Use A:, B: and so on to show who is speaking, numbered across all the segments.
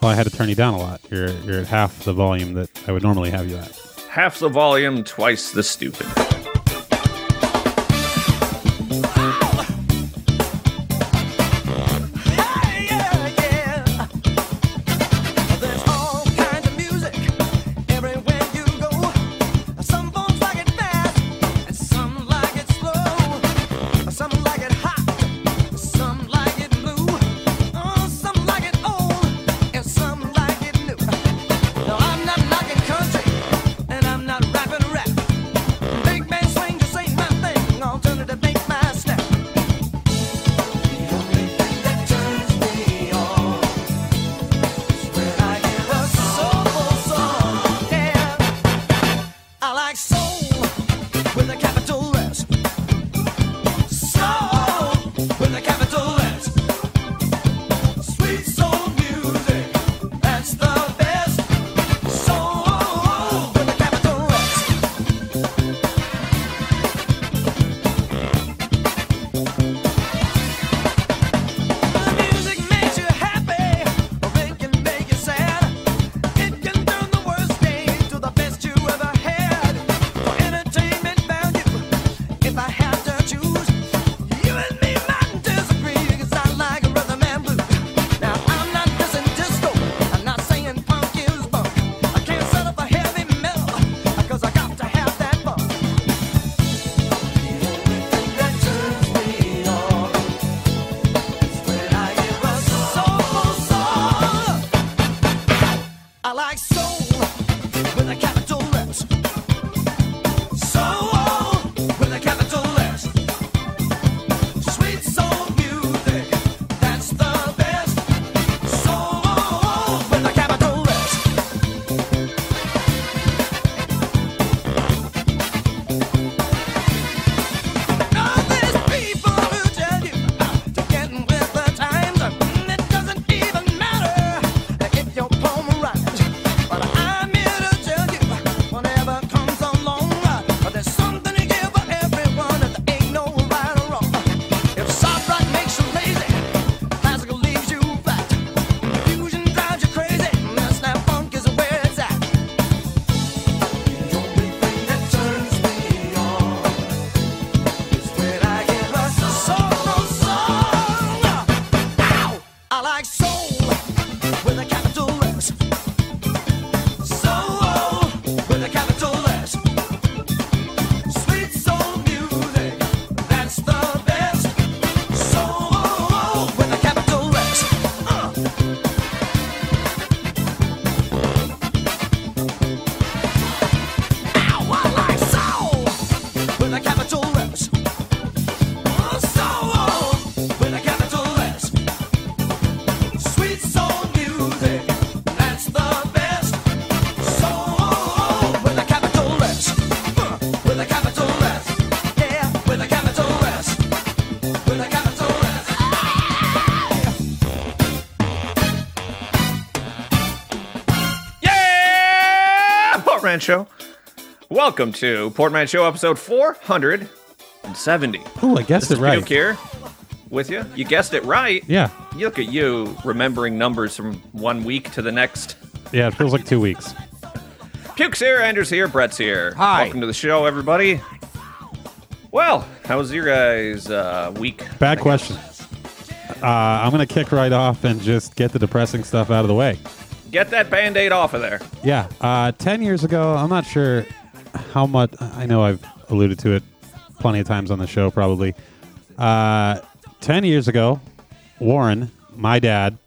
A: Well, I had to turn you down a lot. You're you're at half the volume that I would normally have you at.
B: Half the volume, twice the stupid. Yeah! Portman Show. Welcome to Portman Show episode 470.
A: Oh, I guessed it
B: Right.
A: right.
B: here with you. You guessed it right.
A: Yeah,
B: You look at you remembering numbers from one week to the next.
A: yeah. It feels like two weeks.
B: Puke's here, Andrew's here, Brett's here.
C: Hi.
B: Welcome to the show, everybody. Well, how was your guys' uh, week?
A: Bad question. Uh, I'm gonna kick right off and just get the depressing stuff out of the way.
B: Get that band aid off of there.
A: Yeah, uh, ten years ago, I'm not sure how much. I know I've alluded to it plenty of times on the show, probably. Uh, ten years ago, Warren, my dad,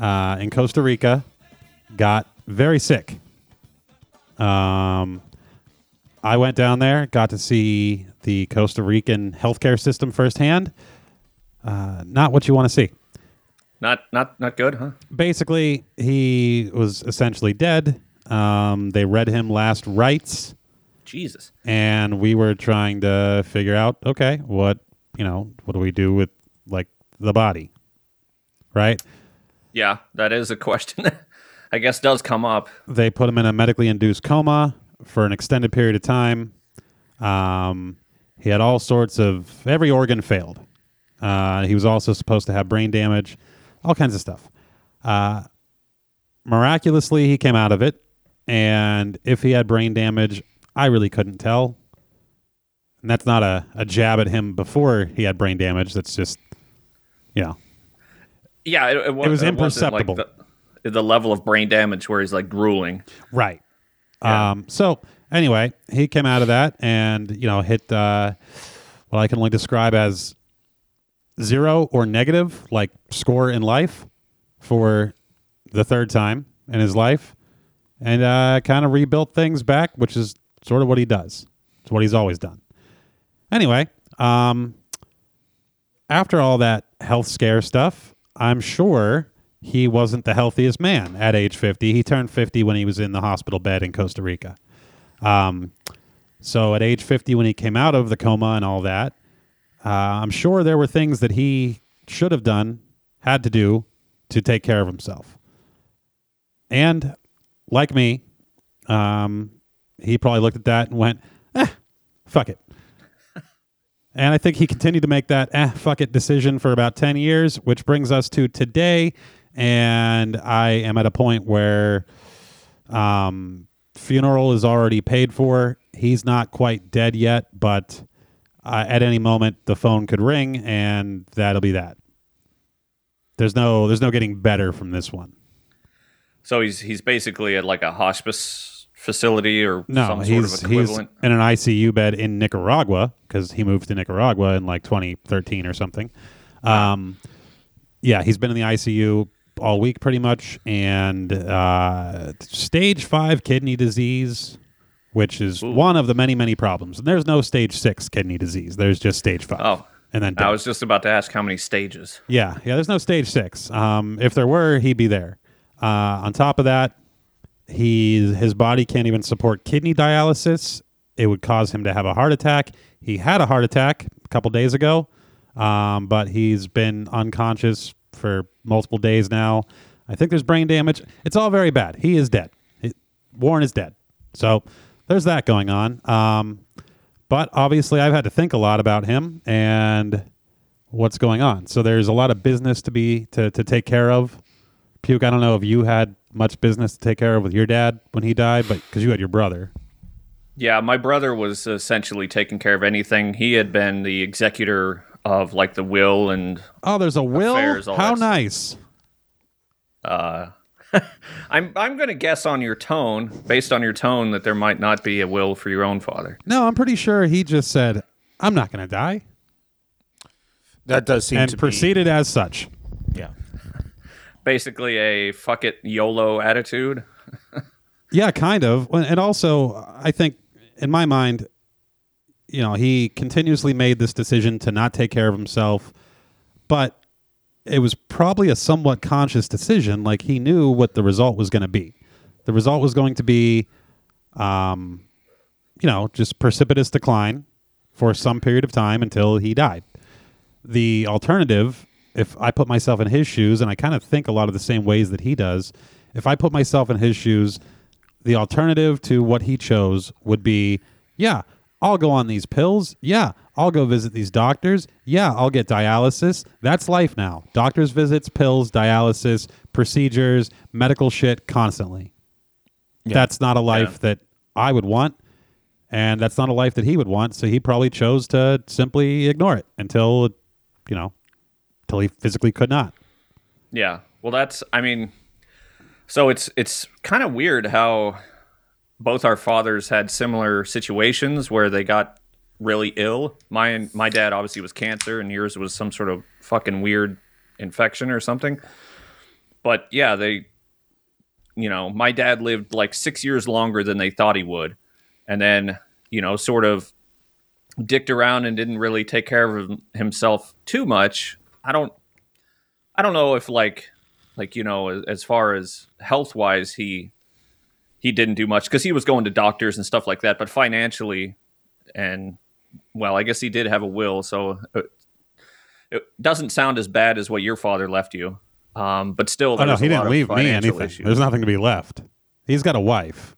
A: uh, in Costa Rica, got very sick. Um, I went down there, got to see the Costa Rican healthcare system firsthand. Uh, not what you want to see
B: Not not not good, huh?
A: basically, he was essentially dead. Um, they read him last rites,
B: Jesus.
A: and we were trying to figure out, okay, what you know, what do we do with like the body, right?
B: Yeah, that is a question that I guess does come up.
A: They put him in a medically induced coma for an extended period of time. Um, he had all sorts of every organ failed. Uh, he was also supposed to have brain damage, all kinds of stuff. Uh, miraculously he came out of it and if he had brain damage i really couldn't tell and that's not a, a jab at him before he had brain damage that's just you know
C: Yeah, it, wa-
A: It was
C: wasn't, like,
A: imperceptible.
C: the, the level of brain damage where he's like drooling.
A: right um so anyway he came out of that and you know hit uh what i can only describe as zero or negative like score in life for the third time in his life and uh, kind of rebuilt things back, which is sort of what he does. It's what he's always done. Anyway, um, after all that health scare stuff, I'm sure he wasn't the healthiest man at age 50. He turned 50 when he was in the hospital bed in Costa Rica. Um, so at age 50, when he came out of the coma and all that, uh, I'm sure there were things that he should have done, had to do to take care of himself. And like me, um, he probably looked at that and went, eh, fuck it. and I think he continued to make that eh, fuck it decision for about 10 years, which brings us to today. And I am at a point where um, funeral is already paid for. He's not quite dead yet, but uh, at any moment the phone could ring, and that'll be that. There's no, there's no getting better from this one.
C: So he's he's basically at like a hospice facility or
A: No,
C: some sort
A: he's
C: of
A: he's
C: equivalent.
A: in an ICU bed in Nicaragua because he moved to Nicaragua in like 2013 or something. Um, yeah, he's been in the ICU all week pretty much, and uh, stage five kidney disease, which is one of the many many problems. And there's no stage six kidney disease. There's just stage five.
C: Oh.
A: and then
C: I
A: death.
C: was just about to ask how many stages.
A: Yeah, yeah. There's no stage six. Um, if there were, he'd be there. Uh, on top of that, he his body can't even support kidney dialysis. It would cause him to have a heart attack. He had a heart attack a couple days ago, um, but he's been unconscious for multiple days now. I think there's brain damage. It's all very bad. He is dead. It- Warren is dead. So there's that going on. Um, but obviously, I've had to think a lot about him and what's going on. So there's a lot of business to be to, to take care of. Puke. I don't know if you had much business to take care of with your dad when he died, but because you had your brother.
C: Yeah, my brother was essentially taking care of anything. He had been the executor of like the will and
A: Oh, there's a will.
C: Affairs, all
A: How
C: that stuff.
A: nice.
C: I'm I'm going to guess on your tone, based on your tone that there might not be a will for your own father.
A: No, I'm pretty sure he just said, "I'm not going to die,"
D: That does seem to
A: and proceeded as such.
D: be. Yeah.
C: Basically a fuck it YOLO attitude.
A: Yeah, kind of. Well, And also, I think in my mind, you know, he continuously made this decision to not take care of himself, but it was probably a somewhat conscious decision. Like he knew what the result was going to be. The result was going to be, um, you know, just precipitous decline for some period of time until he died. The alternative, if I put myself in his shoes, and I kind of think a lot of the same ways that he does, if I put myself in his shoes, the alternative to what he chose would be yeah, I'll go on these pills. Yeah, I'll go visit these doctors. Yeah, I'll get dialysis. That's life now. Doctors' visits, pills, dialysis, procedures, medical shit constantly. That's not a life that I would want and that's not a life that he would want. So he probably chose to simply ignore it until, you know, until he physically could not.
C: Yeah. Well, that's I mean so it's it's kind of weird how both our fathers had similar situations where they got really ill. My my dad obviously was cancer and yours was some sort of fucking weird infection or something. But yeah, they you know, my dad lived like 6 years longer than they thought he would. And then, you know, sort of dicked around and didn't really take care of him- himself too much. I don't I don't know if like like you know as, as far as health wise he he didn't do much because he was going to doctors and stuff like that but financially and well I guess he did have a will so uh, it doesn't sound as bad as what your father left you um, but still
A: Oh
C: there
A: no,
C: was
A: he
C: a lot
A: didn't
C: of
A: leave me
C: financial
A: anything.
C: issues.
A: There's nothing to be left. He's got a wife.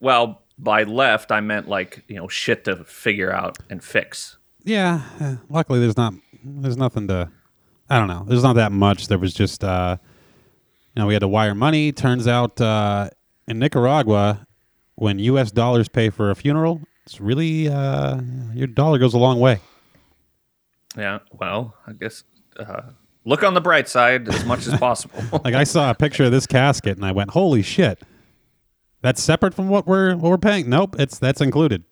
C: well by left I meant like you know shit to figure out and fix
A: Yeah, eh, luckily there's not there's nothing to I don't know. There's not that much. There was just uh You know, we had to wire money. Turns out uh, in Nicaragua, when U.S. dollars pay for a funeral, it's really uh, your dollar goes a long way.
C: Yeah. Well, I guess uh, look on the bright side as much as possible.
A: Like I saw a picture of this casket and I went, "Holy shit!" That's separate from what we're what we're paying. Nope, it's that's included.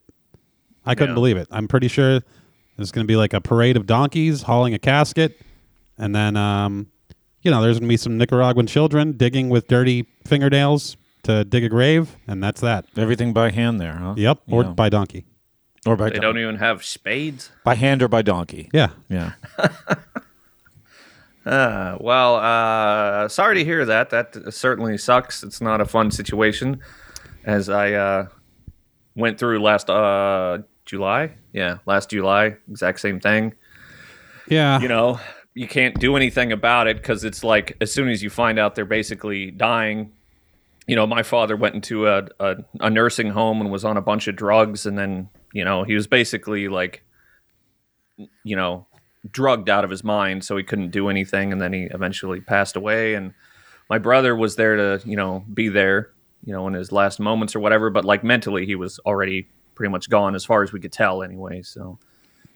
A: I couldn't
C: Yeah.
A: believe it. I'm pretty sure there's going to be like a parade of donkeys hauling a casket, and then um, you know there's going to be some Nicaraguan children digging with dirty fingernails to dig a grave, and that's that.
D: Everything by hand there, huh?
A: Yep,
D: You
A: or
D: know.
A: by donkey.
D: or by
C: they
D: don-
C: don't e- even have spades.
D: by hand or by donkey.
A: Yeah,
D: Yeah.
C: Uh, well, uh, sorry to hear that. That certainly sucks. It's not a fun situation, as I uh, went through last uh, July. Yeah, last July, exact same thing.
A: yeah.
C: You know, you can't do anything about it because it's like as soon as you find out they're basically dying. You know, my father went into a, a a nursing home and was on a bunch of drugs, and then you know he was basically like, you know, drugged out of his mind, so he couldn't do anything, and then he eventually passed away. And my brother was there to you know be there, you know, in his last moments or whatever, but like mentally he was already pretty much gone as far as we could tell, anyway. So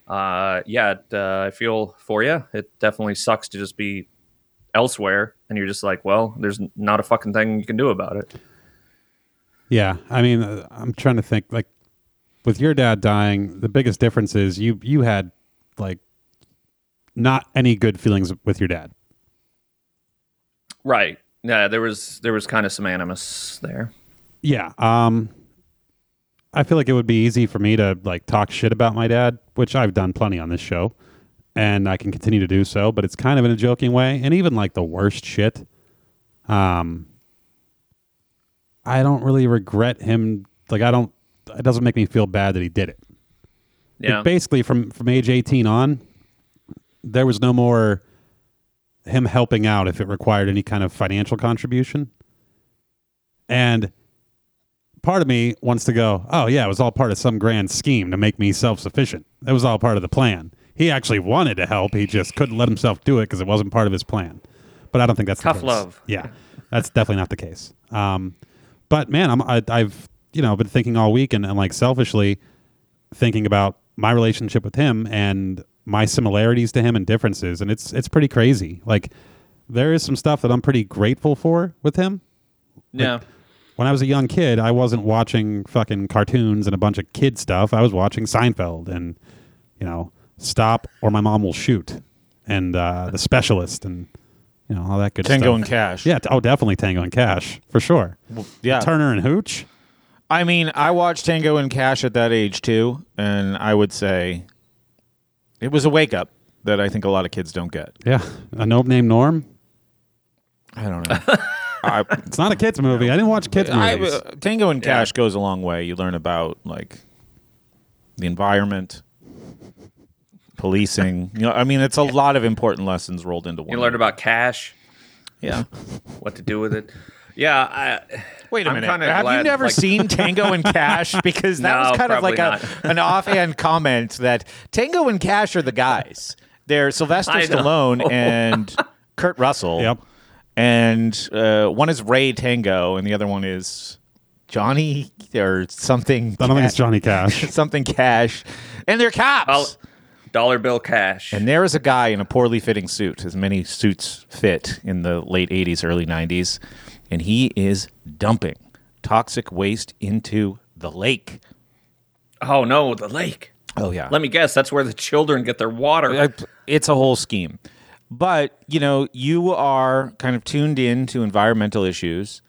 C: uh, yeah, it, uh, I feel for you. It definitely sucks to just be elsewhere, and you're just like, well, there's n- not a fucking thing you can do about it.
A: Yeah, I mean, uh, I'm trying to think. Like, with your dad dying, the biggest difference is you you had like not any good feelings with your dad.
C: Right? Yeah, there was there was kind of some animus there.
A: Yeah. Um, I feel like it would be easy for me to like talk shit about my dad, which I've done plenty on this show, and I can continue to do so. But it's kind of in a joking way, and even like the worst shit. Um, I don't really regret him. Like, I don't. It doesn't make me feel bad that he did it. Like,
C: Yeah,
A: basically, from from age eighteen on, there was no more him helping out if it required any kind of financial contribution. And part of me wants to go, oh yeah, it was all part of some grand scheme to make me self sufficient. It was all part of the plan. He actually wanted to help. He just couldn't let himself do it because it wasn't part of his plan. But I don't think that's
C: Tough
A: the case.
C: love.
A: Yeah, that's definitely not the case. Um, but man, I'm, I, I've you know been thinking all week and, and like selfishly thinking about my relationship with him and my similarities to him and differences and it's it's pretty crazy like there is some stuff that i'm pretty grateful for with him
C: yeah.
A: when i was a young kid i wasn't watching fucking cartoons and a bunch of kid stuff i was watching seinfeld and you know stop or my mom will shoot and uh, the specialist and you know all that good
D: Tango
A: stuff
D: and Cash.
A: yeah t- oh definitely tango and cash for sure
D: Yeah.
A: turner and hooch
D: I mean, I watched Tango and Cash at that age too, and I would say it was a wake up that I think a lot of kids don't get.
A: yeah a no name norm
D: I don't know. I,
A: it's not a kids movie i didn't watch kids
D: I,
A: movies
D: uh, Tango and Cash goes a long way. You learn about like the environment, policing. You know, I mean, it's a lot of important lessons rolled into one.
C: You learned about cash,
D: yeah.
C: what to do with it. Yeah, I,
D: Wait a
C: I'm
D: minute.
C: kinda
D: Have you
C: glad,
D: never
C: like-
D: seen Tango and Cash? Because that
C: No,
D: was kind of
C: probably
D: like a,
C: not.
D: an offhand comment that Tango and Cash are the guys. They're Sylvester
C: I know.
D: Stallone and Kurt Russell.
A: Yep.
D: And uh, one is Ray Tango, and the other one is Johnny or something.
A: I don't think it's
D: Ca-
A: Johnny Cash.
D: Something Cash. And they're cops.
C: I'll- dollar bill cash.
D: And there is a guy in a poorly fitting suit, as many suits fit in the late 80s, early 90s, and he is dumping toxic waste into the lake.
C: oh no, the lake.
D: Oh, yeah.
C: Let me guess, that's where the children get their water.
D: It's a whole scheme. But, you know, you are kind of tuned in to environmental issues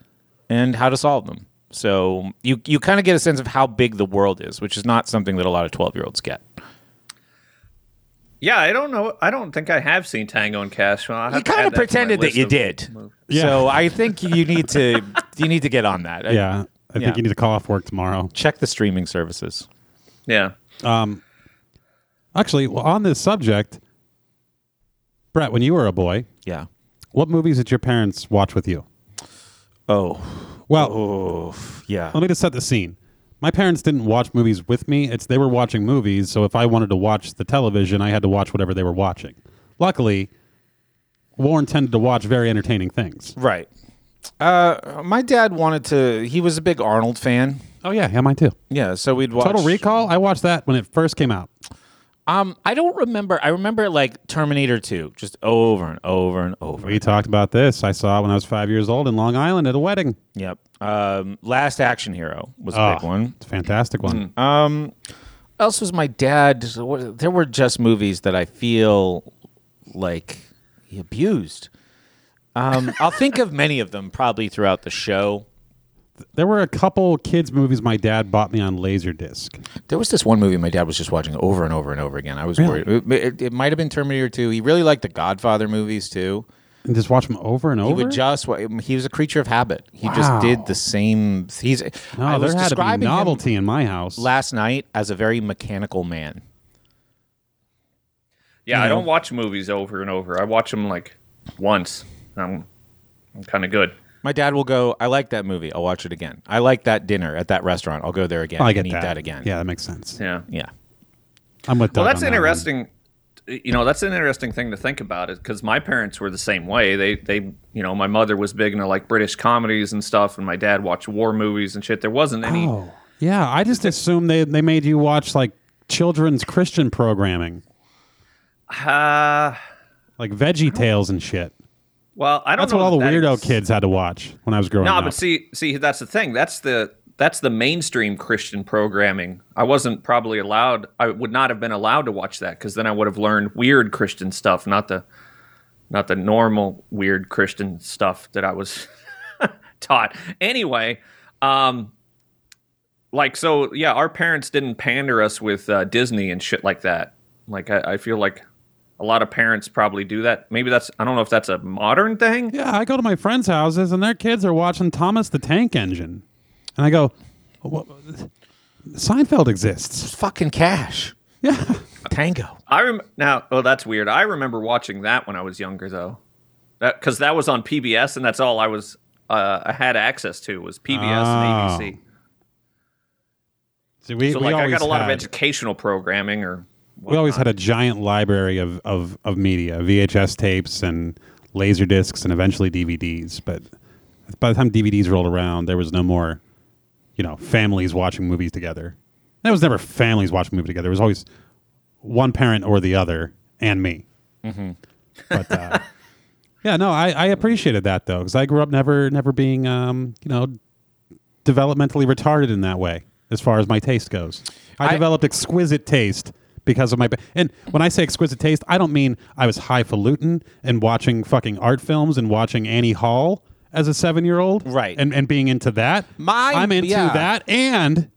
D: and how to solve them. So you, you kind of get a sense of how big the world is, which is not something that a lot of 12 year olds get.
C: yeah, I don't know. I don't think I have seen Tango and Cash. Well, I'll have
D: You
C: to add
D: kind of
C: that to my
D: pretended that
C: list
D: you
C: of-
D: did. So I think you need to you need to get on that. I-
A: Yeah. I
D: Yeah.
A: think you need to call off work tomorrow.
D: check the streaming services.
C: Yeah.
A: Actually, well, on this subject, Brett, when you were a boy,
D: Yeah.
A: what movies did your parents watch with you?
D: Oh.
A: Well,
D: Oof. Yeah.
A: let me just set the scene. My parents didn't watch movies with me. It's they were watching movies, so if I wanted to watch the television, I had to watch whatever they were watching. Luckily, Warren tended to watch very entertaining things.
D: Right. Uh, my dad wanted to. He was a big Arnold fan.
A: Oh yeah, yeah, mine too.
D: Yeah, so we'd watch
A: Total Recall. I watched that when it first came out.
D: Um, I don't remember. I remember like Terminator Two, just over and over and over.
A: We talked about this. I saw it when I was five years old in Long Island at a wedding.
D: Yep. Um, Last Action Hero was a big
A: Oh,
D: one.
A: It's a fantastic one.
D: Um, else was my dad. what- There were just movies that I feel like he abused. Um, I'll think of many of them probably throughout the show.
A: There were a couple kids movies my dad bought me on Laserdisc.
D: There was this one movie my dad was just watching over and over and over again. I was worried. It, it- it might have been Terminator 2. He really liked the Godfather movies too.
A: And just watch them over and over.
D: He would just wa- he was a creature of habit. He
A: Wow.
D: just did the same. He's
A: no,
D: I was
A: there had to be
D: describing him
A: novelty in my house.
D: last night as a very mechanical man.
C: Yeah, I don't watch movies over and over. I watch them like once. I'm I'm kind of good.
D: My dad will go. I like that movie. I'll watch it again. I like that dinner at that restaurant. I'll go there again.
A: I get
D: and eat
A: that.
D: that. again.
A: Yeah, that makes sense.
C: Yeah.
D: yeah.
A: I'm with.
C: Well,
A: Doug
C: that's
A: on that one.
C: interesting. You know, that's an interesting thing to think about is because my parents were the same way. They, they, you know, my mother was big into like British comedies and stuff, and my dad watched war movies and shit. There wasn't any.
A: Oh, yeah. I just assumed they they made you watch like children's Christian programming,
C: Uh,
A: like Veggie Tales and shit.
C: well, I don't
A: That's
C: know.
A: what all the
C: that
A: weirdo
C: ex-
A: kids had to watch when I was growing
C: No,
A: up.
C: but see, see, that's the thing. That's the that's the mainstream Christian programming. I wasn't probably allowed. I would not have been allowed to watch that because then I would have learned weird Christian stuff, not the not the normal weird Christian stuff that I was taught. Anyway, um, like so, yeah, our parents didn't pander us with uh, Disney and shit like that. Like I, I feel like a lot of parents probably do that. Maybe that's I don't know if that's a modern thing.
A: Yeah, I go to my friends' houses and their kids are watching Thomas the Tank Engine, and I go, "What- Seinfeld exists.
D: Fucking cash.
A: Yeah,
D: Tango.
C: I rem- now. Oh, that's weird. I remember watching that when I was younger, though, that because that was on PBS, and that's all I was uh, I had access to was PBS
A: Oh.
C: and ABC.
A: so we,
C: So
A: we
C: like I
A: always
C: got a lot of
A: had-
C: educational programming, or
A: We always had a giant library of, of, of media, VHS tapes and laser discs and eventually DVDs. But by the time DVDs rolled around, there was no more, you know, families watching movies together. There was never families watching movies together. It was always one parent or the other and me.
D: Mm-hmm.
A: But uh, yeah, no, I, I appreciated that though because I grew up never never being um, you know developmentally retarded in that way as far as my taste goes. I,
D: I-
A: developed exquisite taste because of my ba- and when I say exquisite taste, I don't mean I was highfalutin and watching fucking art films and watching Annie Hall as a seven year old,
D: Right.
A: And and being into that.
D: My-
A: I'm into
D: yeah.
A: that and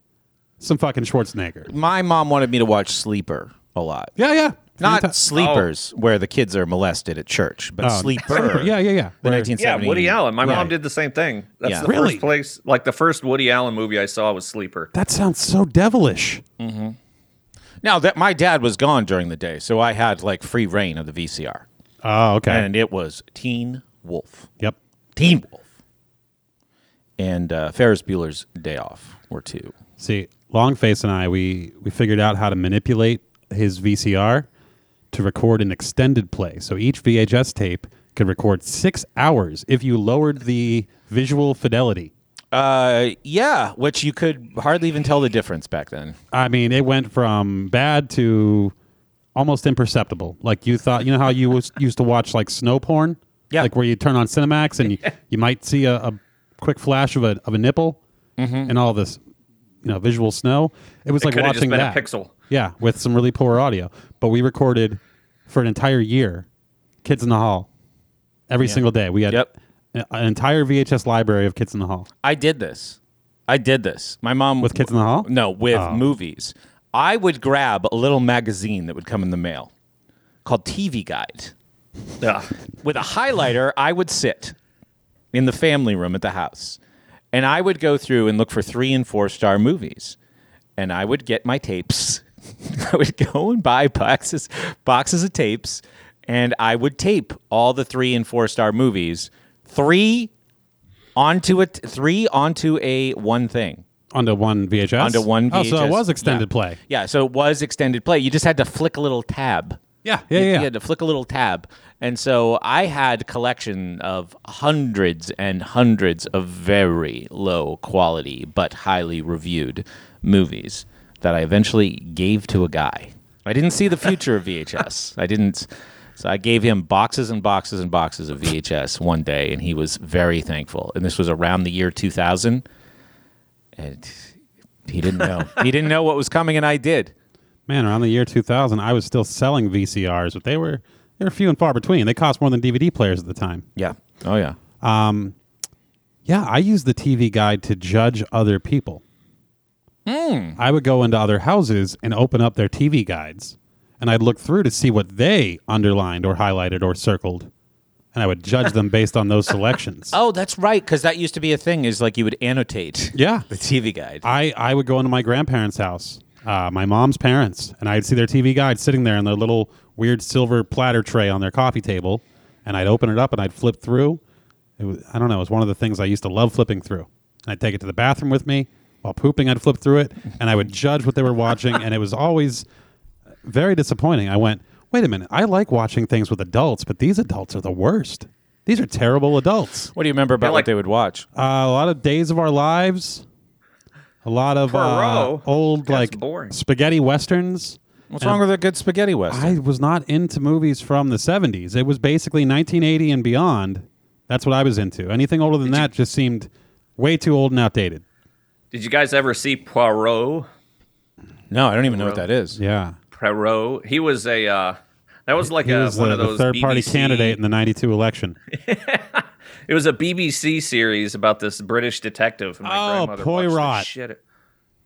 A: some fucking Schwarzenegger.
D: My mom wanted me to watch Sleeper a lot.
A: Yeah, yeah.
D: Not
A: Fantas-
C: Oh.
D: Sleepers, where the kids are molested at church, but
A: Oh,
D: Sleeper.
A: Yeah, yeah, yeah.
D: The
A: Where-
D: 1970s.
C: yeah Woody Allen. My mom
D: Right.
C: did the same thing. That's
D: Yeah.
C: the
A: Really?
C: first place. Like the first Woody Allen movie I saw was Sleeper.
A: That sounds so devilish.
D: Now that my dad was gone during the day, so I had like free reign of the VCR,
A: Oh, okay.
D: and it was Teen Wolf,
A: yep.
D: Teen Wolf, and uh, Ferris Bueller's Day Off were two.
A: See, Longface and I, we we figured out how to manipulate his VCR to record an extended play. So each VHS tape could record six hours if you lowered the visual fidelity.
D: Uh, yeah, which you could hardly even tell the difference back then.
A: I mean, it went from bad to almost imperceptible. Like you thought, you know how you was, used to watch like snow porn,
D: Yeah.
A: like where you turn on Cinemax and you, you might see a, a quick flash of a of a nipple and all this, you know, visual snow. It was like
C: coulda
A: watching
C: just been
A: that
C: a pixel.
A: Yeah, with some really poor audio, but we recorded for an entire year, Kids in the Hall, every single day. We had
D: Yep.
A: a- an entire VHS library of Kids in the Hall
D: I did this. I did this. My mom
A: with Kids in the Hall. Oh.
D: No, with movies. I would grab a little magazine that would come in the mail called TV Guide.
C: Yeah.
D: with a highlighter, I would sit in the family room at the house and I would go through and look for three and four star movies. And I would get my tapes. I would go and buy boxes, boxes of tapes, and I would tape all the three and four star movies, three onto a t- three onto a one thing
A: Onto one VHS.
D: onto one VHS.
A: Oh, so it was extended
D: Yeah.
A: play.
D: Yeah, so it was extended play. You just had to flick a little tab
A: Yeah, yeah,
D: You-
A: yeah.
D: You had to flick a little tab. And so I had collection of hundreds and hundreds of very low quality but highly reviewed movies that I eventually gave to a guy. I didn't see the future of VHS. I didn't so I gave him boxes and boxes and boxes of VHS one day and he was very thankful. And this was around the year 2000 and he didn't know. he didn't know what was coming and I did.
A: Man, around the year 2000, I was still selling VCRs, but they were they were few and far between. They cost more than DVD players at the time.
D: Yeah. Oh yeah.
A: Yeah, I used the TV guide to judge other people. I would go into other houses and open up their TV guides, and I'd look through to see what they underlined or highlighted or circled, and I would judge them based on those selections.
D: Oh, that's right, because that used to be a thing. Is like you would annotate
A: Yeah.
D: the TV guide.
A: I, I would go into my grandparents' house, uh, my mom's parents, and I'd see their TV guide sitting there in their little weird silver platter tray on their coffee table. And I'd open it up and I'd flip through. It was, I don't know. It was one of the things I used to love flipping through. I'd take it to the bathroom with me. While pooping, I'd flip through it and I would judge what they were watching. And it was always very disappointing. I went, wait a minute. I like watching things with adults, but these adults are the worst. These are terrible adults.
D: What do you remember about
C: Yeah,
D: what
C: like-
D: they would watch?
A: Uh, a lot of Days of Our Lives, a lot of uh,
C: Poirot?
A: old
C: That's
A: like
C: boring.
A: spaghetti westerns.
D: What's wrong with a good spaghetti western?
A: I was not into movies from the '70s. It was basically 1980 and beyond. That's what I was into. Anything older than that just seemed way too old and outdated.
C: Did you guys ever see Poirot?
D: no, I don't even know what that is.
A: Yeah,
C: Poirot. He was a. Uh, that was like
A: he
C: a,
A: was
C: one
A: the,
C: of those
A: third party
C: BBC
A: candidate in the '92 election.
C: It was a BBC series about this British detective. and My
A: Oh,
C: grandmother watched the
A: Poirot.
C: Shit.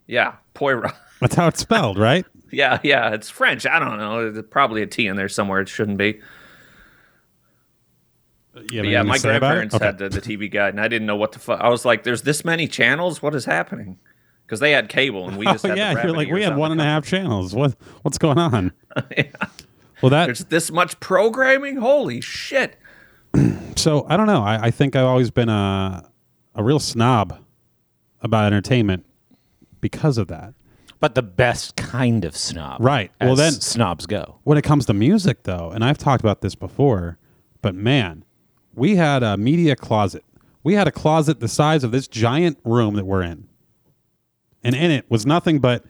C: Yeah, Poirot.
A: That's how it's spelled, right?
C: Yeah, yeah, it's French. I don't know. There's probably a T in there somewhere. It shouldn't be.
A: You have
C: But yeah,
A: anything to
C: my
A: say about it?
C: grandparents had the, the TV guide, and I didn't know what the fuck. I was like, "There's this many channels. What is happening?" Because they had cable, and we just
A: Oh
C: had the
A: yeah, you're
C: Gravity
A: like
C: or
A: we had
C: something.
A: one and a half channels. What what's going on? Well, that
C: There's this much programming. Holy shit!
A: So I don't know. I, I think I've always been a a real snob about entertainment because of that.
D: But the best kind of snob.
A: Right.
D: as
A: Well, then-
D: snobs go.
A: When it comes to music, though, and I've talked about this before, but man, we had a media closet. We had a closet the size of this giant room that we're in, and in it was nothing but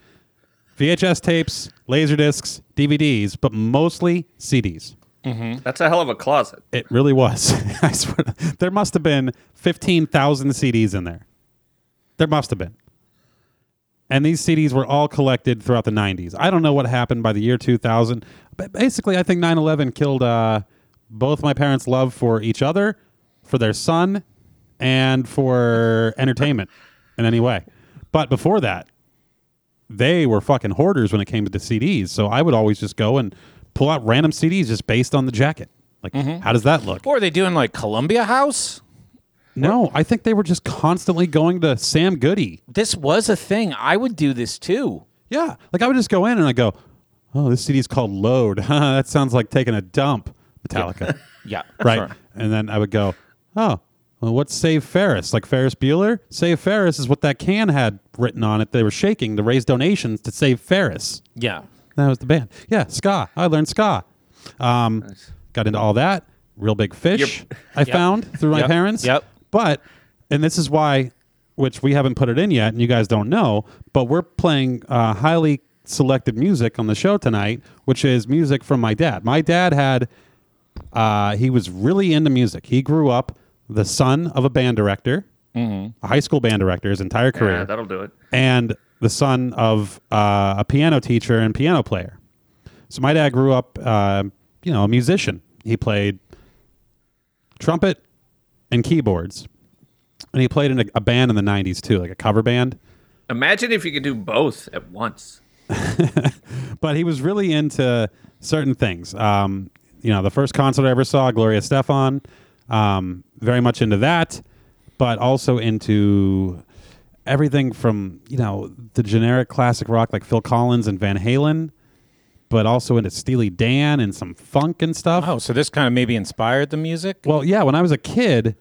A: VHS tapes, laser discs, DVDs, but mostly CDs.
C: That's a hell of a closet.
A: It really was. I swear, there must have been fifteen thousand CDs in there. There must have been. And these CDs were all collected throughout the '90s. I don't know what happened by the year 2000. But basically, I think 9/11 killed uh, both my parents' love for each other, for their son, and for entertainment in any way. But before that, they were fucking hoarders when it came to CDs. So I would always just go and pull out random CDs just based on the jacket. Like, how does that look?
D: Or are they doing like Columbia House?
A: No, I think they were just constantly going to Sam Goody.
D: This was a thing. I would do this too.
A: Yeah. Like I would just go in and I go, oh, this CD's called Load. that sounds like taking a dump, Metallica.
D: Yeah.
A: right.
D: sure.
A: And then I would go, oh, well, what's Save Ferris? Like Ferris Bueller? Save Ferris is what that can had written on it. They were shaking to raise donations to Save Ferris.
D: Yeah.
A: That was the band. Yeah, ska. I learned ska. Um, Got into all that. Real big fish. I found through my
D: Yep.
A: parents.
D: Yep.
A: But, and this is why, which we haven't put it in yet, and you guys don't know, but we're playing uh, highly selected music on the show tonight, which is music from my dad. My dad had, uh, he was really into music. He grew up the son of a band director,
D: Mm-hmm.
A: a high school band director, his entire career
C: Yeah, that'll do it.
A: and the son of uh, a piano teacher and piano player. So my dad grew up, uh, you know, a musician. He played trumpet and keyboards, and he played in a, a band in the '90s too, like a cover band.
C: Imagine if you could do both at once.
A: But he was really into certain things. Um, you know, the first concert I ever saw, Gloria Stefan, um, very much into that, but also into everything from you know the generic classic rock like Phil Collins and Van Halen, but also into Steely Dan and some funk and stuff.
D: Oh, so this kind of maybe inspired the music.
A: Well, yeah, when I was a kid,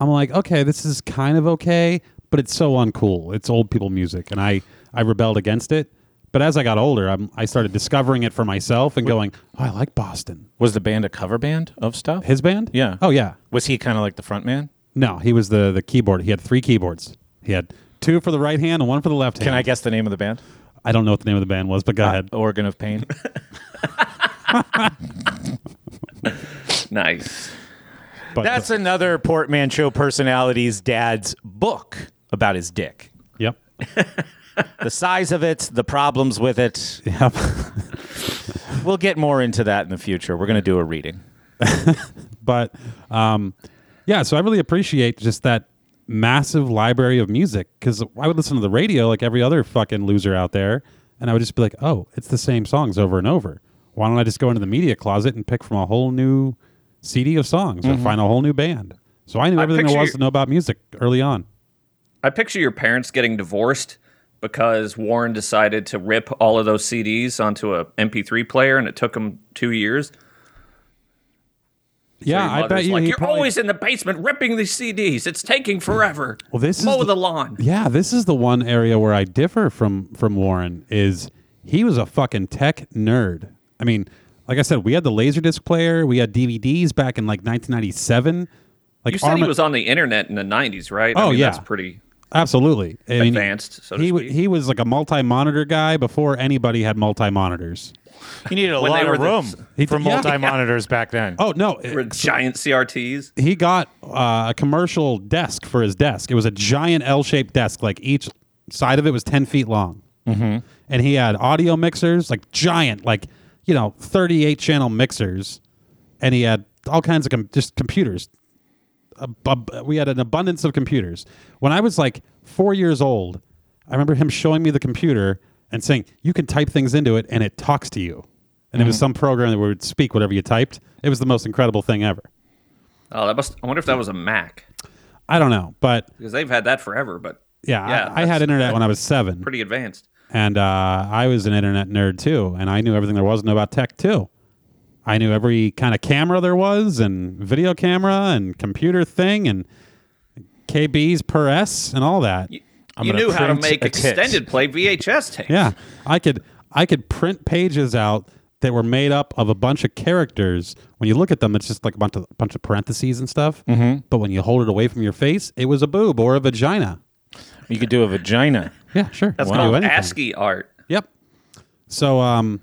A: I'm like, okay, this is kind of okay, but it's so uncool. It's old people music, and I I rebelled against it. But as I got older, I'm, I started discovering it for myself and going, oh, I like Boston.
D: Was the band a cover band of stuff?
A: His band?
D: Yeah.
A: Oh, yeah.
D: Was he kind of like the front man?
A: No, he was the, the keyboard. He had three keyboards. He had two for the right hand and one for the left
D: Can Uh, I
A: hand.
D: guess the name of the band?
A: I don't know what the name of the band was, but go ahead.
D: Organ of Pain.
C: Nice.
A: But
D: That's another portmanteau personality's dad's book about his dick.
A: uh, Yep.
D: The size of it, the problems with it.
A: Yep.
D: We'll get more into that in the future. We're going to do a reading.
A: but um, yeah, so I really appreciate just that massive library of music because I would listen to the radio like every other fucking loser out there, and I would just be like, oh, it's the same songs over and over. Why don't I just go into the media closet and pick from a whole new CD of songs or find a whole new band? So I knew everything there
C: Mm-hmm. picture
A: was
C: you-
A: to know about music early on.
C: I picture your parents getting divorced because Warren decided to rip all of those CDs onto a MP3 player, and it took him two years.
A: yeah,
C: Your
A: I bet
C: mother's
A: you.
C: Like,
A: he
C: You're
A: probably-
C: always in the basement ripping these CDs. It's taking forever.
A: Well, this is
C: mow
A: the-
C: the lawn.
A: Yeah, this is the one area where I differ from from Warren is he was a fucking tech nerd. I mean, like I said, we had the laserdisc player, we had DVDs back in like 1997. Like
C: You said he
A: Armin-
C: was on the internet in the '90s, right? I
A: Oh,
C: mean,
A: yeah.
C: that's pretty.
A: absolutely I mean,
C: advanced, so to
A: he wa-
C: speak.
A: he was like a multi-monitor guy before anybody had multi-monitors.
D: You needed a
C: When they
D: lot
C: were
D: of
C: the-
D: room
A: He-
D: for
A: yeah.
D: multi monitors back then.
A: Oh no,
C: Were giant CRTs.
A: he got uh, a commercial desk for his desk. It was a giant L-shaped desk, like each side of it was ten feet long, mm-hmm. and he had audio mixers, like giant, like you know, thirty-eight channel mixers, and he had all kinds of com- just computers. Ab- we had an abundance of computers. When I was like four years old, I remember him showing me the computer and saying, "You can type things into it, and it talks to you." And it was some program that would speak whatever you typed. It was the most incredible thing ever.
C: Oh, that must. I wonder if that was a Mac
A: I don't know, but
C: because they've had that forever. But
A: yeah,
C: Yeah,
A: I, I had
C: that's-
A: internet when I was seven,
C: pretty advanced.
A: and uh, I was an internet nerd too, and I knew everything there was to know about tech too. I knew every kind of camera there was, and video camera, and computer thing, and KBs per S, and all that.
C: you
D: gonna
C: knew how to
D: print
C: make
D: a tit.
C: extended play VHS tapes.
A: Yeah, I could I could print pages out that were made up of a bunch of characters. When you look at them, it's just like a bunch of bunch of parentheses and stuff. Mm-hmm. But when you hold it away from your face, it was a boob or a vagina.
D: You could do a vagina.
A: Yeah, sure.
C: that's
A: You can do
C: called
A: anything.
C: ASCII art.
A: Yep. So, um,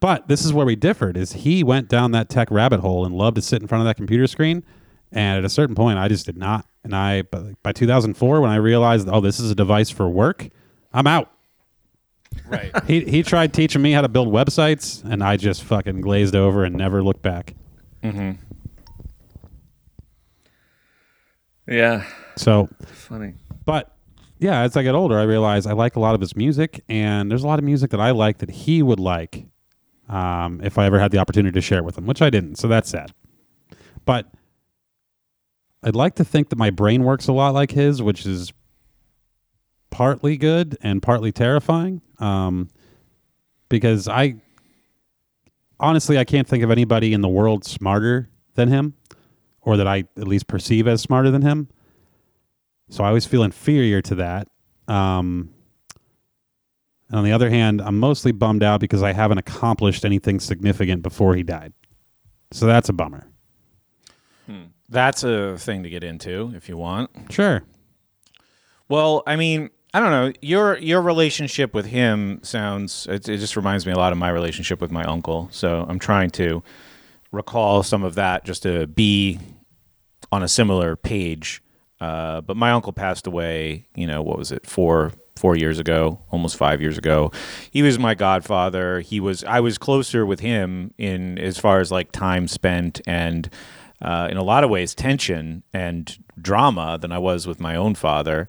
A: but this is where we differed. Is he went down that tech rabbit hole and loved to sit in front of that computer screen, and at a certain point, I just did not. And I by, by 2004, when I realized, oh, this is a device for work, I'm out.
D: Right.
A: He he tried teaching me how to build websites, and I just fucking glazed over and never looked back.
C: Yeah,
A: So,
C: funny.
A: but yeah, as I get older, I realize I like a lot of his music, and there's a lot of music that I like that he would like, um, if I ever had the opportunity to share it with him, which I didn't. So that's sad. But I'd like to think that my brain works a lot like his, which is partly good and partly terrifying. Um, because I honestly, I can't think of anybody in the world smarter than him, or that I at least perceive as smarter than him. So I always feel inferior to that. Um, and on the other hand, I'm mostly bummed out because I haven't accomplished anything significant before he died. So that's a bummer.
D: That's a thing to get into if you want.
A: Sure.
D: Well, I mean, I don't know. Your your relationship with him sounds it, it just reminds me a lot of my relationship with my uncle. So I'm trying to recall some of that just to be on a similar page. Uh, but my uncle passed away. You know, what was it four four years ago, almost five years ago. He was my godfather. He was I was closer with him in as far as like time spent and uh, in a lot of ways tension and drama than I was with my own father.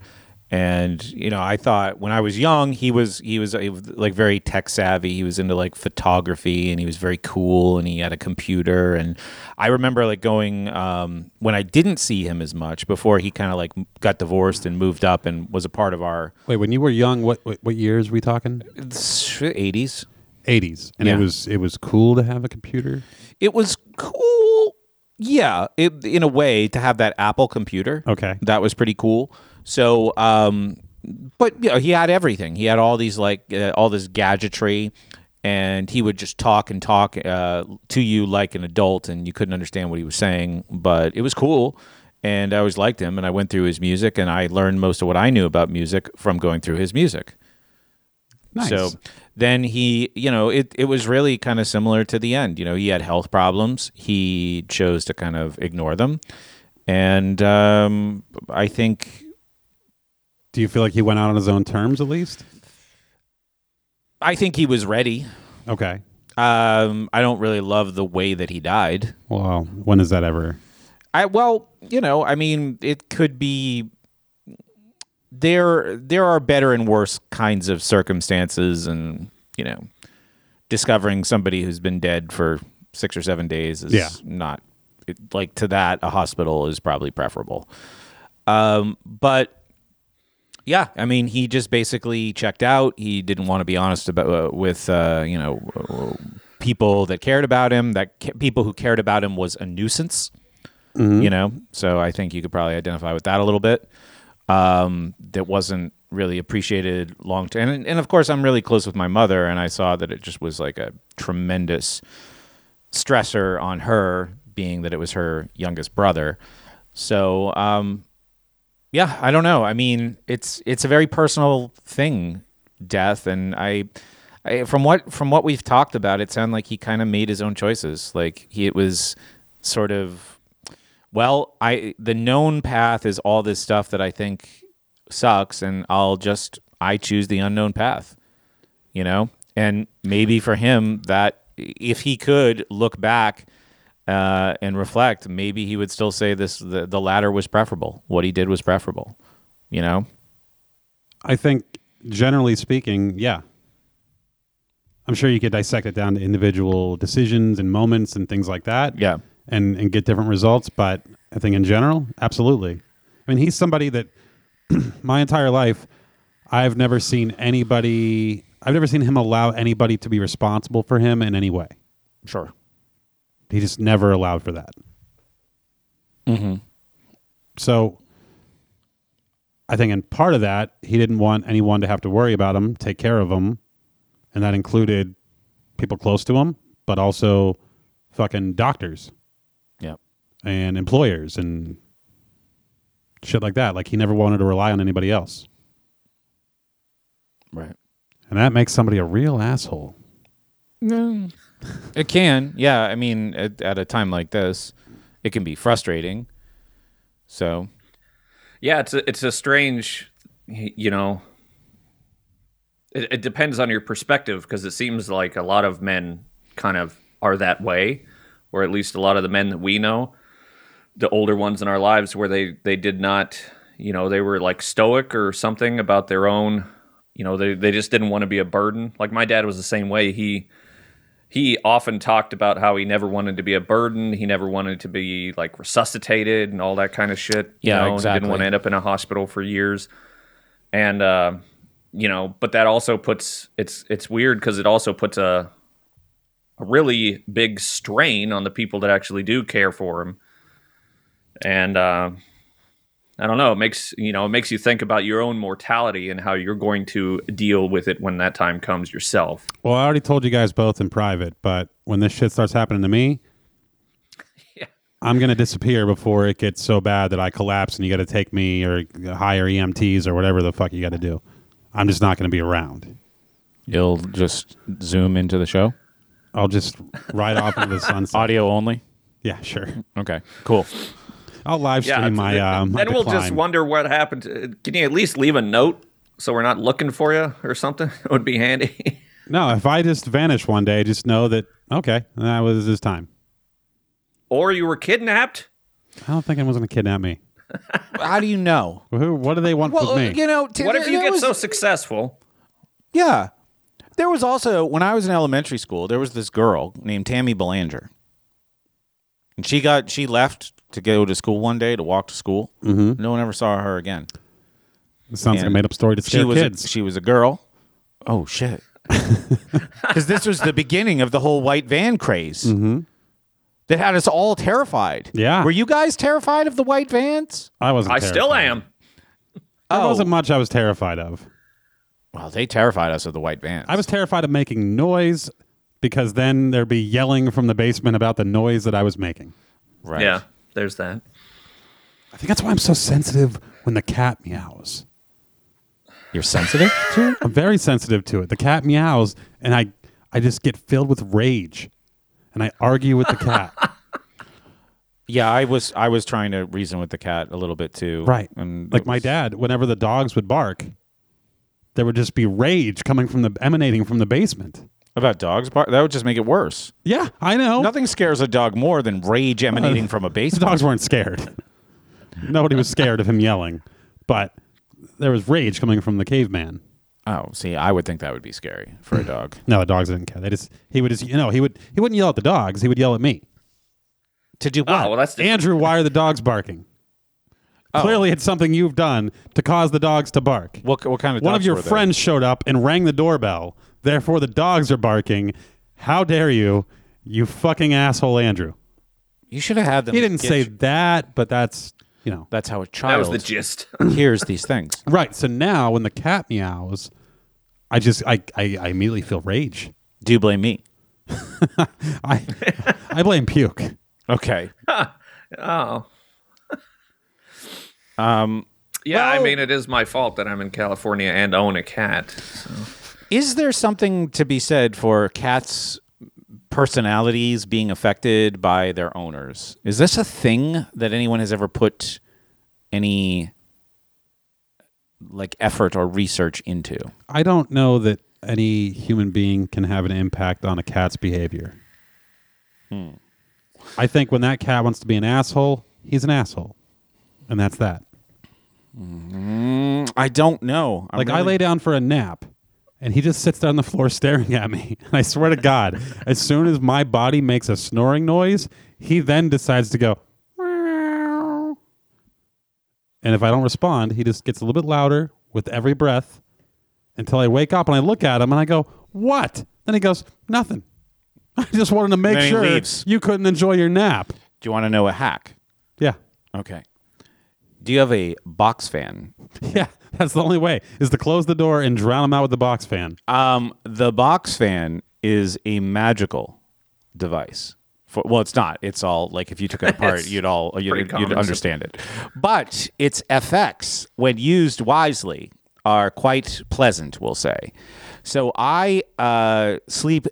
D: And you know, I thought when I was young, he was he was uh, like very tech savvy. He was into like photography, and he was very cool, and he had a computer. And I remember like going um, when I didn't see him as much before he kind of like got divorced and moved up and was a part of our
A: Wait, when you were young, what what, what years we talking?
D: eighties.
A: 80s. And
D: Yeah.
A: it was it was cool to have a computer.
D: It was cool, yeah, it, in a way to have that Apple computer.
A: Okay.
D: that was pretty cool. So um, but you know, he had everything. He had all these like uh, all this gadgetry, and he would just talk and talk uh, to you like an adult, and you couldn't understand what he was saying, but it was cool. And I always liked him, and I went through his music, and I learned most of what I knew about music from going through his music.
A: Nice.
D: So then he, you know, it, it was really kind of similar to the end. You know, he had health problems. He chose to kind of ignore them. And um, I think,
A: Do you feel like he went out on his own terms at least?
D: I think he was ready.
A: Okay.
D: Um, I don't really love the way that he died.
A: Wow. When is that ever?
D: I well, you know, I mean, it could be there there are better and worse kinds of circumstances and, you know, discovering somebody who's been dead for 6 or 7 days is
A: Yeah.
D: not it, like to that a hospital is probably preferable. Um, but yeah, I mean, he just basically checked out. He didn't want to be honest about uh, with uh, you know uh, people that cared about him. That ca- people who cared about him was a nuisance. You know, so I think you could probably identify with that a little bit. Um, that wasn't really appreciated long term, and, and of course, I'm really close with my mother, and I saw that it just was like a tremendous stressor on her, being that it was her youngest brother. So um, yeah i don't know i mean it's it's a very personal thing death and i, I from what from what we've talked about it sounded like he kind of made his own choices like he it was sort of well i the known path is all this stuff that i think sucks and i'll just i choose the unknown path you know and maybe for him that if he could look back uh, and reflect maybe he would still say this the, the latter was preferable what he did was preferable you know
A: I think generally speaking, yeah. I'm sure you could dissect it down to individual decisions and moments and things like that.
D: Yeah.
A: And and get different results, but I think in general, absolutely. I mean, he's somebody that my entire life I've never seen anybody I've never seen him allow anybody to be responsible for him in any way.
D: sure
A: He just never allowed for that.
D: Mm-hmm.
A: So I think in part of that, he didn't want anyone to have to worry about him, take care of him. And that included people close to him, but also fucking doctors
D: yeah
A: and employers and shit like that. Like he never wanted to rely on anybody else.
D: right
A: And that makes somebody a real asshole.
D: it can yeah i mean at, at a time like this it can be frustrating so
C: Yeah, it's a, it's a strange, you know. It, it depends on your perspective because it seems like a lot of men kind of are that way, or at least a lot of the men that we know, the older ones in our lives, where they they did not, you know, they were like stoic or something about their own, you know, they they just didn't want to be a burden. Like my dad was the same way. He he often talked about how he never wanted to be a burden. He never wanted to be like resuscitated and all that kind of shit. you
D: Yeah,
C: know, He
D: exactly.
C: didn't want to end up in a hospital for years. And uh, you know, but that also puts it's it's weird because it also puts a a really big strain on the people that actually do care for him. And uh, I don't know, it makes you know, it makes you think about your own mortality and how you're going to deal with it when that time comes yourself.
A: Well, I already told you guys both in private, but when this shit starts happening to me, I'm going to disappear before it gets so bad that I collapse and you got to take me or hire EMTs or whatever the fuck you got to do. I'm just not going to be around.
D: you'll just zoom into the show
A: I'll just ride off into the sunset.
D: audio only
A: Yeah, sure.
D: okay cool
A: I'll live stream my.
C: th-
A: Uh, my
C: then we'll just
A: decline.
C: wonder what happened. Uh, Can you at least leave a note so we're not looking for you or something? It would be handy.
A: No, if I just vanish one day, just know that okay, that was his time.
C: or you were kidnapped.
A: I don't think anyone's going to kidnap me.
D: how do you know
A: Who? What do they want
D: well
A: with me?
D: you know
C: What if you get so successful?
D: Yeah. There was also when I was in elementary school, there was this girl named Tammy Belanger. And she got she left to go to school one day to walk to school. Mm-hmm. No one ever saw her again.
A: It sounds like a
D: and
A: made up story to scare
D: she was
A: kids.
D: A, she was a girl. Oh shit. Cuz this was the beginning of the whole white van craze. Mm-hmm. That had us all terrified.
A: Yeah.
D: Were you guys terrified of the white vans?
A: I wasn't.
C: I still
A: terrified.
C: am.
A: There
D: Oh.
A: wasn't much I was terrified of.
D: Well, they terrified us of the white vans.
A: I was terrified of making noise because then there'd be yelling from the basement about the noise that I was making.
D: right.
C: Yeah, there's that.
A: I think that's why I'm so sensitive when the cat meows.
D: You're sensitive to it?
A: I'm very sensitive to it. The cat meows, and I, I just get filled with rage, and I argue with the cat.
D: Yeah, I was I was trying to reason with the cat a little bit too.
A: right.
D: And
A: like
D: it
A: my
D: was-
A: dad, whenever the dogs would bark, there would just be rage coming from the emanating from the basement.
D: about dogs bark that would just make it worse.
A: Yeah, I know.
D: Nothing scares a dog more than rage emanating from a
A: The
D: basement.
A: dogs weren't scared. Nobody was scared of him yelling, but there was rage coming from the caveman.
D: Oh, see, I would think that would be scary for a dog.
A: No, the dogs didn't care. They just he would just you know he would he wouldn't yell at the dogs. He would yell at me.
D: to do
C: Oh, well, that's different.
A: Andrew, why are the dogs barking?
D: Oh.
A: Clearly, it's something you've done to cause the dogs to bark.
D: What, what kind of
A: One of
D: dogs
A: your
D: were they?
A: friends showed up and rang the doorbell. Therefore, the dogs are barking. How dare you, you fucking asshole, Andrew?
D: You should have had them.
A: He didn't
D: get
A: say
D: you-
A: that, but that's you know
D: That's how a child
C: That was the gist.
D: hears these things.
A: right. So now, when the cat meows, I just I I, I immediately feel rage.
D: Do you blame me?
A: I I blame puke.
D: Okay.
C: oh.
D: Um,
C: Yeah, I
D: Well-
C: mean, it is my fault that I'm in California and own a cat. So.
D: is there something to be said for cats' personalities being affected by their owners? Is this a thing that anyone has ever put any like effort or research into?
A: I don't know that any human being can have an impact on a cat's behavior. I think when that cat wants to be an asshole, he's an asshole, and that's that.
D: Mm, I don't know. I'm
A: Like I
D: really-
A: lay down for a nap, and he just sits down on the floor staring at me. And I swear to God, as soon as my body makes a snoring noise, he then decides to go. "Meow." And if I don't respond, he just gets a little bit louder with every breath until I wake up and I look at him and I go, "What?" Then he goes, "Nothing." I just wanted to make
D: Then he
A: sure
D: leaves.
A: you couldn't enjoy your nap.
D: Do you want to know a hack?
A: Yeah.
D: Okay. Do you have a box fan?
A: Yeah, that's the only way is to close the door and drown him out with the box fan.
D: Um, the box fan is a magical device. For, well, it's not. It's all like if you took it apart,
C: It's
D: you'd all
C: pretty
D: you'd, you'd
C: common.
D: understand it. But its effects, when used wisely, are quite pleasant. We'll say. So I uh, sleep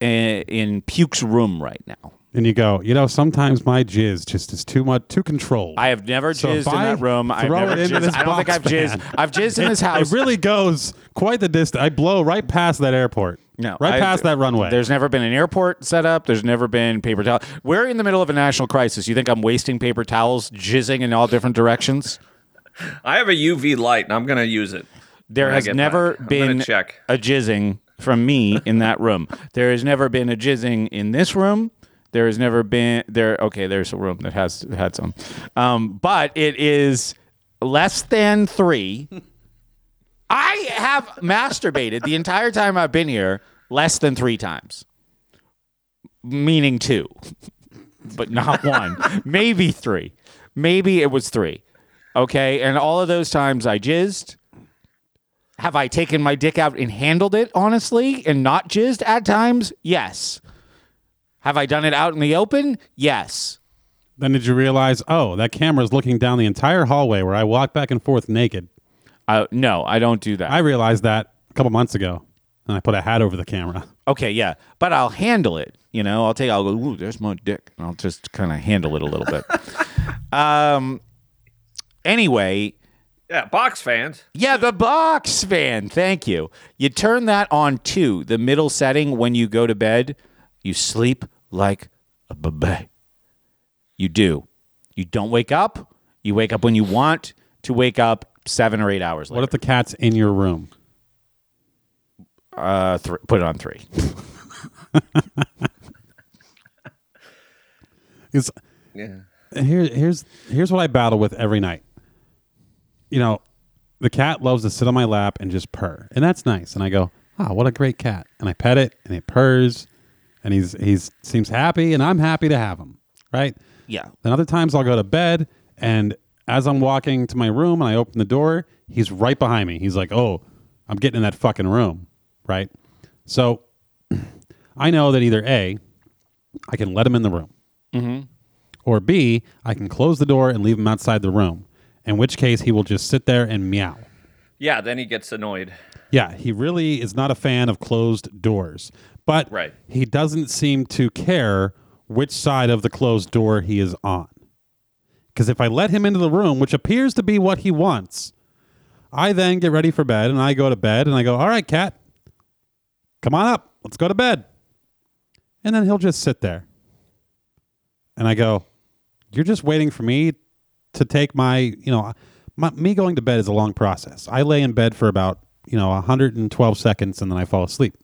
D: in, in Puke's room right now.
A: And you go, you know, sometimes my jizz just is too much, too controlled.
D: I have never
A: So
D: jizzed
A: if
D: in
A: I
D: that room. I've
A: throw
D: never
A: it into
D: jizzed.
A: this
D: I don't think
A: box
D: I've jizzed.
A: fan,
D: I've jizzed in this
A: it
D: house.
A: really goes quite the distance. I blow right past that airport.
D: No,
A: right
D: I-
A: past that runway.
D: There's never been an airport set up. There's never been paper towel. We're in the middle of a national crisis. You think I'm wasting paper towels, jizzing in all different directions?
C: I have a UV light and I'm going to use it.
D: There
C: when I
D: has
C: get
D: never
C: back. I'm gonna
D: been
C: check.
D: a jizzing from me in that room. there has never been a jizzing in this room. There has never been there. Okay, there's a room that has had some, um, but it is less than three. I have masturbated the entire time I've been here less than three times, meaning two, but not one, maybe three. Maybe it was three. Okay. And all of those times I jizzed. Have I taken my dick out and handled it honestly and not jizzed at times? Yes. Have I done it out in the open? Yes.
A: then did you realize, oh, that camera's looking down the entire hallway where I walk back and forth naked?
D: Uh, no, I don't do that.
A: I realized that a couple months ago, and I put a hat over the camera.
D: Okay, yeah, but I'll handle it. You know, I'll take. I'll go. Ooh, there's my dick. And I'll just kind of handle it a little bit. um. Anyway,
C: Yeah, box fans.
D: yeah, the box fan. Thank you. You turn that on too. The middle setting when you go to bed, you sleep like a baby. You do. You don't wake up. You wake up when you want to wake up. Seven or eight hours later.
A: What if the cat's in your room?
D: uh, thr- put it on three.
A: It's,
C: Yeah.
A: here, here's here's what I battle with every night. You know, the cat loves to sit on my lap and just purr, and that's nice. And I go, "Ah, what a great cat!" And I pet it, and it purrs, and he's he's seems happy, and I'm happy to have him, right?
D: Yeah.
A: Then other times I'll go to bed, and As I'm walking to my room and I open the door, he's right behind me. He's like, "Oh, I'm getting in that fucking room." Right? So I know that either A, I can let him in the room. Or B, I can close the door and leave him outside the room, in which case he will just sit there and meow.
C: Yeah, then he gets annoyed.
A: Yeah, he really is not a fan of closed doors, but
C: Right.
A: he doesn't seem to care which side of the closed door he is on. Because if I let him into the room, which appears to be what he wants, I then get ready for bed and I go to bed and I go, All right, cat, come on up. Let's go to bed. And then he'll just sit there. And I go, You're just waiting for me to take my, you know, my, me going to bed is a long process. I lay in bed for about, you know, 112 seconds and then I fall asleep.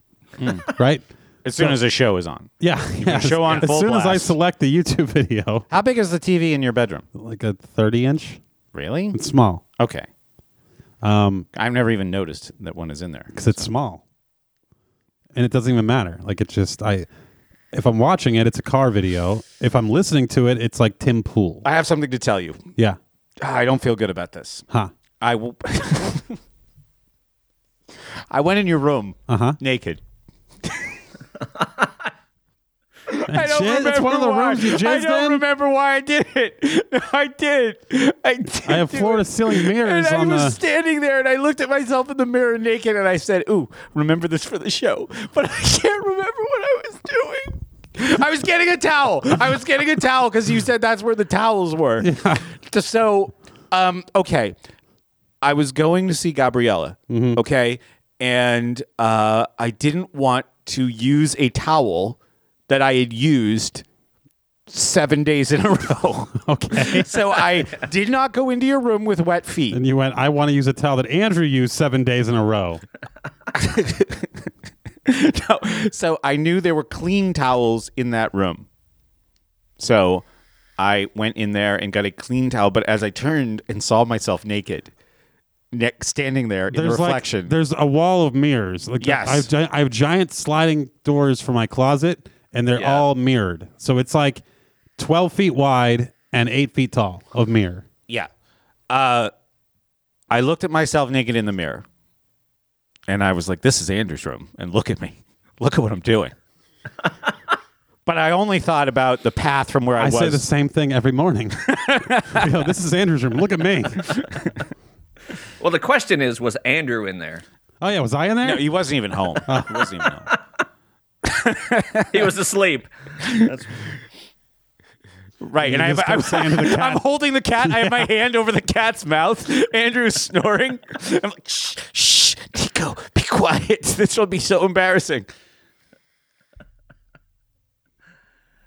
A: Right?
D: As soon as a show is on.
A: Yeah. yeah.
D: Mm. show on
A: as
D: full
A: soon as I
D: blast.
A: select the YouTube video,
D: How big is the TV in your bedroom?
A: like a 30 inch,
D: Really?
A: it's small
D: Okay.
A: Um
D: I've never even noticed that one is in there.
A: because it's small. And it doesn't even matter. Like it's just, I, if I'm watching it, it's a car video. If I'm listening to it, it's like Tim Pool.
D: I have something to tell you.
A: Yeah.
D: Ah, I don't feel good about this.
A: Huh.
D: I will. I went in your room
A: Uh-huh.
D: naked.
A: I
D: don't remember
A: it's one of the
D: why.
A: rooms you
D: I
A: jizzed
D: don't
A: in.
D: remember why I did it. No, I did. I did.
A: I have
D: do
A: floor
D: it.
A: to ceiling mirrors
D: And I
A: on
D: was
A: the.
D: standing there and I looked at myself in the mirror naked and I said, Ooh, remember this for the show. But I can't remember what I was doing. I was getting a towel. I was getting a towel because you said that's where the towels were. Just So, um, okay. I was going to see Gabriella,
A: Mm-hmm.
D: okay, and uh, I didn't want to use a towel that I had used seven days in a row.
A: okay.
D: so I did not go into your room with wet feet.
A: And you went, I want to use a towel that Andrew used seven days in a row.
D: no. So I knew there were clean towels in that room. So I went in there and got a clean towel, but as I turned and saw myself naked, ne- standing there in the
A: There's
D: reflection.
A: like, there's a wall of mirrors. Like
D: Yes.
A: I have, gi- I have giant sliding doors for my closet, and they're
C: Yeah.
A: all mirrored. So it's like 12 feet wide and eight feet tall of mirror.
D: yeah. Uh, I looked at myself naked in the mirror and I was like, this is Andrew's room. And look at me. Look at what I'm doing. but I only thought about the path from where I,
A: I,
D: was.
A: say the same thing every morning. You know, this is Andrew's room. Look at me.
C: Well, the question is, was Andrew in there?
A: Oh yeah, was I in there?
D: No, he wasn't even home. he wasn't even home.
C: He was asleep.
D: Right, and I have,
A: just
D: I'm,
A: kept saying to the
D: I'm holding the cat. I have my hand over the cat's mouth. Andrew is snoring. I'm like, shh, shh, Nico, be quiet. This will be so embarrassing.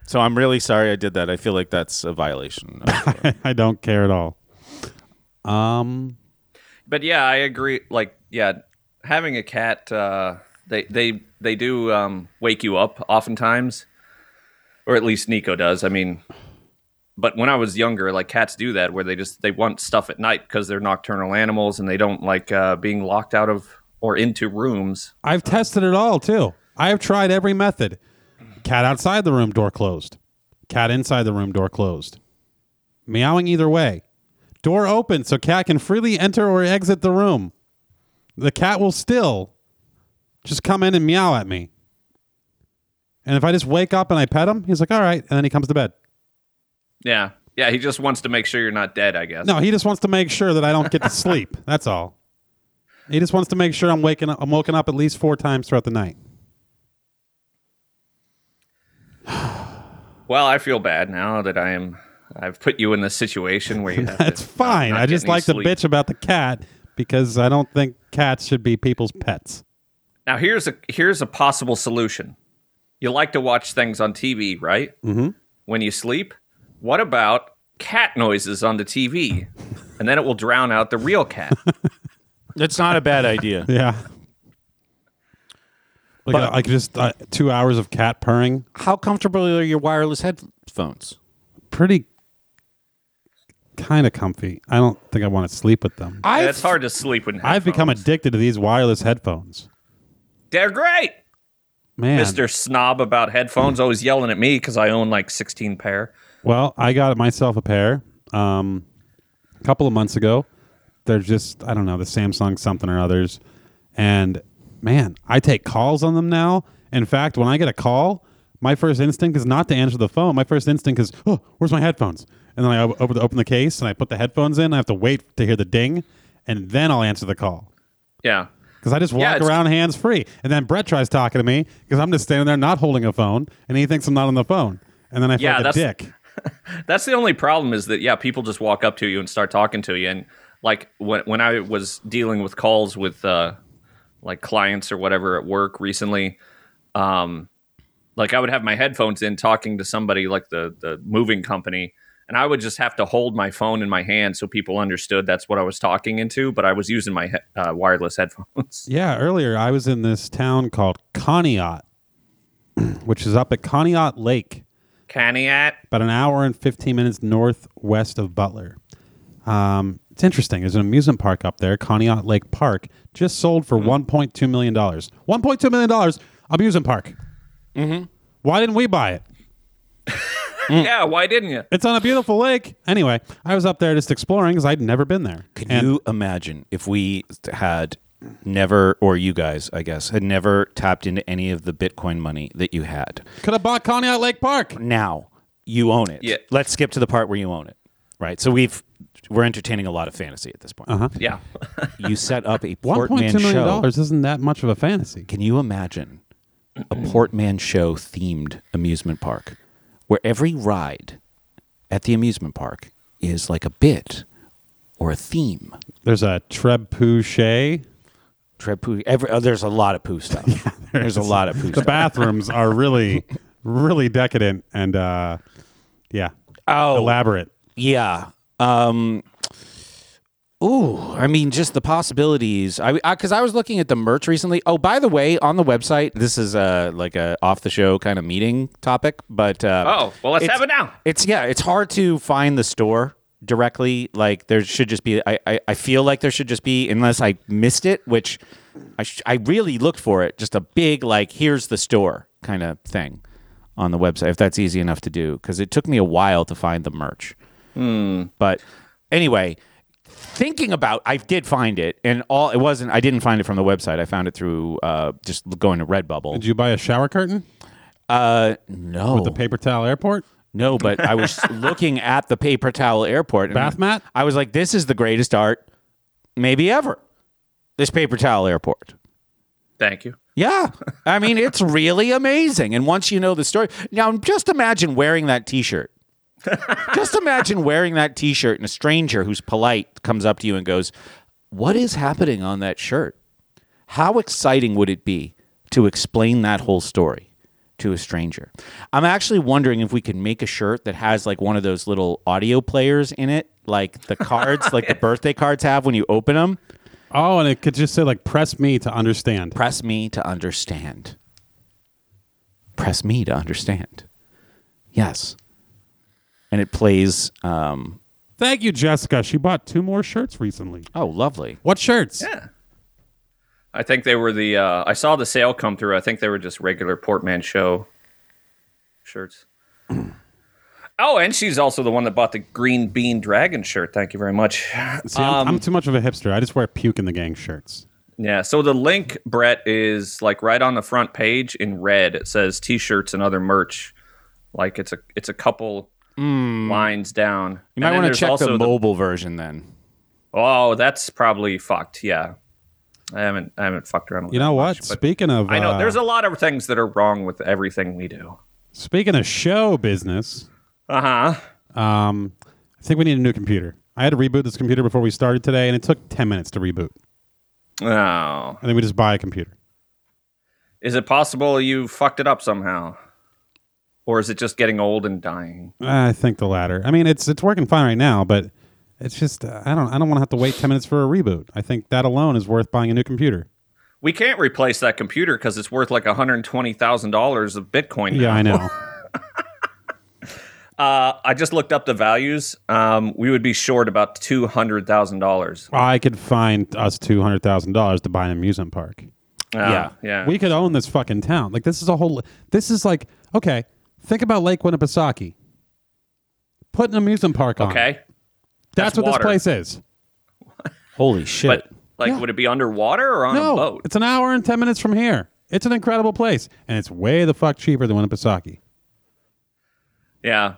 D: So I'm really sorry I did that. I feel like that's a violation. of-
A: I don't care at all. Um,
C: But yeah, I agree. Like, yeah, having a cat, uh, they they they do um, wake you up oftentimes, or at least Nico does. I mean, but when I was younger, like cats do that, where they just they want stuff at night because they're nocturnal animals and they don't like uh, being locked out of or into rooms.
A: I've tested it all too. I have tried every method. Cat outside the room, door closed. Cat inside the room, door closed. Meowing either way. Door open so cat can freely enter or exit the room. The cat will still just come in and meow at me. And if I just wake up and I pet him, he's like, all right. And then he comes to bed.
C: Yeah, yeah. He just wants to make sure you're not dead. I guess.
A: No, he just wants to make sure that I don't get to sleep. That's all. He just wants to make sure I'm waking up. I'm woken up at least four times throughout the night.
C: Well, I feel bad now that I am. I've put you in this situation where you. Have
A: That's
C: to,
A: fine.
C: not
A: I just
C: getting any
A: like to
C: sleep.
A: bitch about the cat because I don't think cats should be people's pets.
C: Now here's a here's a possible solution. You like to watch things on TV, right? Mm-hmm. When you sleep, what about cat noises on the TV, and then it will drown out the real cat.
D: that's not a bad idea.
A: Yeah. Like,
D: But-
A: uh, like just uh, two hours of cat purring.
D: How comfortable are your wireless headphones?
A: Pretty kind of comfy. I don't think I want to sleep with them.
D: I
C: It's hard to sleep when
A: I've become
C: headphones.
A: addicted to these wireless headphones.
C: They're great.
A: Man.
C: Mister Snob about headphones always yelling at me because I own like 16 pair.
A: Well, I got myself a pair. Um, a couple of months ago. They're just I don't know the Samsung something or others, and man, I take calls on them now. In fact, when I get a call, my first instinct is not to answer the phone. My first instinct is, oh, where's my headphones? And then I op- open the, open the case and I put the headphones in. I have to wait to hear the ding, and then I'll answer the call
C: Yeah.
A: because I just
C: Yeah,
A: walk
C: it's-
A: around hands free. And then Brett tries talking to me because I'm just standing there not holding a phone, and he thinks I'm not on the phone. And then I feel
C: Yeah,
A: like a
C: that's-
A: dick.
C: That's the only problem is that yeah, people just walk up to you and start talking to you. And like when when I was dealing with calls with uh, like clients or whatever at work recently, um, like I would have my headphones in talking to somebody like the the moving company, and I would just have to hold my phone in my hand so people understood that's what I was talking into. But I was using my he- uh, wireless headphones.
A: Yeah, earlier I was in this town called Conneaut, which is up at Conneaut Lake.
C: Caniat.
A: about an hour and 15 minutes northwest of Butler. Um, it's interesting. There's an amusement park up there, Conneaut Lake Park, just sold
D: Mm-hmm.
A: for $1.2 million. $1.2 million amusement park. Mm-hmm. Why didn't we buy it?
C: Yeah, why didn't you?
A: It's on a beautiful lake. Anyway, I was up there just exploring because I'd never been there.
D: Could
A: And-
D: you imagine if we had never, or you guys, I guess, had never tapped into any of the Bitcoin money that you had?
A: Could have bought Conneaut Lake Park.
D: Now you own it.
C: Yeah.
D: Let's skip to the part where you own it. Right. So we've we're entertaining a lot of fantasy at this point. Uh-huh.
C: Yeah.
D: You set up a
A: $1.2
D: portmanteau.
A: million dollars isn't that much of a fantasy.
D: Can you imagine a portmanteau themed amusement park where every ride at the amusement park is like a bit or a theme?
A: There's a trebuchet.
D: Tread poo. Every, oh, there's a lot of poo stuff. there's a lot of poo
A: The
D: stuff.
A: bathrooms are really, really decadent and, uh, yeah,
D: Oh,
A: elaborate.
D: yeah. Um, ooh, I mean, just the possibilities. I because I, was looking at the merch recently. Oh, by the way, on the website, this is uh like a off the show kind of meeting topic, but uh,
C: Oh, well, let's
D: it's-
C: have it now.
D: It's yeah, it's hard to find the store directly. Like there should just be. I I, I feel like there should just be, unless I missed it, which I sh- I really looked for it. Just a big like here's the store kind of thing on the website. If that's easy enough to do, because it took me a while to find the merch. But anyway, thinking about, I did find it, and all it wasn't. I didn't find it from the website. I found it through uh, just going to Redbubble.
A: Did you buy a shower curtain?
D: Uh, no,
A: The paper towel airport?
D: No, but I was looking at the paper towel airport. and
A: Bath mat?
D: I was like, this is the greatest art maybe ever. This paper towel airport.
C: Thank you.
D: Yeah. I mean, it's really amazing. And once you know the story, now just imagine wearing that t shirt. just imagine wearing that t shirt and a stranger who's polite comes up to you and goes, What is happening on that shirt? How exciting would it be to explain that whole story to a stranger? I'm actually wondering if we could make a shirt that has like one of those little audio players in it, like the cards, like the birthday cards have when you open them.
A: Oh, and it could just say like press me to understand.
D: Press me to understand. Press me to understand. Yes. And it plays. Um,
A: Thank you, Jessica. She bought two more shirts recently.
D: oh, lovely.
A: What shirts?
C: I think they were the. Uh, I saw the sale come through. I think they were just regular portmanteau shirts. oh, and she's also the one that bought the green bean dragon shirt. Thank you very much.
A: See, I'm,
C: um,
A: I'm too much of a hipster. I just wear puke in the gang shirts.
C: Yeah. So the link, Brett, is like right on the front page in red. It says T-shirts and other merch. Like it's a it's a couple lines down.
D: You might want to check the
C: mobile.
D: mobile version then.
C: oh, that's probably fucked. Yeah. I haven't I haven't fucked around. With
A: You
C: that
A: know what?
C: much, but-
A: speaking of,
C: I know
A: uh,
C: there's a lot of things that are wrong with everything we do.
A: speaking of show business.
C: Uh huh.
A: Um, I think we need a new computer. I had to reboot this computer before we started today, and it took ten minutes to reboot.
C: Oh,
A: And then we just buy a computer.
C: is it possible you fucked it up somehow, or is it just getting old and dying?
A: I think the latter. I mean, it's it's working fine right now, but it's just uh, I don't I don't want to have to wait ten minutes for a reboot. I think that alone is worth buying a new computer.
C: We can't replace that computer because it's worth like hundred twenty thousand dollars of Bitcoin.
A: Yeah, I know.
C: Uh, I just looked up the values. Um, we would be short about two hundred thousand dollars.
A: I could find us two hundred thousand dollars to buy an amusement park.
D: Yeah.
C: Um, yeah.
A: We could own this fucking town. Like this is a whole. This is like okay. Think about Lake Winnipesaukee. Put an amusement park on. it.
C: okay.
A: That's,
C: That's
A: what
C: water.
A: this place is.
D: Holy shit.
C: But like,
A: Yeah.
C: would it be underwater or on a
A: No,
C: boat?
A: it's an hour and ten minutes from here. It's an incredible place, and it's way the fuck cheaper than Winnipesaukee.
C: Yeah,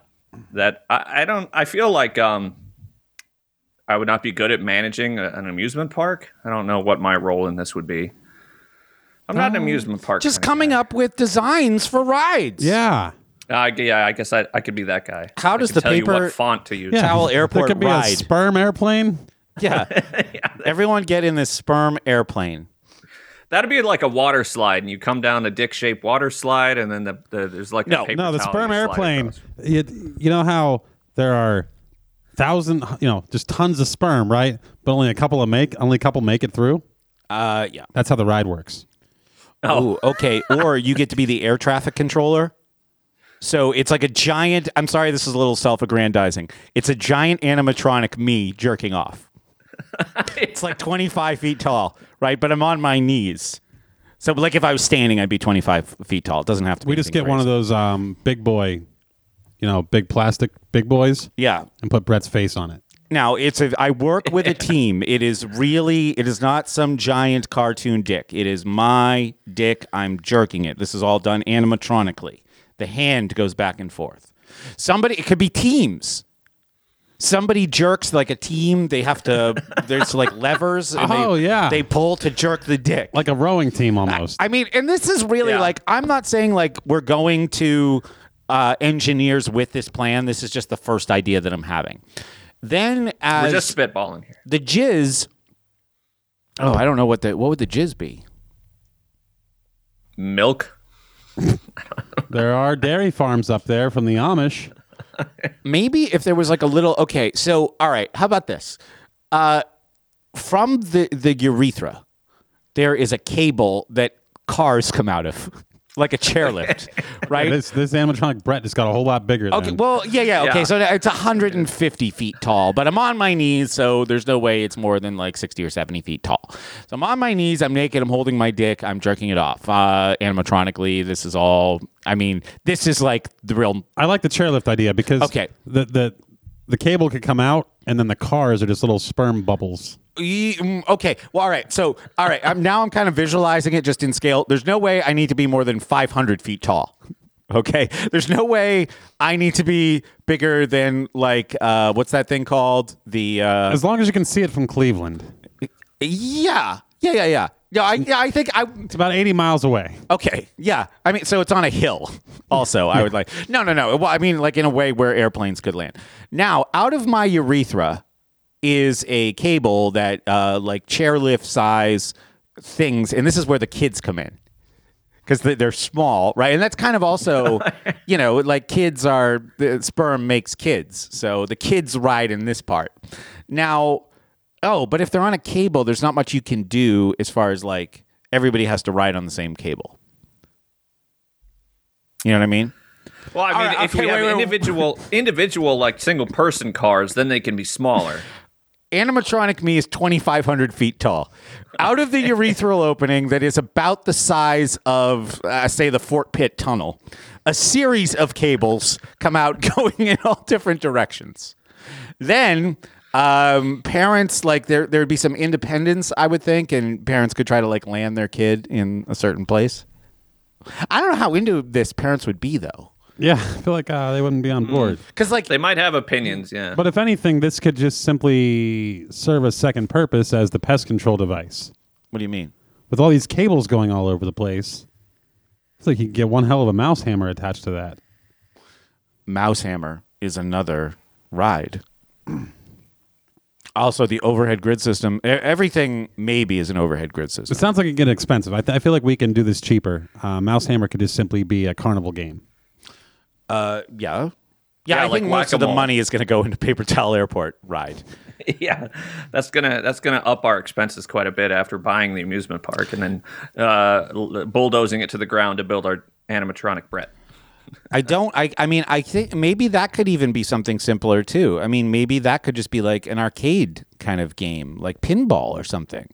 C: that I, I don't. I feel like um, I would not be good at managing a, an amusement park. I don't know what my role in this would be. I'm not
D: Um,
C: an amusement park.
E: Just coming up with designs for rides.
A: Yeah,
C: Uh, yeah, I guess I, I could be that guy.
D: How
C: I
D: does
C: could
D: the
C: tell you
D: paper-
C: what font to use?
A: yeah.
D: Towel airport
A: There could be a
D: ride.
A: sperm airplane.
D: yeah. Everyone get in this sperm airplane.
C: That'd be like a water slide, and you come down a dick-shaped water slide, and then the, the there's like
D: No,
C: a paper
A: No, the
C: towel
A: sperm
C: you slide
A: airplane.
C: across.
A: You, you know how there are thousand, you know, just tons of sperm, right? But only a couple of make, only a couple make it through.
D: Uh yeah.
A: That's how the ride works.
D: Oh, okay. Or you get to be the air traffic controller. So it's like a giant. I'm sorry, this is a little self-aggrandizing. It's a giant animatronic me jerking off. it's like 25 feet tall, right? But I'm on my knees. So, like, if I was standing, I'd be 25 feet tall. It doesn't have to. be
A: We just
D: anything
A: get one of
D: crazy.
A: those um, big boy, you know, big plastic big boys,
D: Yeah.
A: and put Brett's face on it.
D: Now it's a, I work with a team. It is really it is not some giant cartoon dick. It is my dick. I'm jerking it. This is all done animatronically. The hand goes back and forth. Somebody it could be teams. Somebody jerks like a team. They have to there's like levers and
A: Oh,
D: they,
A: yeah.
D: they pull to jerk the dick.
A: Like a rowing team almost.
D: I mean, and this is really
C: Yeah.
D: like I'm not saying like we're going to uh, engineers with this plan. This is just the first idea that I'm having. Then as
C: We're just spitballing here.
D: the jizz. Oh, I don't know what the what would the jizz be?
C: Milk.
A: there are dairy farms up there from the Amish.
D: Maybe if there was like a little. Okay, so all right, how about this? Uh, from the the urethra, there is a cable that cars come out of, like a chairlift, right?
A: This this animatronic Brett just got a whole lot bigger.
D: Okay.
A: than.
D: Well, yeah, yeah. Okay.
C: Yeah.
D: So it's 150 feet tall, but I'm on my knees, so there's no way it's more than like 60 or 70 feet tall. So I'm on my knees. I'm naked. I'm holding my dick. I'm jerking it off uh, animatronically. This is all. I mean, this is like the real.
A: I like the chairlift idea because
D: Okay.
A: the the the cable could come out, and then the cars are just little sperm bubbles.
D: E- mm, Okay. Well, all right. So, all right. I'm now. I'm kind of visualizing it just in scale. There's no way I need to be more than 500 feet tall. Okay. There's no way I need to be bigger than like uh, what's that thing called? The uh,
A: As long as you can see it from Cleveland,
D: Yeah, yeah, yeah, yeah. Yeah, I, yeah, I think I.
A: it's about eighty miles away.
D: Okay, yeah. I mean, so it's on a hill. Also, I would like. No, no, no. Well, I mean, like in a way where airplanes could land. Now, out of my urethra is a cable that, uh, like chairlift size things, and this is where the kids come in because they're small, right? And that's kind of also, you know, like kids are the sperm makes kids, so the kids ride in this part. Now, oh, but if they're on a cable, there's not much you can do as far as like everybody has to ride on the same cable. You know what I mean?
C: Well, I mean,
D: right,
C: if
D: okay,
C: you
D: wait,
C: have
D: wait, wait.
C: individual, individual like single person cars, then they can be smaller.
D: animatronic me is 2500 feet tall out of the urethral opening that is about the size of uh, say the fort pitt tunnel a series of cables come out going in all different directions then um, parents like there there would be some independence i would think and parents could try to like land their kid in a certain place i don't know how into this parents would be though
A: Yeah, I feel like uh, they wouldn't be on board.
D: because like
C: They might have opinions. Yeah.
A: But if anything, this could just simply serve a second purpose as the pest control device.
D: what do you mean
A: With all these cables going all over the place, it's like you could get one hell of a mouse hammer attached to that.
D: Mouse Hammer is another ride. also, the overhead grid system. e- Everything maybe is an overhead grid
A: It
D: system.
A: sounds like it get expensive. I, th- I feel like we can do this cheaper. Uh, mouse hammer could just simply be a carnival game.
D: Uh, yeah. Yeah,
C: Yeah,
D: I
C: like
D: think most of the
C: whack-a-mole. money
D: money is going to go into Paper Towel Airport ride.
C: yeah, that's gonna that's gonna up our expenses quite a bit after buying the amusement park and then uh, l- bulldozing it to the ground to build our animatronic Brett.
D: I don't. I. I mean, I think maybe that could even be something simpler too. I mean, maybe that could just be like an arcade kind of game, like pinball or something.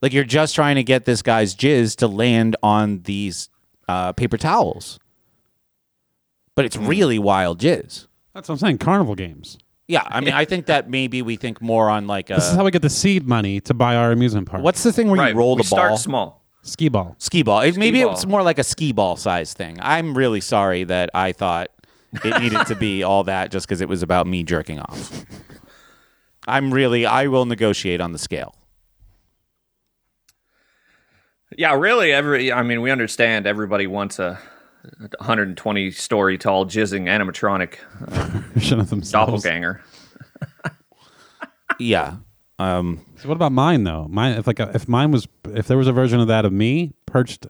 D: Like you're just trying to get this guy's jizz to land on these uh, paper towels, but it's really wild jizz.
A: That's what I'm saying. Carnival games.
D: Yeah, I mean, I think that maybe we think more on like
A: This is
D: a
A: how we get the seed money to buy our amusement park.
D: what's the thing where
C: right.
D: you roll
C: we
D: the
C: start
D: ball?
C: small.
A: skee ball?
D: Ski ball. It, maybe
C: ball.
D: it's more like a ski ball size thing. I'm really sorry that I thought it needed to be all that just because it was about me jerking off. I'm really. I will negotiate on the scale.
C: Yeah, really. Every I mean, we understand everybody wants a 120 story tall jizzing animatronic
A: Shit on themselves.
D: Oh,
C: doppelganger.
D: Yeah. Um,
A: So what about mine though? Mine if like a, if mine was if there was a version of that of me perched,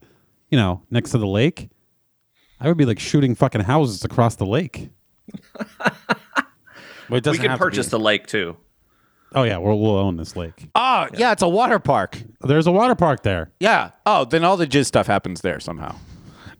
A: you know, next to the lake, I would be like shooting fucking houses across the lake.
D: but it
C: We
D: doesn't
C: could
D: have to be-
C: purchase the lake too.
A: Oh yeah, we'll, we'll own this lake.
D: Oh yeah, it's a water park.
A: There's a water park there.
D: Yeah. Oh, then all the jizz stuff happens there somehow.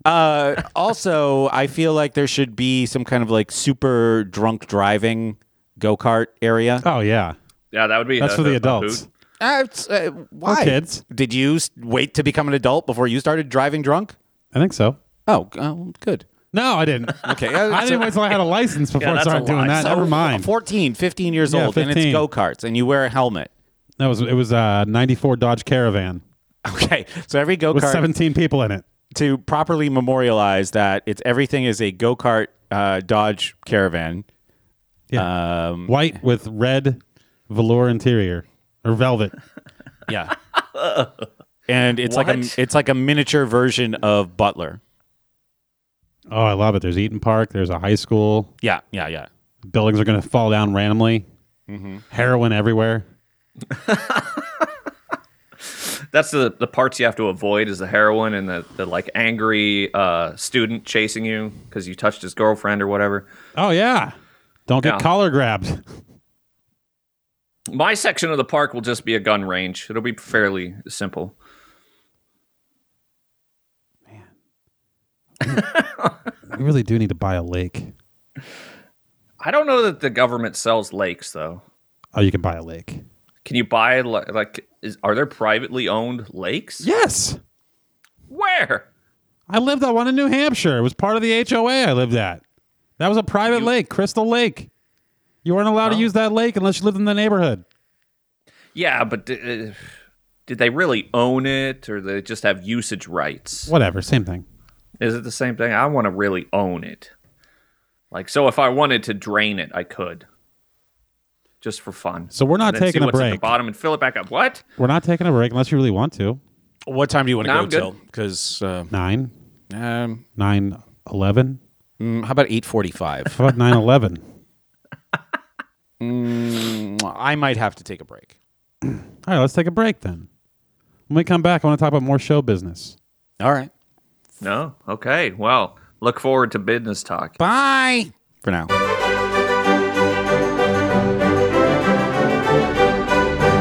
D: Uh, also, I feel like there should be some kind of like super drunk driving go kart area.
A: Oh yeah,
C: Yeah, that would be
A: that's
C: a-
A: for
C: a-
A: the
C: a
A: adults.
C: hoot.
D: Uh, it's, uh, why?
A: kids.
D: Did you s- wait to become an adult before you started driving drunk?
A: I think so.
D: Oh, g- oh, good.
A: No, I didn't.
D: Okay.
A: I didn't wait till I had a license before I
C: that's a
A: started doing
C: lie.
A: that. Never mind.
D: 14, 15 years
A: Yeah,
D: old, and it's
A: 15.
D: go karts, and you wear a helmet.
A: That was it was a '94 Dodge Caravan
D: Okay. So every go
A: with
D: kart
A: 17 people in it.
D: to properly memorialize that it's everything is a go kart uh, Dodge Caravan.
A: Yeah.
D: Um,
A: White with red velour interior or velvet.
D: Yeah. and it's like
C: What?
D: a it's like a miniature version of Butler.
A: Oh, I love it. There's Eaton Park. There's a high school.
D: Yeah, yeah, yeah.
A: buildings are going to fall down randomly. Heroin everywhere.
C: That's the the parts you have to avoid is the heroin and the the like angry uh, student chasing you because you touched his girlfriend or whatever.
A: Oh yeah, don't get
C: Yeah.
A: collar grabbed.
C: My section of the park will just be a gun range. It'll be fairly simple.
A: we really do need to buy a lake.
C: I don't know that the government sells lakes though.
A: Oh, you can buy a lake.
C: Can you buy li- like is, are there privately owned lakes?
A: Yes,
C: Where?
A: I lived at one in New Hampshire. It was part of the HOA I lived at. That was a private lake, Crystal Lake. You weren't allowed to use that lake unless you lived in the neighborhood.
C: Yeah, but uh, did they really own it or they just have usage rights?
A: Whatever, same thing.
C: Is it the same thing? I want to really own it. Like so if I wanted to drain it, I could. Just for fun.
A: So we're not
C: And then
A: taking
C: see
A: a
C: what's At the
A: break.
C: bottom and fill it back up. What?
A: We're not taking a break unless you really want to.
D: What time do you want
C: No,
D: to
C: I'm
D: go
C: good.
D: till? Because uh,
A: Nine,
D: um,
A: nine, eleven.
D: mm, how about eight forty-five?
A: How about nine eleven?
D: I might have to take a break.
A: All right, let's take a break then. When we come back, I want to talk about more show business.
D: All right.
C: No? Okay. Well, look forward to business talk.
D: Bye for now.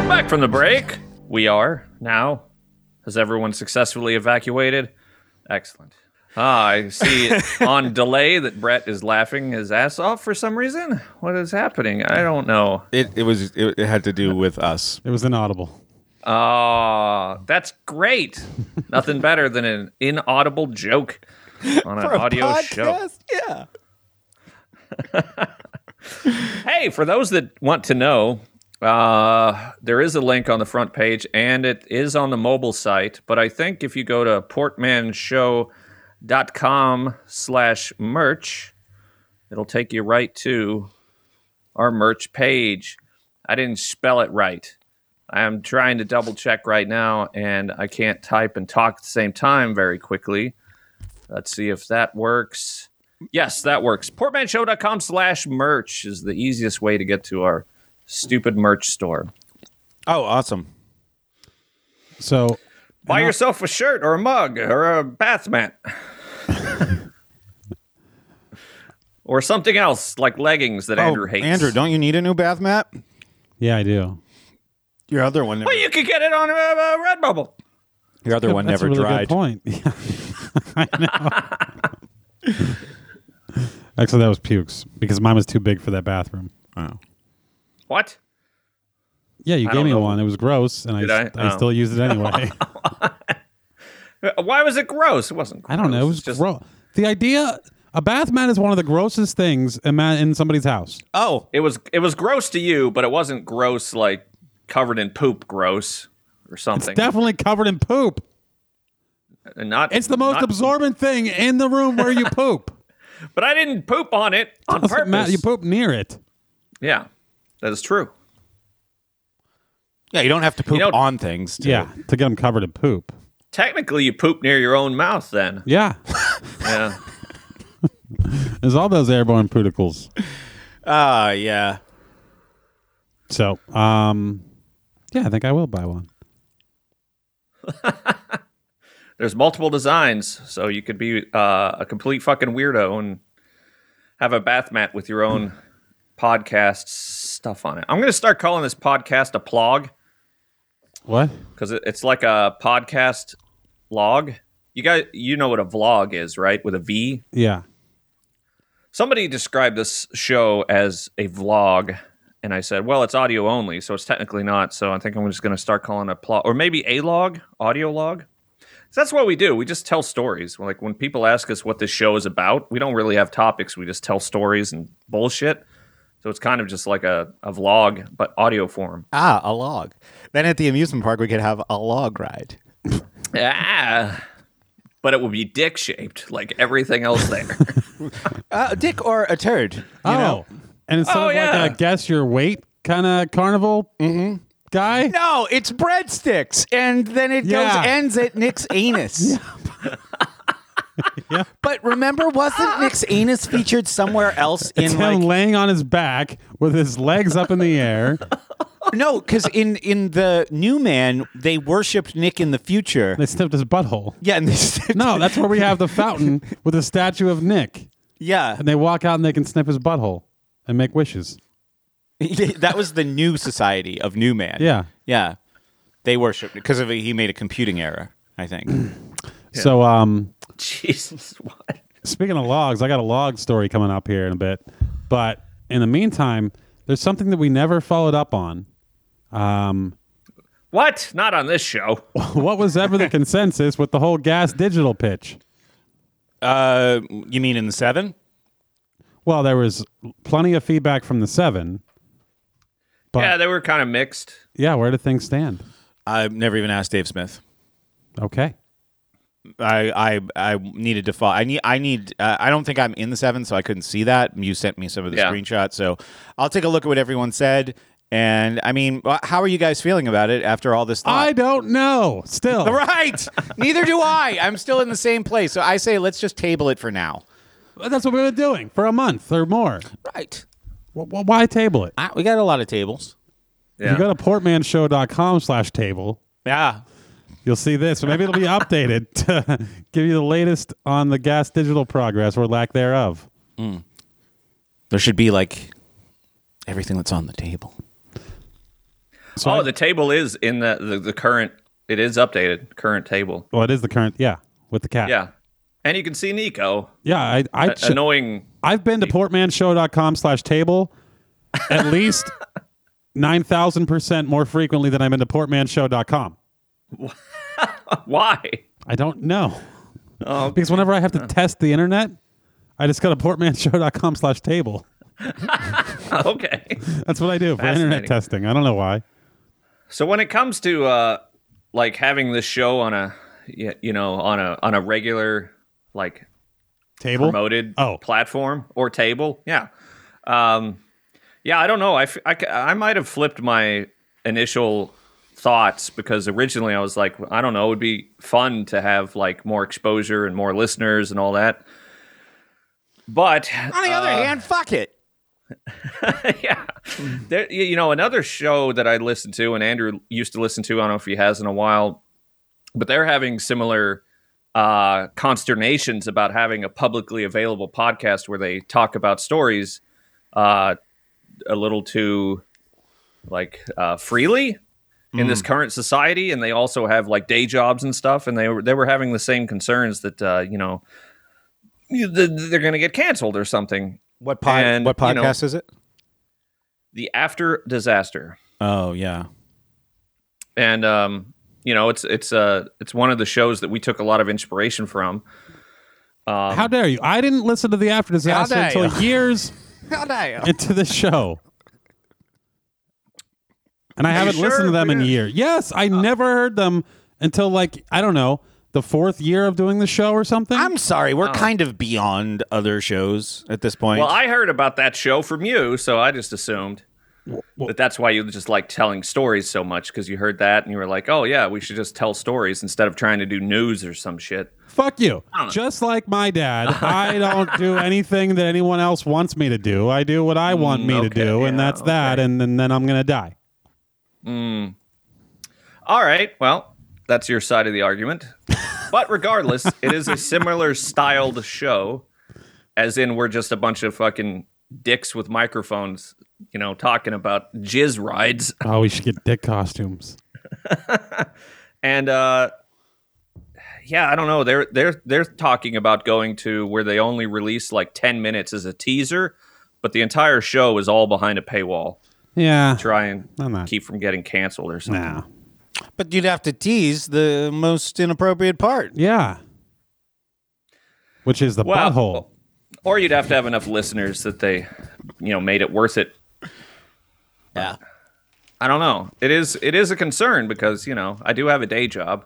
C: Back from the break. We are now. Has everyone successfully evacuated? Excellent. Ah, I see on delay that Brett is laughing his ass off for some reason. What is happening? I don't know.
D: It it was it, it had to do with us.
A: It was inaudible.
C: Ah, that's great. Nothing better than an inaudible joke on an audio show.
D: Yeah.
C: Hey, for those that want to know, uh, there is a link on the front page and it is on the mobile site. But I think if you go to portmanshow.com slash merch, it'll take you right to our merch page. I didn't spell it right. I'm trying to double check right now and I can't type and talk at the same time very quickly. Let's see if that works. Yes, that works. Portmanshow.com slash merch is the easiest way to get to our stupid merch store.
D: Oh, awesome.
A: So
C: Buy yourself a shirt or a mug or a bath mat. or something else like leggings
A: Oh,
C: that Andrew hates.
D: Oh, Andrew, don't you need a new bath mat?
A: yeah, I do.
D: Your other one. Never,
C: Well, you could get it on uh, uh, Redbubble.
D: your other one
A: That's
D: never
A: a really
D: dried.
A: good point. Yeah. I know. Actually, that was pukes because mine was too big for that bathroom.
C: What?
A: Yeah, you gave
C: don't
A: me
C: know.
A: one. It was gross, and I,
C: Did I?
A: st- I
C: Oh.
A: still used it anyway.
C: Uh, Why was it gross? It wasn't gross.
A: I don't know. It was
C: It's just
A: gross. The idea A bath mat is one of the grossest things in ma- in somebody's house.
F: Oh,
C: It was it was gross to you, but it wasn't gross like covered in poop gross or something.
A: Definitely covered in poop.
C: And not
A: It's the most
C: not-
A: absorbent thing in the room where you poop.
C: But I didn't poop on it on
A: Doesn't
C: purpose.
A: matter, you poop near it.
C: Yeah, that is true.
F: yeah. You don't have to poop
C: know-
F: on things. to-
A: Yeah, to get them covered in poop.
C: Technically, you poop near your own mouth. Then
A: Yeah,
C: yeah,
A: there's all those airborne pooticles.
F: Ah, yeah.
A: So, um, yeah, I think I will buy one.
C: there's multiple designs, so you could be uh, a complete fucking weirdo and have a bath mat with your own podcast stuff on it. I'm gonna start calling this podcast a plog.
A: What?
C: because it, it's like a podcast log. You guys, you know what a vlog is, right? With a V.
A: Yeah.
C: Somebody described this show as a vlog, and I said, "Well, it's audio only, so it's technically not." So I think I'm just going to start calling it a plot, or maybe a log, audio log. 'Cause that's what we do. We just tell stories. Like when people ask us what this show is about, we don't really have topics. We just tell stories and bullshit. So it's kind of just like a, a vlog, but audio form.
D: Ah, a log. Then at the amusement park, we could have a log ride.
C: Ah. But it would be dick shaped like everything else there.
D: Uh, dick or a turd.
A: oh, and instead
C: Oh,
A: of
C: yeah.
A: like a guess your weight kind of carnival guy,
D: No, it's breadsticks, and then it
A: Yeah.
D: goes ends at Nick's anus.
A: Yeah.
D: But remember, wasn't Nick's anus featured somewhere else
A: it's
D: in
A: him
D: like
A: laying on his back with his legs up in the air.
D: no? Because in in the New Man, they worshipped Nick in the future.
A: they snipped his butthole.
D: Yeah, and they
A: No, that's where we have the fountain with a statue of Nick,
D: yeah,
A: and they walk out and they can snip his butthole and make wishes.
D: that was the new society of New Man.
A: Yeah.
D: yeah, they worshipped because of he made a computing error. I think.
A: So, um,
C: Jesus, what?
A: Speaking of logs, I got a log story coming up here in a bit. But in the meantime, there's something that we never followed up on. Um,
C: What? Not on this show.
A: what was ever the consensus with the whole gas digital pitch?
D: Uh, you mean in the seven?
A: Well, there was plenty of feedback from the seven. But
C: Yeah,
A: yeah,
C: they were kind of mixed.
A: where do things stand?
D: I've never even asked Dave Smith.
A: Okay.
D: I I I needed to follow. I need I need. Uh, I don't think I'm in the seven, so I couldn't see that. You sent me some of the
C: Yeah.
D: screenshots, so I'll take a look at what everyone said. And I mean, wh- how are you guys feeling about it after all this?
A: I
D: Thought?
A: don't know. Still.
D: right. Neither do I. I'm still in the same place, so I say let's just table it for now.
A: That's what we've been doing for a month or more.
D: Right.
A: Wh- wh- Why table it?
D: we got a lot of tables.
A: You
C: Yeah.
A: go to portmanshow.com slash table.
D: Yeah.
A: You'll see this. So maybe it'll be updated to give you the latest on the gas digital progress or lack thereof.
D: There should be like everything that's on the table.
A: So
C: Oh,
A: I-
C: the table is in the, the the current. It is updated. Current table.
A: well, it is the current. Yeah, with the cat.
C: Yeah, and you can see Nico.
A: yeah. I, I
C: A- Annoying.
A: I've been to portmanshow.com slash table at least nine thousand percent more frequently than I'm into portmanshow.com.
C: Why?
A: I don't know because whenever I have to test the internet, I just go to portmanshow.com slash table.
C: Okay.
A: That's what I do for internet
C: Fascinating.
A: testing. I don't know why.
C: So when it comes to uh, like having this show on a y- you know on a on a regular like
A: Table.
C: promoted
A: Oh.
C: platform or table. Yeah. Um, yeah, I don't know. I, f- I, c- I might have flipped my initial thoughts because originally I was like, I don't know, it would be fun to have like more exposure and more listeners and all that. But
D: On the other hand, fuck it.
C: yeah. There, y- you know, another show that I listened to, and Andrew used to listen to, I don't know if he has in a while, but they're having similar uh, consternations about having a publicly available podcast where they talk about stories uh, a little too like uh, freely in this current society and they also have like day jobs and stuff and they were they were having the same concerns that uh, you know you- th- they're going to get canceled or something
D: What
C: pod- And,
D: What
C: what you
D: podcast
C: know- podcast
D: is it?
C: the after disaster
D: Oh yeah.
C: and um, you know it's it's uh it's one of the shows that we took a lot of inspiration from Um,
A: How dare you? I didn't listen to the after disaster
D: dare
A: until years
D: How dare you?
A: into the show. And I haven't
C: sure Uh.
A: listened to them in
C: we-
A: years. Yes, I never heard them until like I don't know the fourth year of doing the show or something.
D: I'm sorry, we're kind of beyond other shows at this point.
C: well, I heard about that show from you, so I just assumed that that's why you just like telling stories so much because you heard that and you were like, oh yeah, we should just tell stories instead of trying to do news or some shit.
A: Fuck you. Just like my dad, I don't do anything that anyone else wants me to do. I do what I want me to
C: Mm, okay,
A: do, and
C: yeah,
A: that's that. And, and then I'm gonna die.
C: All right, well, that's your side of the argument. but regardless, it is a similar styled show, as in we're just a bunch of fucking dicks with microphones, you know, talking about jizz rides.
A: Oh, we should get dick costumes.
C: and uh yeah i don't know they're they're they're talking about going to where they only release like 10 minutes as a teaser but the entire show is all behind a paywall
A: Yeah.
C: try and
A: I'm not-
C: keep from getting canceled or something
A: Nah.
D: but you'd have to tease the most inappropriate part.
A: Yeah. Which is the
C: Well,
A: butthole.
C: or you'd have to have enough listeners that they you know made it worth it
D: Yeah.
C: i don't know it is it is a concern because you know i do have a day job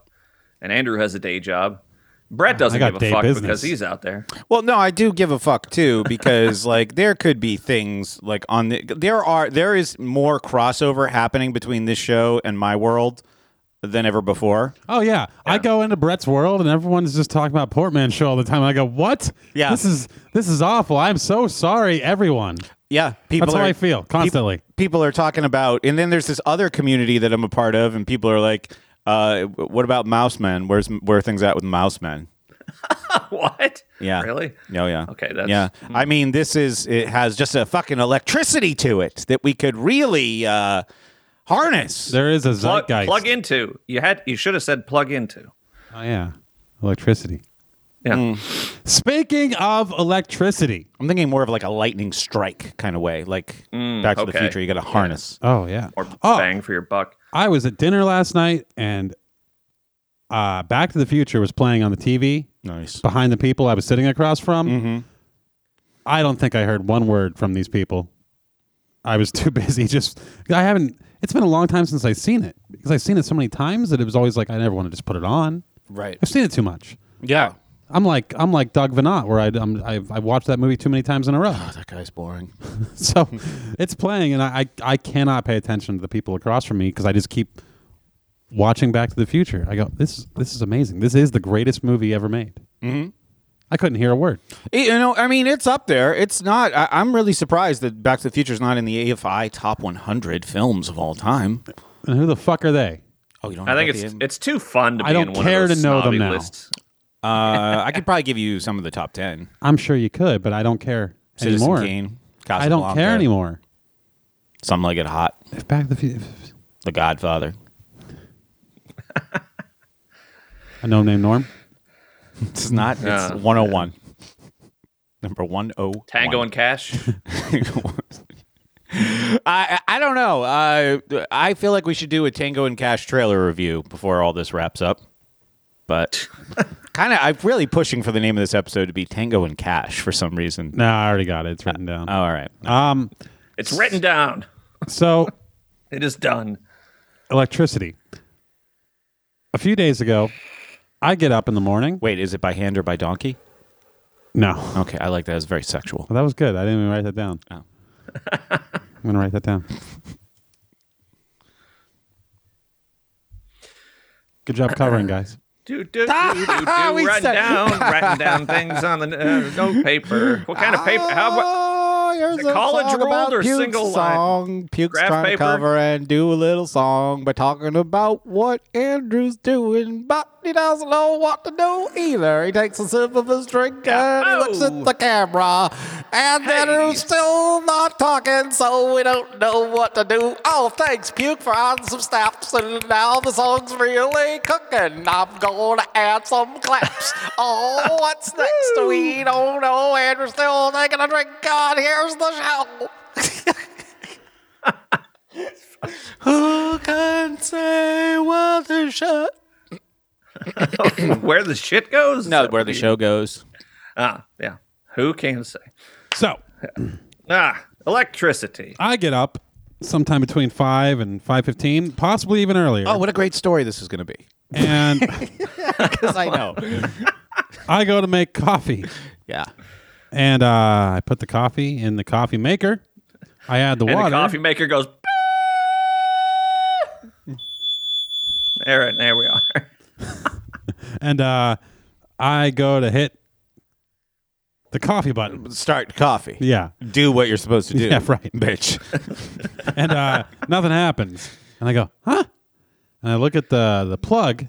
C: and andrew has a day job brett doesn't
A: got
C: give a
A: day
C: fuck
A: business.
C: because he's out there
D: Well, no, I do give a fuck too because like there could be things like on the there are there is more crossover happening between this show and my world than ever before.
A: Oh yeah. I go into Brett's world and everyone's just talking about Portman show all the time. I go, What?
D: Yeah.
A: This is this is awful. I'm so sorry, everyone.
D: Yeah, people
A: That's how
D: are-
A: I feel constantly.
D: people are talking about and then there's this other community that i'm a part of and people are like uh, what about mouse men where's where are things at with mouse men
C: what
D: yeah
C: really
D: no yeah
C: Okay, that's- Hmm.
D: yeah i mean this is it has just a fucking electricity to it that we could really uh harness
A: there is a
C: plug,
A: zeitgeist.
C: plug into you had you should have said plug into
A: Oh yeah. Electricity.
C: yeah
A: Speaking of electricity.
D: i'm thinking more of like a lightning strike kind of way like back to the
C: Mm, okay.
D: future you gotta harness
A: Oh yeah.
C: or
A: Oh.
C: bang for your buck.
A: I was at dinner last night and uh, Back to the Future was playing on the TV
D: nice
A: behind the people I was sitting across from. I don't think I heard one word from these people. I was too busy. Just I haven't. It's been a long time since I've seen it because I've seen it so many times that it was always like I never want to just put it on.
D: right
A: I've seen it too much.
D: yeah
A: I'm like I'm like Doug Vanat, where I I'm, I've, I've watched that movie too many times in a row.
D: Oh, that guy's boring
A: so it's playing, and I, I I cannot pay attention to the people across from me because I just keep watching Back to the Future. I go, this this is amazing. This is the greatest movie ever made. Mm-hmm. I couldn't hear a word.
D: It- You know, I mean, it's up there. It's not. I, I'm really surprised that Back to the Future is not in the AFI top 100 films of all time.
A: And who the fuck are they?
D: Oh, you don't.
C: I
D: know
C: think
D: about
C: it's
D: the-
C: it's too fun to be
A: I don't
C: in one
A: care
C: of
A: to
C: those
A: know them
C: snobby
A: now.
C: lists.
D: uh, I could probably give you some of the top 10.
A: I'm sure you could, but I don't care
D: Citizen
A: anymore.
D: Kane.
A: I don't
D: Casablanca,
A: care anymore.
D: Some like it hot.
A: If Back to the Future,
D: The Godfather.
A: a no name Norm.
D: It's not. It's
C: Yeah.
D: 101. Number 101.
C: Tango and Cash.
D: I I don't know. Uh, I feel like we should do a Tango and Cash trailer review before all this wraps up. But kind of, I'm really pushing for the name of this episode to be Tango and Cash for some reason.
A: No, I already got it. It's written down.
D: Oh, all right.
A: Um,
C: it's written down.
A: so
C: It is done.
A: electricity. A few days ago, I get up in the morning.
D: Wait, is it by hand or by donkey?
A: No.
D: Okay, I like that. It's very sexual.
A: Well, that was good. I didn't even write that down.
D: Oh.
A: I'm gonna write that down. Good job covering, guys.
C: Do do do
A: Ah,
C: do, do run down, writing down things on the uh, notepaper. What kind of paper? How about
D: Oh, here's
C: The college
D: song
C: ruled
D: about
C: or
D: Puke's
C: single line?
D: song. Puke's
C: Graph
D: trying
C: paper?
D: to cover and do a little song by talking about what Andrew's doing, but he doesn't know what to do either. He takes a sip of his drink and he looks
C: Oh.
D: at the camera, and Andrew's still not talking, so we don't know what to do. Oh, thanks, Puke, for adding some snaps, and now the song's really cooking. I'm going to add some claps. oh, what's next? We don't know. Andrew's still taking a drink. God, here's the show. Who can say where the show?
A: Ah.
C: where the shit goes?
D: No, where the show goes.
C: Ah, yeah. Who can say?
A: So
C: Ah, electricity.
A: I get up sometime between five and five fifteen, possibly even earlier.
E: Oh, what a great story this is going to be.
A: and
E: Because I know.
A: I go to make coffee,
E: yeah.
A: and uh, I put the coffee in the coffee maker. I add the
C: And
A: water.
C: the coffee maker goes. there, it- there we are.
A: and uh, I go to hit the coffee button.
E: Start coffee.
A: Yeah,
D: Do what you're supposed to do.
A: yeah, right.
E: Bitch.
A: And uh, nothing happens. And I go, huh? And I look at the the plug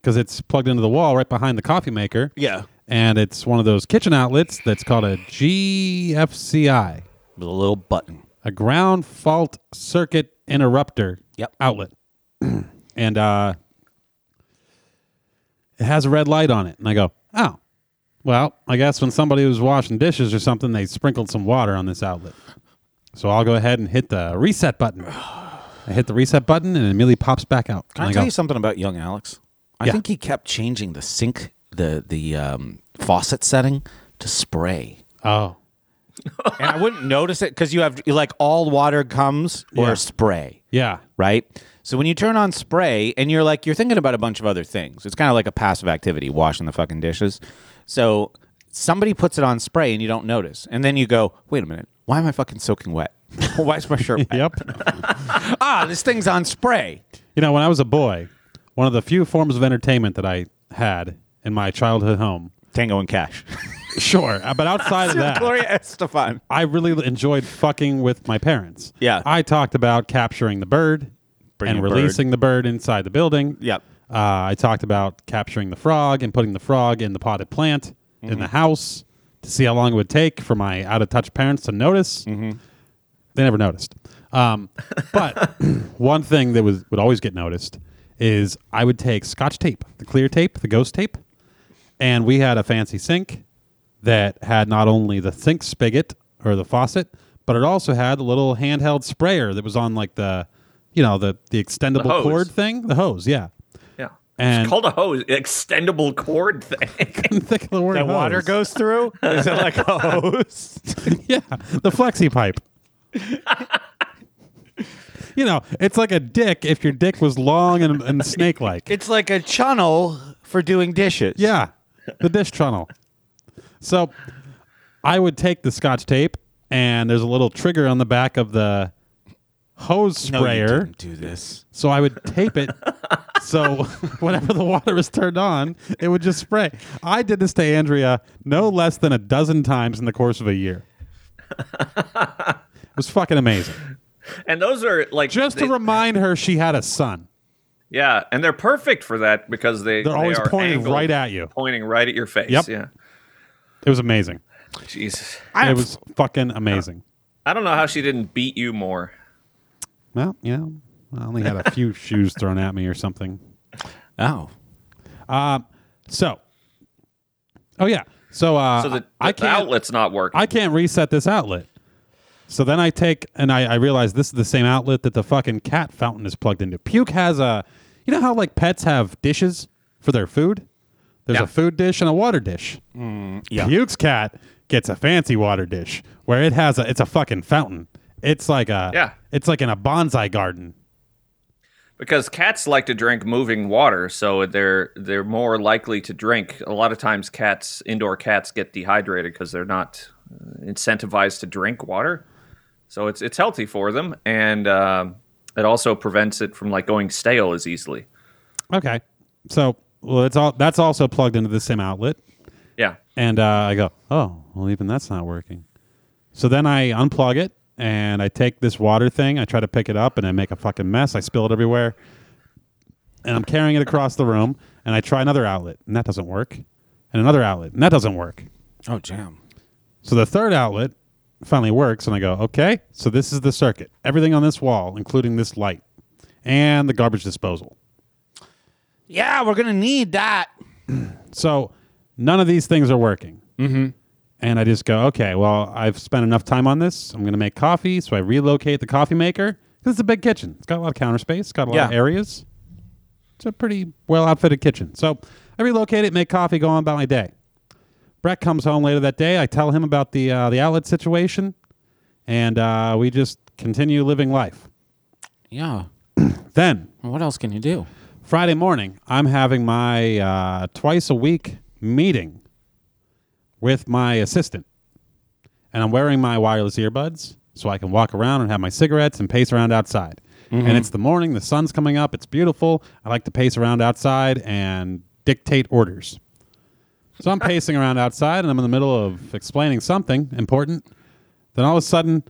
A: because it's plugged into the wall right behind the coffee maker.
E: Yeah.
A: And it's one of those kitchen outlets that's called a GFCI,
E: With a little button.
A: a ground fault circuit interrupter
E: Yep.
A: outlet. and uh, it has a red light on it. And I go, oh, well, I guess when somebody was washing dishes or something, they sprinkled some water on this outlet. So I'll go ahead and hit the reset button. I hit the reset button and it immediately pops back out.
E: Can I,
A: And
E: tell
A: go,
E: you something about young Alex? I
A: Yeah.
E: think he kept changing the sink, the the um, faucet setting to spray.
A: oh,
D: And I wouldn't notice it because you have
E: Like all water comes or
A: Yeah.
E: spray,
A: yeah.
E: right? So when you turn on spray and you're like you're thinking about a bunch of other things. It's kind of like a passive activity, washing the fucking dishes. So somebody puts it on spray and you don't notice, and then you go, "Wait a minute, why am I fucking soaking wet? why is my shirt wet?
A: Yep.
E: Ah, this thing's on spray."
A: You know, when I was a boy, one of the few forms of entertainment that I had in my childhood home.
E: Tango and Cash,
A: Sure, uh, but outside of that,
E: Gloria Estefan.
A: I really enjoyed fucking with my parents.
E: Yeah.
A: I talked about capturing the bird
E: Bringing
A: and
E: a bird.
A: releasing the bird inside the building.
E: Yep.
A: Uh, I talked about capturing the frog and putting the frog in the potted plant in
E: Mm-hmm.
A: the house to see how long it would take for my out of touch parents to notice.
E: Mm-hmm.
A: They never noticed. Um, but one thing that was would always get noticed is I would take scotch tape, the clear tape, the ghost tape, and we had a fancy sink that had not only the sink spigot or the faucet, but it also had a little handheld sprayer that was on like the, you know, the the extendable
C: hose.
A: cord thing, the hose, yeah.
C: Yeah.
A: And-
C: it's called a hose, extendable cord thing.
A: Couldn't think of the word.
D: that
A: hose.
D: water goes through. Is it like a hose?
A: Yeah, the flexi pipe. you know, it's like a dick if your dick was long and, and snake like.
E: It's like a channel for doing dishes.
A: Yeah, the dish tunnel. So I would take the scotch tape, and there's a little trigger on the back of the hose
E: No, you
A: sprayer.
E: didn't do this.
A: so I would tape it. so whenever the water was turned on, it would just spray. I did this to Andrea no less than a dozen times in the course of a year. it was fucking amazing.
C: and those are like
A: Just
C: they-
A: to remind her she had a son.
C: Yeah, and they're perfect for that because they
A: They're
C: they
A: always
C: are
A: pointing
C: angled,
A: right at you.
C: pointing right at your face.
A: Yep.
C: Yeah.
A: It was amazing.
C: Jesus.
A: It was fucking amazing.
C: I don't know how she didn't beat you more.
A: Well, you know, I only had a few shoes thrown at me or something.
E: Oh.
A: So, oh yeah. So, uh,
C: So the, the,
A: I
C: the
A: can't.
C: outlet's not working.
A: I can't reset this outlet. So then I take and I, I realize this is the same outlet that the fucking cat fountain is plugged into. Puke has a, you know how like pets have dishes for their food. There's
C: Yeah.
A: a food dish and a water dish. Puke's cat gets a fancy water dish where it has a. It's a fucking fountain. It's like a.
C: Yeah.
A: It's like in a bonsai garden.
C: because cats like to drink moving water, so they're they're more likely to drink. A lot of times, cats, indoor cats, get dehydrated because they're not uh, incentivized to drink water. So it's it's healthy for them, and um it also prevents it from like going stale as easily.
A: Okay. So well, it's all that's also plugged into the same outlet.
C: Yeah,
A: And uh, I go, oh, well, even that's not working. So then I unplug it and I take this water thing. I try to pick it up and I make a fucking mess. I spill it everywhere. And I'm carrying it across the room and I try another outlet and that doesn't work. And another outlet and that doesn't work.
E: Oh, jam.
A: So the third outlet finally works, and I go, okay, so this is the circuit. Everything on this wall, including this light and the garbage disposal.
E: Yeah, we're going to need that.
A: So none of these things are working. Mm-hmm. And I just go, okay, well, I've spent enough time on this. I'm going to make coffee. So I relocate the coffee maker. This is a big kitchen. It's got a lot of counter space, it's got a lot of
E: Yeah.
A: areas. It's a pretty well outfitted kitchen. So I relocate it, make coffee, go on about my day. Brett comes home later that day. I tell him about the uh, the outlet situation, and uh, we just continue living life.
E: Yeah.
A: Then
E: What else can you do?
A: Friday morning, I'm having my uh, twice a week meeting with my assistant, and I'm wearing my wireless earbuds so I can walk around and have my cigarettes and pace around outside. And it's the morning, the sun's coming up, it's beautiful. I like to pace around outside and dictate orders. So I'm pacing around outside, and I'm in the middle of explaining something important. Then all of a sudden,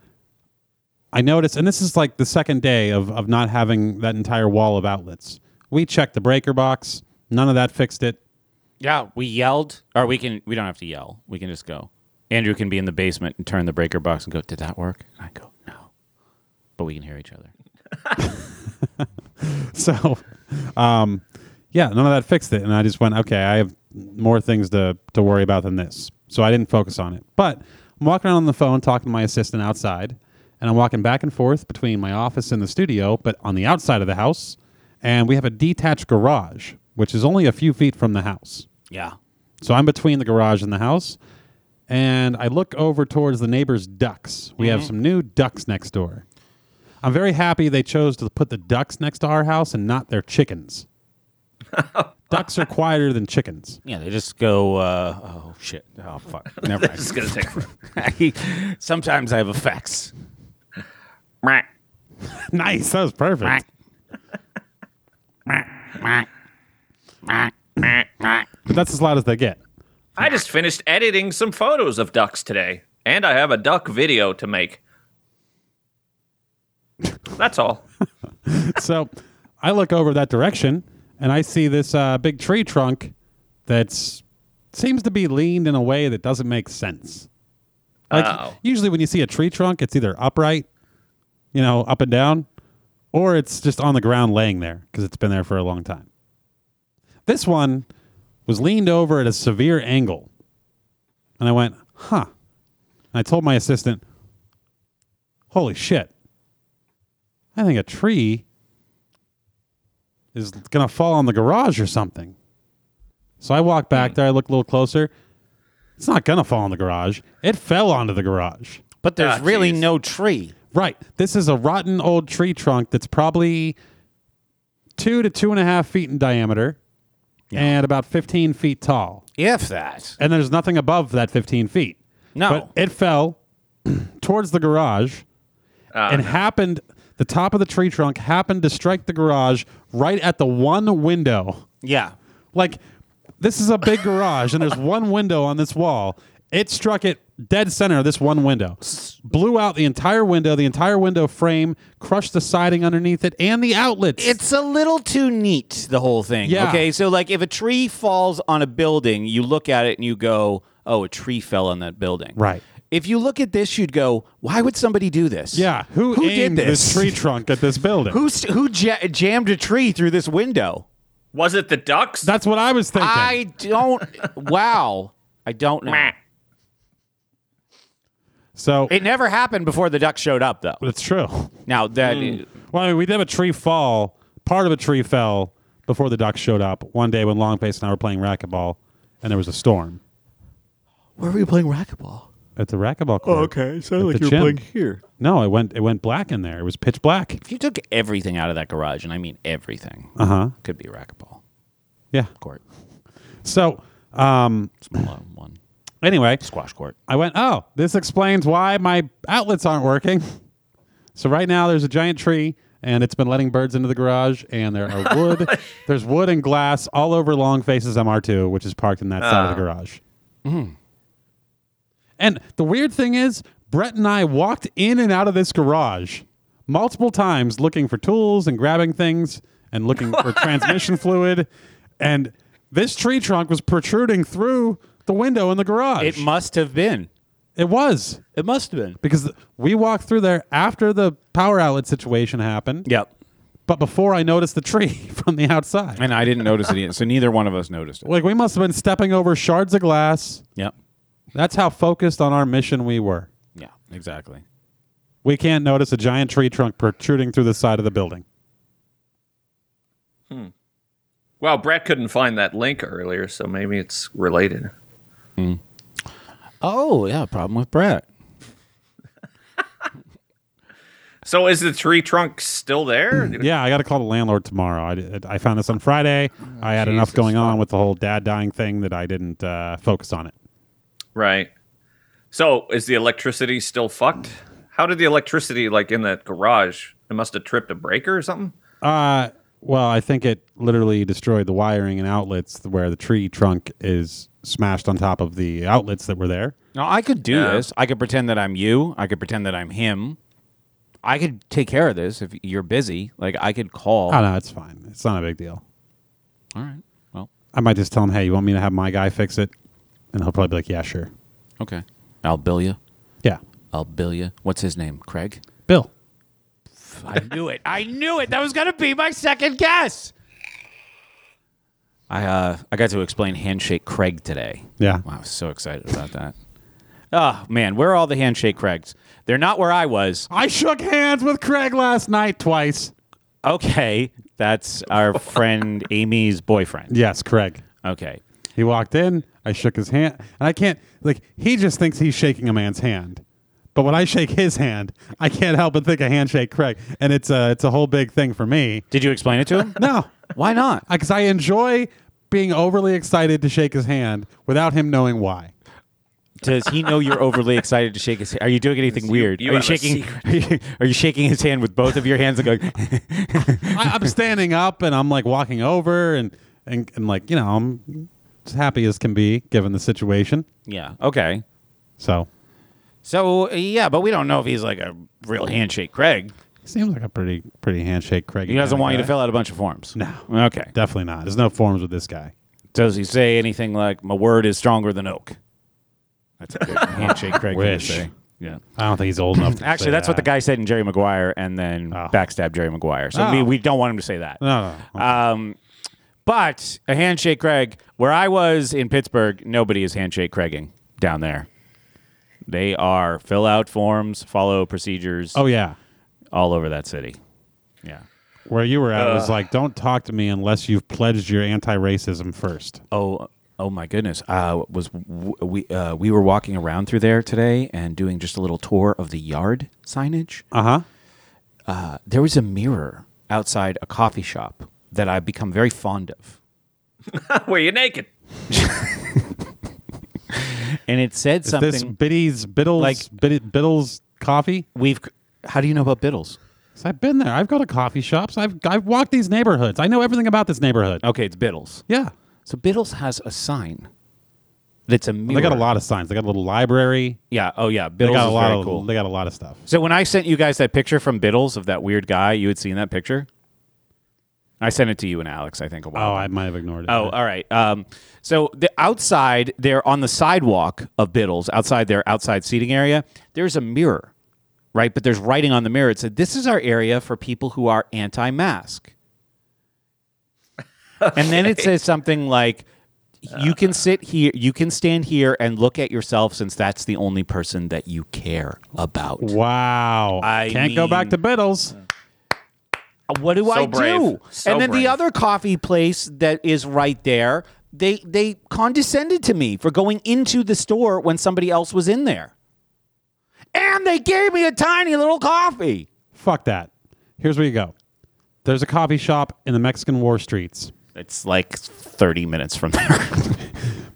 A: I noticed, and this is like the second day of, of not having that entire wall of outlets. We checked the breaker box. None of that fixed it.
E: Yeah, we yelled, or we can. We don't have to yell. We can just go. Andrew can be in the basement and turn the breaker box and go. Did that work? And I go no, but we can hear each other.
A: So, um, yeah, none of that fixed it. And I just went, okay, I have more things to, to worry about than this. So I didn't focus on it. But I'm walking around on the phone talking to my assistant outside, and I'm walking back and forth between my office and the studio, but on the outside of the house. And we have a detached garage, which is only a few feet from the house.
E: Yeah.
A: So I'm between the garage and the house, and I look over towards the neighbor's ducks. We have some new ducks next door. I'm very happy they chose to put the ducks next to our house and not their chickens. ducks are quieter than chickens.
E: Yeah, they just go. Uh, oh shit! Oh fuck! Never
C: This is gonna take forever.
E: mind. Sometimes I have effects.
A: nice, that was perfect. but that's as loud as they get.
C: I just finished editing some photos of ducks today, and I have a duck video to make. That's all.
A: so I look over that direction and I see this uh, big tree trunk that's seems to be leaned in a way that doesn't make sense. Like
C: Oh.
A: usually when you see a tree trunk, it's either upright, you know, up and down, or it's just on the ground laying there because it's been there for a long time. This one was leaned over at a severe angle. And I went, huh. And I told my assistant, holy shit. I think a tree is going to fall on the garage or something. So I walked back there. I looked a little closer. It's not going to fall on the garage. It fell onto the garage.
E: But there's
C: Ah,
E: really
C: jeez.
E: no tree.
A: Right. This is a rotten old tree trunk that's probably two to two and a half feet in diameter and about 15 feet tall.
E: If that.
A: And there's nothing above that 15 feet.
E: No.
A: But it fell towards the garage and happened, the top of the tree trunk happened to strike the garage right at the one window.
E: yeah.
A: Like, this is a big garage and there's one window on this wall. It struck it dead center of this one window. Blew out the entire window, the entire window frame, crushed the siding underneath it and the outlets.
E: It's a little too neat, the whole thing.
A: Yeah.
E: Okay, so like if a tree falls on a building, you look at it and you go, oh, a tree fell on that building.
A: Right.
E: If you look at this, you'd go, why would somebody do this?
A: yeah, who,
E: Who did
A: aimed
E: this?
A: tree trunk at this building?
E: Who, s- who ja- jammed a tree through this window?
C: Was it the ducks?
A: That's what I was thinking.
E: I don't. wow. I don't know.
A: so
E: It never happened before the duck showed up, though.
A: it's true.
E: Now, that.
A: Well, I mean, we did have a tree fall. Part of a tree fell before the ducks showed up one day when Longface and I were playing racquetball, and there was a storm
G: Where were you playing racquetball?
A: at the racquetball court.
G: Oh, okay. It sounded
A: At
G: like
A: the
G: you were
A: gym.
G: playing here.
A: No, it went it went black in there. It was pitch black.
E: If you took everything out of that garage, and I mean everything,
A: Uh huh.
E: could be a racquetball
A: Yeah.
E: court,
A: So, um,
E: small one,
A: anyway,
E: squash court.
A: I went, oh, this explains why my outlets aren't working. So right now there's a giant tree and it's been letting birds into the garage and there are wood there's wood and glass all over Longface's MR2 which is parked in that side of the garage. And the weird thing is Brett and I walked in and out of this garage multiple times looking for tools and grabbing things and looking for transmission fluid and this tree trunk was protruding through the window in the garage.
E: It must have been.
A: It was
E: It must have been.
A: because we walked through there after the power outlet situation happened,
E: Yep.
A: but before I noticed the tree from the outside.
E: And I didn't notice it either. So neither one of us noticed it.
A: like we must have been stepping over shards of glass.
E: Yep.
A: That's how focused on our mission we were.
E: Yeah, exactly.
A: We can't notice a giant tree trunk protruding through the side of the building.
C: Well, Brett couldn't find that link earlier, so maybe it's related.
E: Oh yeah, problem with Brett.
C: So is the tree trunk still there?
E: Hmm,
A: Yeah, I got to call the landlord tomorrow. I, did- I found this on Friday. I had enough going on with the whole dad dying thing that I didn't uh, focus on it.
C: Right. So is the electricity still fucked? How did the electricity like in that garage? It must have tripped a breaker or something.
A: Uh, well, I think it literally destroyed the wiring and outlets where the tree trunk is smashed on top of the outlets that were there.
E: No, I could do
C: Yeah.
E: this. I could pretend that I'm you. I could pretend that I'm him. I could take care of this if you're busy. Like I could call.
A: Oh, no, it's fine. It's not a big deal.
E: All right. Well,
A: I might just tell him, hey, you want me to have my guy fix it? And he'll probably be like, yeah, sure.
E: okay. I'll bill you.
A: Yeah.
E: I'll bill you. What's his name? Craig.
A: Bill.
E: I knew it. I knew it. That was gonna be my second guess. I uh I got to explain handshake Craig today.
A: Yeah.
E: Wow, I was so excited about that. Oh man, where are all the handshake Craigs? They're not where I was.
A: I shook hands with Craig last night twice.
E: Okay, that's our friend Amy's boyfriend.
A: Yes, Craig.
E: Okay.
A: He walked in. I shook his hand, and I can't like he just thinks he's shaking a man's hand, but when I shake his hand, I can't help but think of handshake, Craig, and it's a it's a whole big thing for me.
E: Did you explain it to him?
A: No,
E: Why not?
A: because I enjoy being overly excited to shake his hand without him knowing why.
E: Does he know you're overly excited to shake his hand? Are you doing anything weird?
C: you
E: are you
C: have a
E: shaking are you, are you shaking his hand with both of your hands and going
A: I, I'm standing up and I'm like walking over and and and like you know I'm as happy as can be given the situation.
E: Yeah. Okay.
A: So
E: So yeah, but we don't know if he's like a real handshake Craig.
A: seems like a pretty pretty handshake, Craig.
E: He doesn't
A: kinda
E: want you to
A: guy.
E: fill out a bunch of forms.
A: No,
E: Okay.
A: definitely not. There's no forms with this guy.
E: Does he say anything like "My word is stronger than oak"? That's a good handshake Craig. thing to
A: Wish.
E: say. Yeah.
A: I don't think he's old enough. To
E: Actually,
A: say
E: that's what the
A: that.
E: guy said in Jerry Maguire, and then
A: Oh.
E: backstab Jerry Maguire. So we,
A: Oh.
E: we don't want him to say that.
A: No, no, no.
E: Um, but a handshake Craig, where I was in Pittsburgh, nobody is handshake Craiging down there. They are fill out forms, follow procedures
A: oh yeah,
E: all over that city. Yeah.
A: where you were at was like, don't talk to me unless you've pledged your anti-racism first.
E: Oh, oh my goodness! Uh, was w- we uh, we were walking around through there today and doing just a little tour of the yard signage.
A: Uh huh.
E: There was a mirror outside a coffee shop that I've become very fond of,
C: Were you naked?
E: and it said
A: Is
E: something.
A: this Biddy's Biddles
E: Like-
A: Bid- Biddles Coffee?
E: We've. How do you know about Biddles?
A: 'Cause I've been there. I've gone to coffee shops. I've I've walked these neighborhoods. I know everything about this neighborhood.
E: Okay, it's Biddles.
A: Yeah,
E: So Biddles has a sign that's a mirror.
A: they got a lot of signs. They got a little library.
E: Yeah. Oh yeah.
A: They
E: Biddles
A: got a
E: is
A: lot
E: very
A: of
E: cool.
A: they got a lot of stuff.
E: So when I sent you guys that picture from Biddles of that weird guy, you had seen that picture. I sent it to you and Alex, I think a while.
A: Oh,
E: back.
A: I might have ignored it.
E: Oh, all right. Um, so the outside there on the sidewalk of Biddles, outside their outside seating area, there's a mirror, right? But there's writing on the mirror. It said, "This is our area for people who are anti-mask." And then it says something like, "You can sit here, you can stand here and look at yourself, since that's the only person that you care about."
A: Wow.
E: I
A: Can't go back
E: mean-
A: to Biddles.
E: what do I
C: brave.
E: do?
C: So
E: and then the
C: brave.
E: other coffee place that is right there, they they condescended to me for going into the store when somebody else was in there. And they gave me a tiny little coffee.
A: Fuck that. Here's where you go. There's a coffee shop in the Mexican War streets.
E: It's like 30 minutes from there.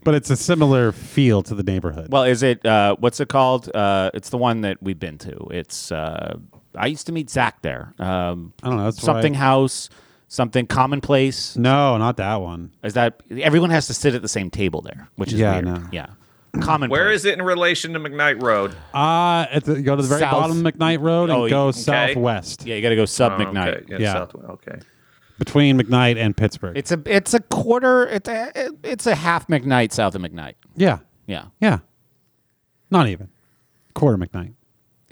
A: But it's a similar feel to the neighborhood.
E: well, is it uh, what's it called? Uh, it's the one that we've been to. It's uh, I used to meet Zach there. Um,
A: I don't know. That's
E: something
A: Why,
E: house, something commonplace.
A: no, not that one.
E: Is that everyone has to sit at the same table there, which is
A: Yeah, I
E: weird.
A: know.
E: Yeah. Common.
C: Where
E: place.
C: is it in relation to McKnight Road?
A: Uh, at the, go to the very
E: South.
A: bottom of McKnight Road and
E: Oh,
A: go
E: okay.
A: southwest
E: Yeah, you got to go sub
C: Oh,
E: McKnight.
C: Okay. Yeah.
A: Yeah.
C: South- okay.
A: between McKnight and Pittsburgh.
E: It's a it's a quarter. It's a it's a half McKnight south of McKnight.
A: yeah.
E: Yeah,
A: Yeah. Not even. Quarter McKnight.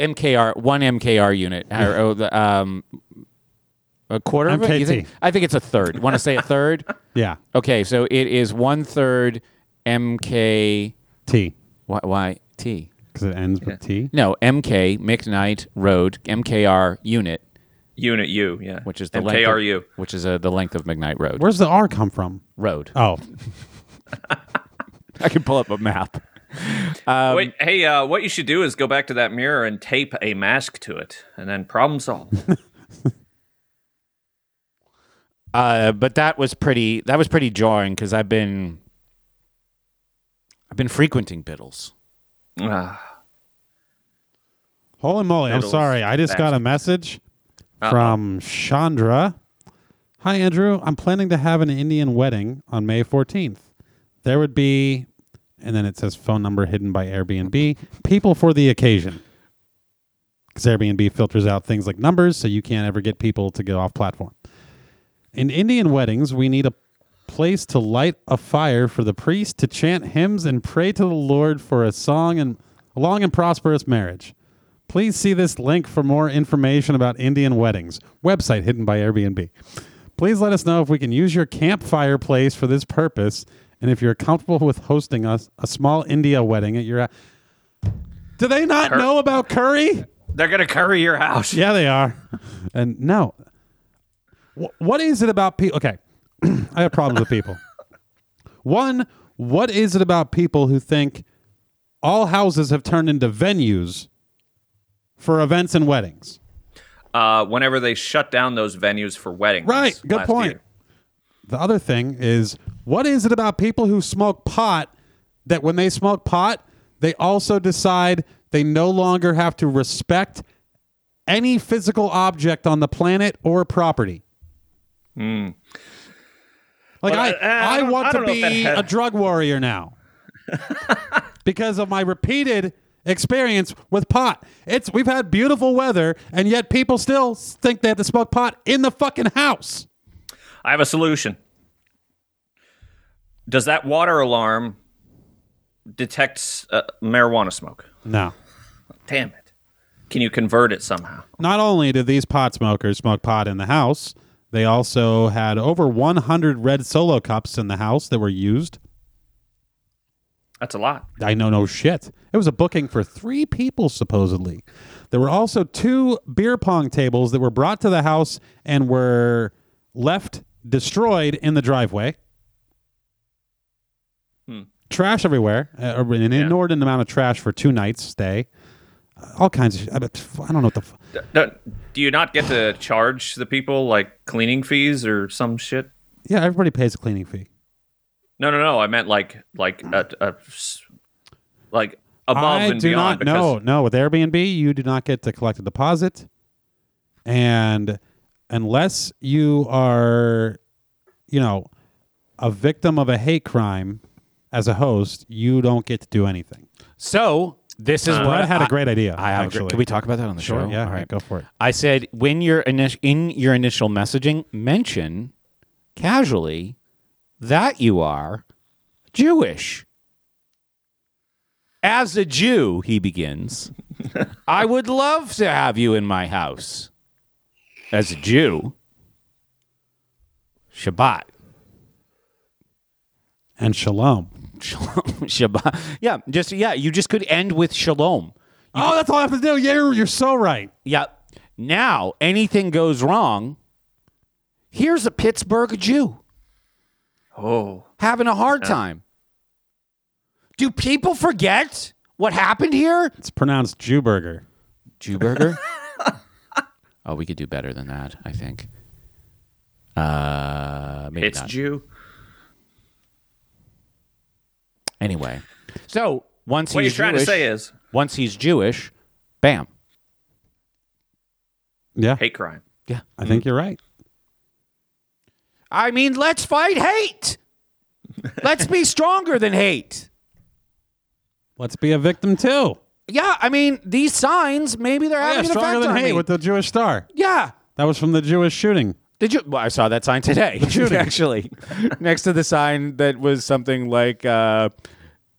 E: MKR one MKR unit or oh, the, um a quarter of it. You
A: MKT.
E: think? I think it's a third. Want to say a third?
A: Yeah.
E: Okay, so it is one third MK
A: T.
E: Y Y T.
A: Because it ends with T.
E: No MK McKnight Road MKR unit,
C: Unit U. Yeah.
E: which is the length of-
C: KRU.
E: which is uh, the length of McKnight Road.
A: Oh. Where's the R come from?
E: Road.
A: Oh.
E: I can pull up a map. Um,
C: Wait, hey, uh, what you should do is go back to that mirror and tape a mask to it, and then problem solved.
E: Uh, but that was pretty. That was pretty jarring because I've been, I've been frequenting Biddles.
C: Ah,
A: Holy moly! I'm
C: Riddles.
A: sorry. I just got a message from Chandra. Hi, Andrew. I'm planning to have an Indian wedding on May 14th. There would be, and then it says phone number hidden by Airbnb, people for the occasion. Because Airbnb filters out things like numbers, so you can't ever get people to go off platform. In Indian weddings, we need a place to light a fire for the priest to chant hymns and pray to the Lord for a song and a long and prosperous marriage. Please see this link for more information about Indian weddings. Website hidden by Airbnb. Please let us know if we can use your campfire place for this purpose and if you're comfortable with hosting us a small India wedding at your Do they not know about curry?
C: they're gonna curry your house.
A: Yeah, they are. And no, Wh- what is it about people? Okay, I have problems with people. One, what is it about people who think all houses have turned into venues for events and weddings?
C: Uh, whenever they shut down those venues for weddings,
A: Right. Good
C: last
A: point.
C: year.
A: The other thing is, what is it about people who smoke pot that when they smoke pot, they also decide they no longer have to respect any physical object on the planet or property? Like
C: Hmm. Well,
A: I,
C: uh, I
A: I,
C: don't-
A: want
C: I
A: to
C: don't know if that
A: be
C: had-
A: a drug warrior now because of my repeated experience with pot. It's we've had beautiful weather, and yet people still think they have to smoke pot in the fucking house.
C: I have a solution. Does that water alarm detect uh, marijuana smoke?
A: No.
C: Damn it! Can you convert it somehow?
A: Not only did these pot smokers smoke pot in the house, they also had over 100 red solo cups in the house that were used.
C: That's a lot.
A: I know no shit. It was a booking for three people, supposedly. There were also two beer pong tables that were brought to the house and were left destroyed in the driveway. Trash everywhere, uh, an inordinate amount of trash for two nights' stay. Uh, All kinds of shit. I bet- I don't know what the. F-
C: Do, do you not get to charge the people like cleaning fees or some shit?
A: yeah, everybody pays a cleaning fee.
C: No, no, no. I meant like like a, a s- like above
A: I
C: and
A: do
C: beyond.
A: not know. No, with Airbnb, you do not get to collect a deposit, and unless you are, you know, a victim of a hate crime as a host, you don't get to do anything.
E: So this is what
A: Brett Uh, had a great idea.
E: I have. a gr-
A: actually.
E: Can we talk about that on the
A: Sure.
E: show?
A: Yeah.
E: All right.
A: Go for it.
E: I said when you're init- in your initial messaging, mention casually that you are Jewish. As a Jew, he begins, I would love to have you in my house. As a Jew, Shabbat.
A: And shalom.
E: Shalom. Shabbat. Yeah, just yeah, you just could end with shalom.
A: oh, that's all I have to do. Yeah, you're, you're so right.
E: Yeah. Now, anything goes wrong. Here's a Pittsburgh Jew
C: Oh,
E: having a hard time. Do people forget what happened here?
A: It's pronounced Jewburger.
E: Jewburger? oh, we could do better than that, I think. Uh, maybe
C: it's
E: not.
C: Jew.
E: anyway, so once
C: What
E: he's
C: you're trying
E: Jewish,
C: to say is
E: once he's Jewish, bam.
A: Yeah,
C: hate crime.
E: Yeah.
A: I think you're right.
E: I mean, let's fight hate. let's be stronger than hate.
A: Let's be a victim too.
E: Yeah, I mean these signs. Maybe they're
A: Oh, Yeah,
E: having an
A: stronger
E: effect
A: than
E: on me.
A: hate with the Jewish star.
E: yeah.
A: That was from the Jewish shooting.
E: Did you? Well, I saw that sign today. actually, next to the sign that was something like, uh,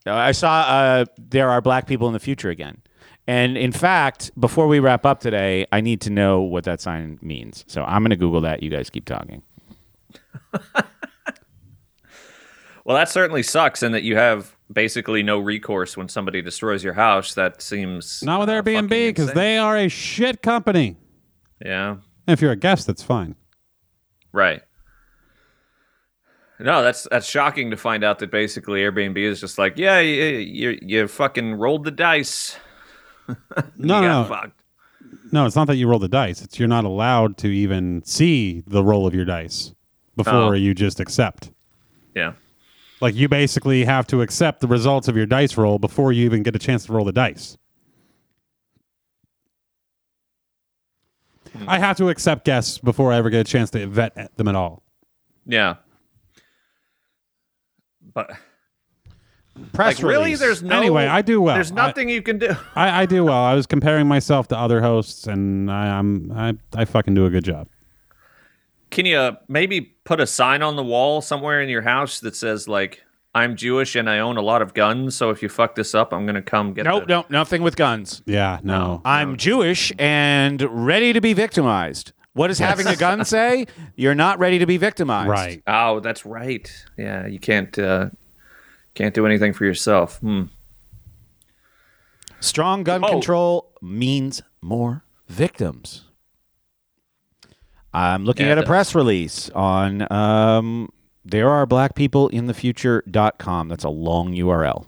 E: "I saw uh, there are black people in the future again." And in fact, before we wrap up today, I need to know what that sign means. So I'm going to Google that. You guys keep talking.
C: Well, that certainly sucks, and that you have basically no recourse when somebody destroys your house. That seems
A: Not with
C: uh,
A: Airbnb
C: fucking
A: because
C: insane.
A: they are a shit company.
C: Yeah.
A: If you're a guest, that's fine.
C: Right. No, that's that's shocking to find out that basically Airbnb is just like, yeah, you you, you fucking rolled the dice.
A: No, no,
C: you got
A: no.
C: fucked.
A: No, it's not that you roll the dice. It's you're not allowed to even see the roll of your dice before
C: Oh.
A: you just accept.
C: Yeah.
A: Like you basically have to accept the results of your dice roll before you even get a chance to roll the dice.
C: Hmm.
A: I have to accept guests before I ever get a chance to vet at them at all.
C: Yeah. But
A: Press
C: Like, really?
A: release.
C: There's no-
A: anyway. I do well.
C: there's
A: I-
C: nothing you can do.
A: I, I do well. I was comparing myself to other hosts, and I, I'm I, I fucking do a good job.
C: Can you maybe put a sign on the wall somewhere in your house that says like I'm Jewish and I own a lot of guns, so if you fuck this up, I'm gonna come get
E: Nope,
C: the-"
E: nope, nothing with guns.
A: Yeah,
C: Oh.
A: no.
E: I'm Jewish and ready to be victimized. What does having a gun say? You're not ready to be victimized.
A: right.
C: Oh, that's right. Yeah, you can't uh, can't do anything for yourself. Hmm.
E: Strong gun
C: Oh.
E: control means more victims. I'm looking
C: Yeah,
E: at
C: it
E: a press release on um, there are black people in the future.com. That's a long URL,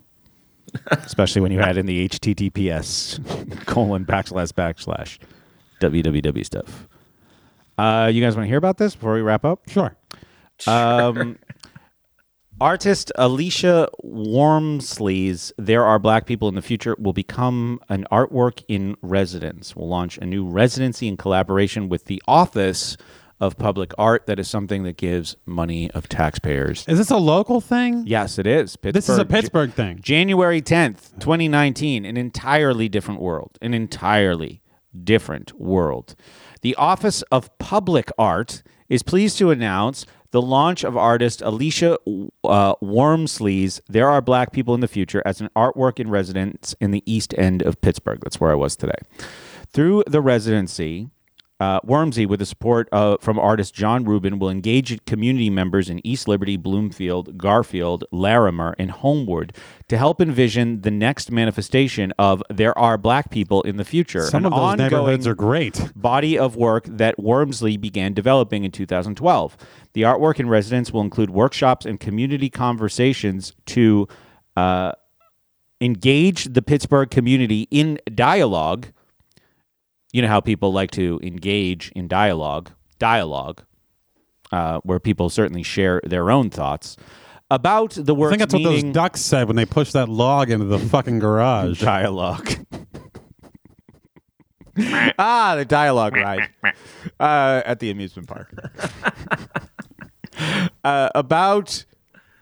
E: especially when you add in the HTTPS colon backslash backslash www stuff. Uh, you guys want to hear about this before we wrap up?
A: Sure.
E: Um, artist Alicia Wormsley's There Are Black People in the Future will become an artwork in residence. We'll launch a new residency in collaboration with the Office of Public Art. That is something that gives money of taxpayers.
A: Is this a local thing?
E: Yes, it is. Pittsburgh.
A: This is a
E: Ja-
A: Pittsburgh thing.
E: January 10th, 2019, an entirely different world, an entirely different world. The Office of Public Art is pleased to announce the launch of artist Alicia uh, Wormsley's There Are Black People in the Future as an artwork in residence in the East End of Pittsburgh. That's where I was today. Through the residency, uh, Wormsy, with the support uh, from artist John Rubin, will engage community members in East Liberty, Bloomfield, Garfield, Larimer, and Homeward to help envision the next manifestation of There Are Black People in the Future.
A: Some
E: an
A: of those neighborhoods
E: ongoing-
A: are great.
E: body of work that Wormsley began developing in 2012. The artwork in residence will include workshops and community conversations to uh, engage the Pittsburgh community in dialogue. You know how people like to engage in dialogue, dialogue, uh, where people certainly share their own thoughts about the
A: I
E: work.
A: think that's what those ducks said when they pushed that log into the fucking garage.
E: dialogue. ah, the dialogue ride uh, at the amusement park. uh, about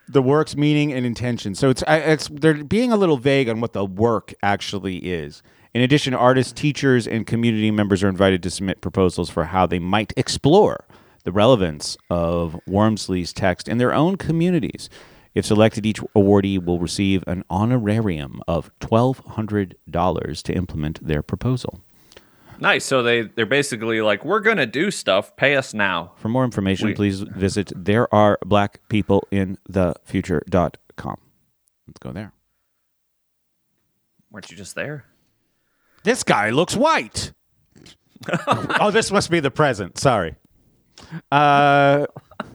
E: the work's meaning and intention. So it's I- it's they're being a little vague on what the work actually is. In addition, artists, teachers, and community members are invited to submit proposals for how they might explore the relevance of Wormsley's text in their own communities. If selected, each awardee will receive an honorarium of $1,200 to implement their proposal.
C: Nice. So they they're basically like, we're gonna do stuff. Pay us now.
E: For more information, please visit there are black people in the future.com. Let's go there.
C: Weren't you just there?
E: This guy looks white. oh, this must be the present. Sorry. Uh,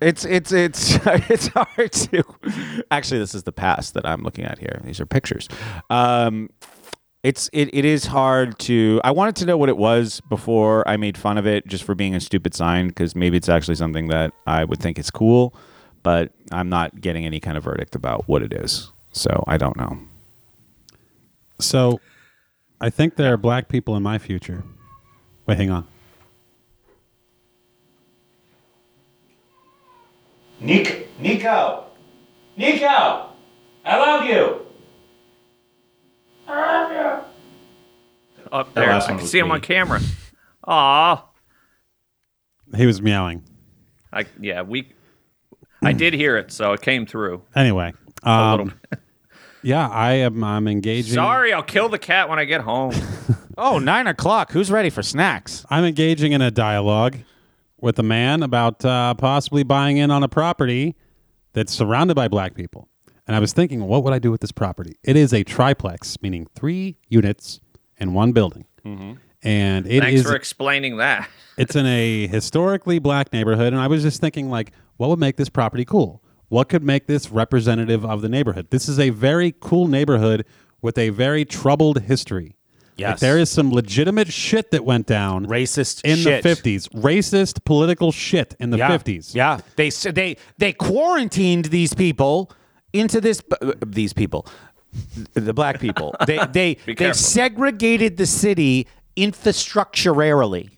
E: it's it's it's it's hard to. Actually, this is the past that I'm looking at here. These are pictures. Um, it's it, it is hard to. I wanted to know what it was before I made fun of it, just for being a stupid sign, because maybe it's actually something that I would think is cool, but I'm not getting any kind of verdict about what it is, so I don't know.
A: So I think there are black people in my future. Wait, hang on.
H: Nick, Nico, Nico, I love you.
C: Up there. I
H: Oh, last one
C: can
H: was
C: see him
H: me.
C: on camera. Aw.
A: He was meowing.
C: I yeah we. I did hear it, so it came through.
A: Anyway,
C: little.
A: um, yeah, I am. I'm engaging.
C: Sorry, I'll kill the cat when I get home.
E: Oh, nine o'clock. Who's ready for snacks?
A: I'm engaging in a dialogue with a man about uh, possibly buying in on a property that's surrounded by black people. And I was thinking, what would I do with this property? It is a triplex, meaning three units in one building. And it
C: Mm-hmm. Thanks
A: is
C: for explaining that.
A: it's in a historically black neighborhood and i was just thinking like what would make this property cool What could make this representative of the neighborhood? This is a very cool neighborhood with a very troubled history. Yes. there is some legitimate shit that went down.
D: Racist
A: in
D: shit.
A: the 50s. Racist political shit in the
D: Yeah.
A: 50s.
E: Yeah, they s- they they quarantined these people into this uh, these people, the black people. They they they
C: careful.
E: segregated the city infrastructurally.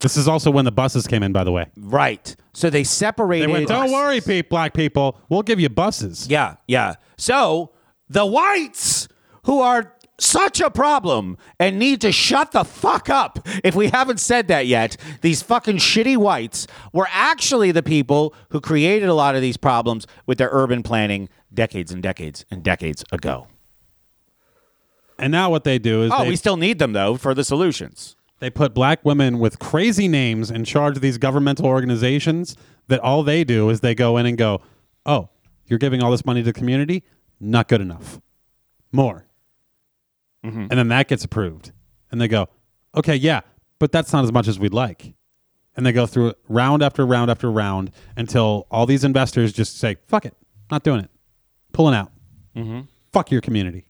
A: This is also when the buses came in, by the way.
E: Right. So they separated.
A: They went, don't worry, pe- black people. We'll give you buses.
E: Yeah, yeah. So the whites who are such a problem and need to shut the fuck up. If we haven't said that yet, these fucking shitty whites were actually the people who created a lot of these problems with their urban planning decades and decades and decades ago.
A: And now what they do is
E: Oh,
A: they,
E: we still need them though for the solutions.
A: they put black women with crazy names in charge of these governmental organizations that all they do is they go in and go, oh, you're giving all this money to the community? Not good enough. More. And then that gets approved. And they go, okay, yeah, but that's not as much as we'd like. And they go through it round after round after round until all these investors just say, fuck it, not doing it, pulling out. Fuck your community.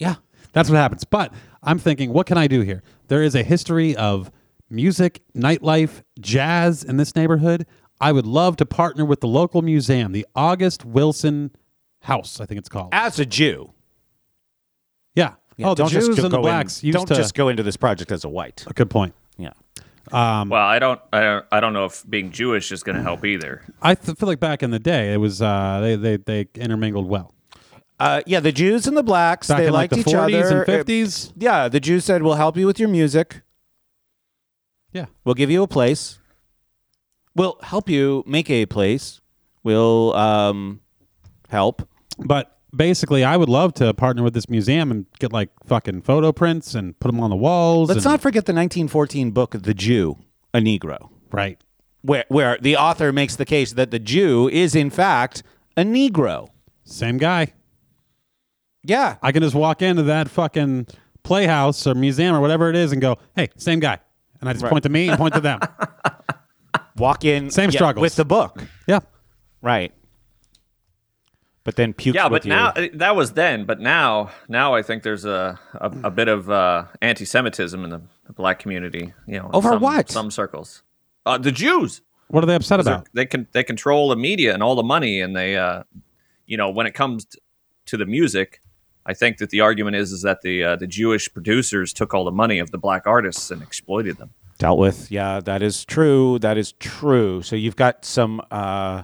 E: Yeah.
A: That's what happens. But I'm thinking, what can I do here? There is a history of music, nightlife, jazz in this neighborhood. I would love to partner with the local museum, the August Wilson House, I think it's called.
E: As a Jew.
A: yeah.
E: Yeah,
A: oh, the
E: don't
A: Jews
E: just go
A: and the
E: in-
A: blacks used
E: don't
A: to.
E: just go into this project as a white.
A: a good point.
E: Yeah.
C: Well, I don't, I don't, I don't know if being Jewish is going to help either.
A: I th- feel like back in the day, it was uh, they, they they intermingled well.
E: Uh, yeah, the Jews and the blacks,
A: Back
E: they
A: in like
E: liked
A: the
E: each
A: 40s
E: other.
A: and 50s.
E: Yeah, the Jews said, "We'll help you with your music.
A: Yeah.
E: We'll give you a place. We'll help you make a place. We'll um, help."
A: But basically, I would love to partner with this museum and get like fucking photo prints and put them on the walls.
E: Let's
A: and-
E: not forget the 1914 book "The Jew, a Negro,"
A: right.
E: where where the author makes the case that the Jew is in fact a Negro.
A: Same guy.
E: Yeah,
A: I can just walk into that fucking playhouse or museum or whatever it is and go, hey, same guy. And I just point to me and point to them.
E: walk in
A: Same
E: yeah,
A: struggles.
E: with the book,
A: Yeah.
E: right? But then puke.
C: Yeah,
E: with
C: but
E: you.
C: now eh, that was then, but now, now I think there's a a, a bit of uh, anti-Semitism in the, the black community. You know, in
E: Over
C: some-
E: what? Oh.
C: Some circles, uh, the Jews.
A: What are they upset
C: They're-
A: about?
C: They can they control the media and all the money, and they, uh, you know, when it comes t- to the music, I think that the argument is is that the uh, the Jewish producers took all the money of the black artists and exploited them.
E: dealt with. Yeah, that is true. That is true. So you've got some uh,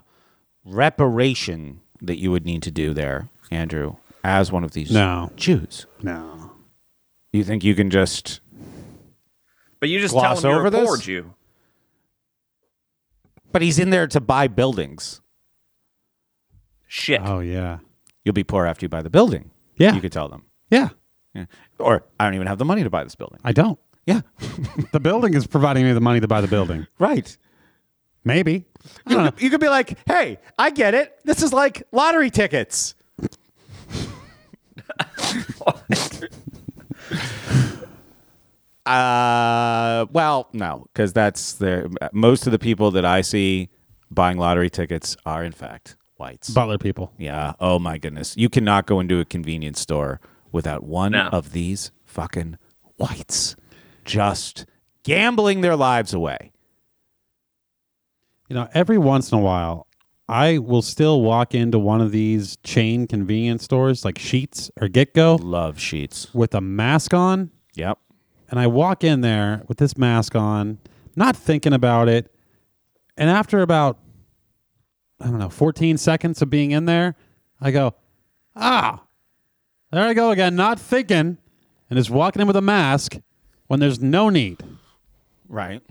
E: reparation that you would need to do there, Andrew, as one of these
A: No.
E: Jews.
A: No.
E: You think you can just
C: But you just tell
E: Gloss
C: them you're
E: over
C: a poor
E: this?
C: Jew.
E: But he's in there to buy buildings.
C: Shit.
A: Oh, yeah.
E: You'll be poor after you buy the building.
A: Yeah.
E: You could tell them.
A: Yeah.
E: Yeah. Or I don't even have the money to buy this building.
A: I don't.
E: Yeah.
A: The building is providing me the money to buy the building.
E: right.
A: Maybe.
E: You could, you could be like, "Hey, I get it. This is like lottery tickets." Uh, well, no, because that's the most of the people that I see buying lottery tickets are in fact whites.
A: Butler people.
E: yeah. Oh my goodness, you cannot go into a convenience store without one
C: No.
E: of these fucking whites just gambling their lives away.
A: You know, every once in a while, I will still walk into one of these chain convenience stores like Sheets or Get Go
E: Love sheets.
A: with a mask on
E: Yep.
A: and I walk in there with this mask on, not thinking about it. And after about, I don't know, 14 seconds of being in there, I go, ah, there I go again, not thinking, and just walking in with a mask when there's no need.
E: Right.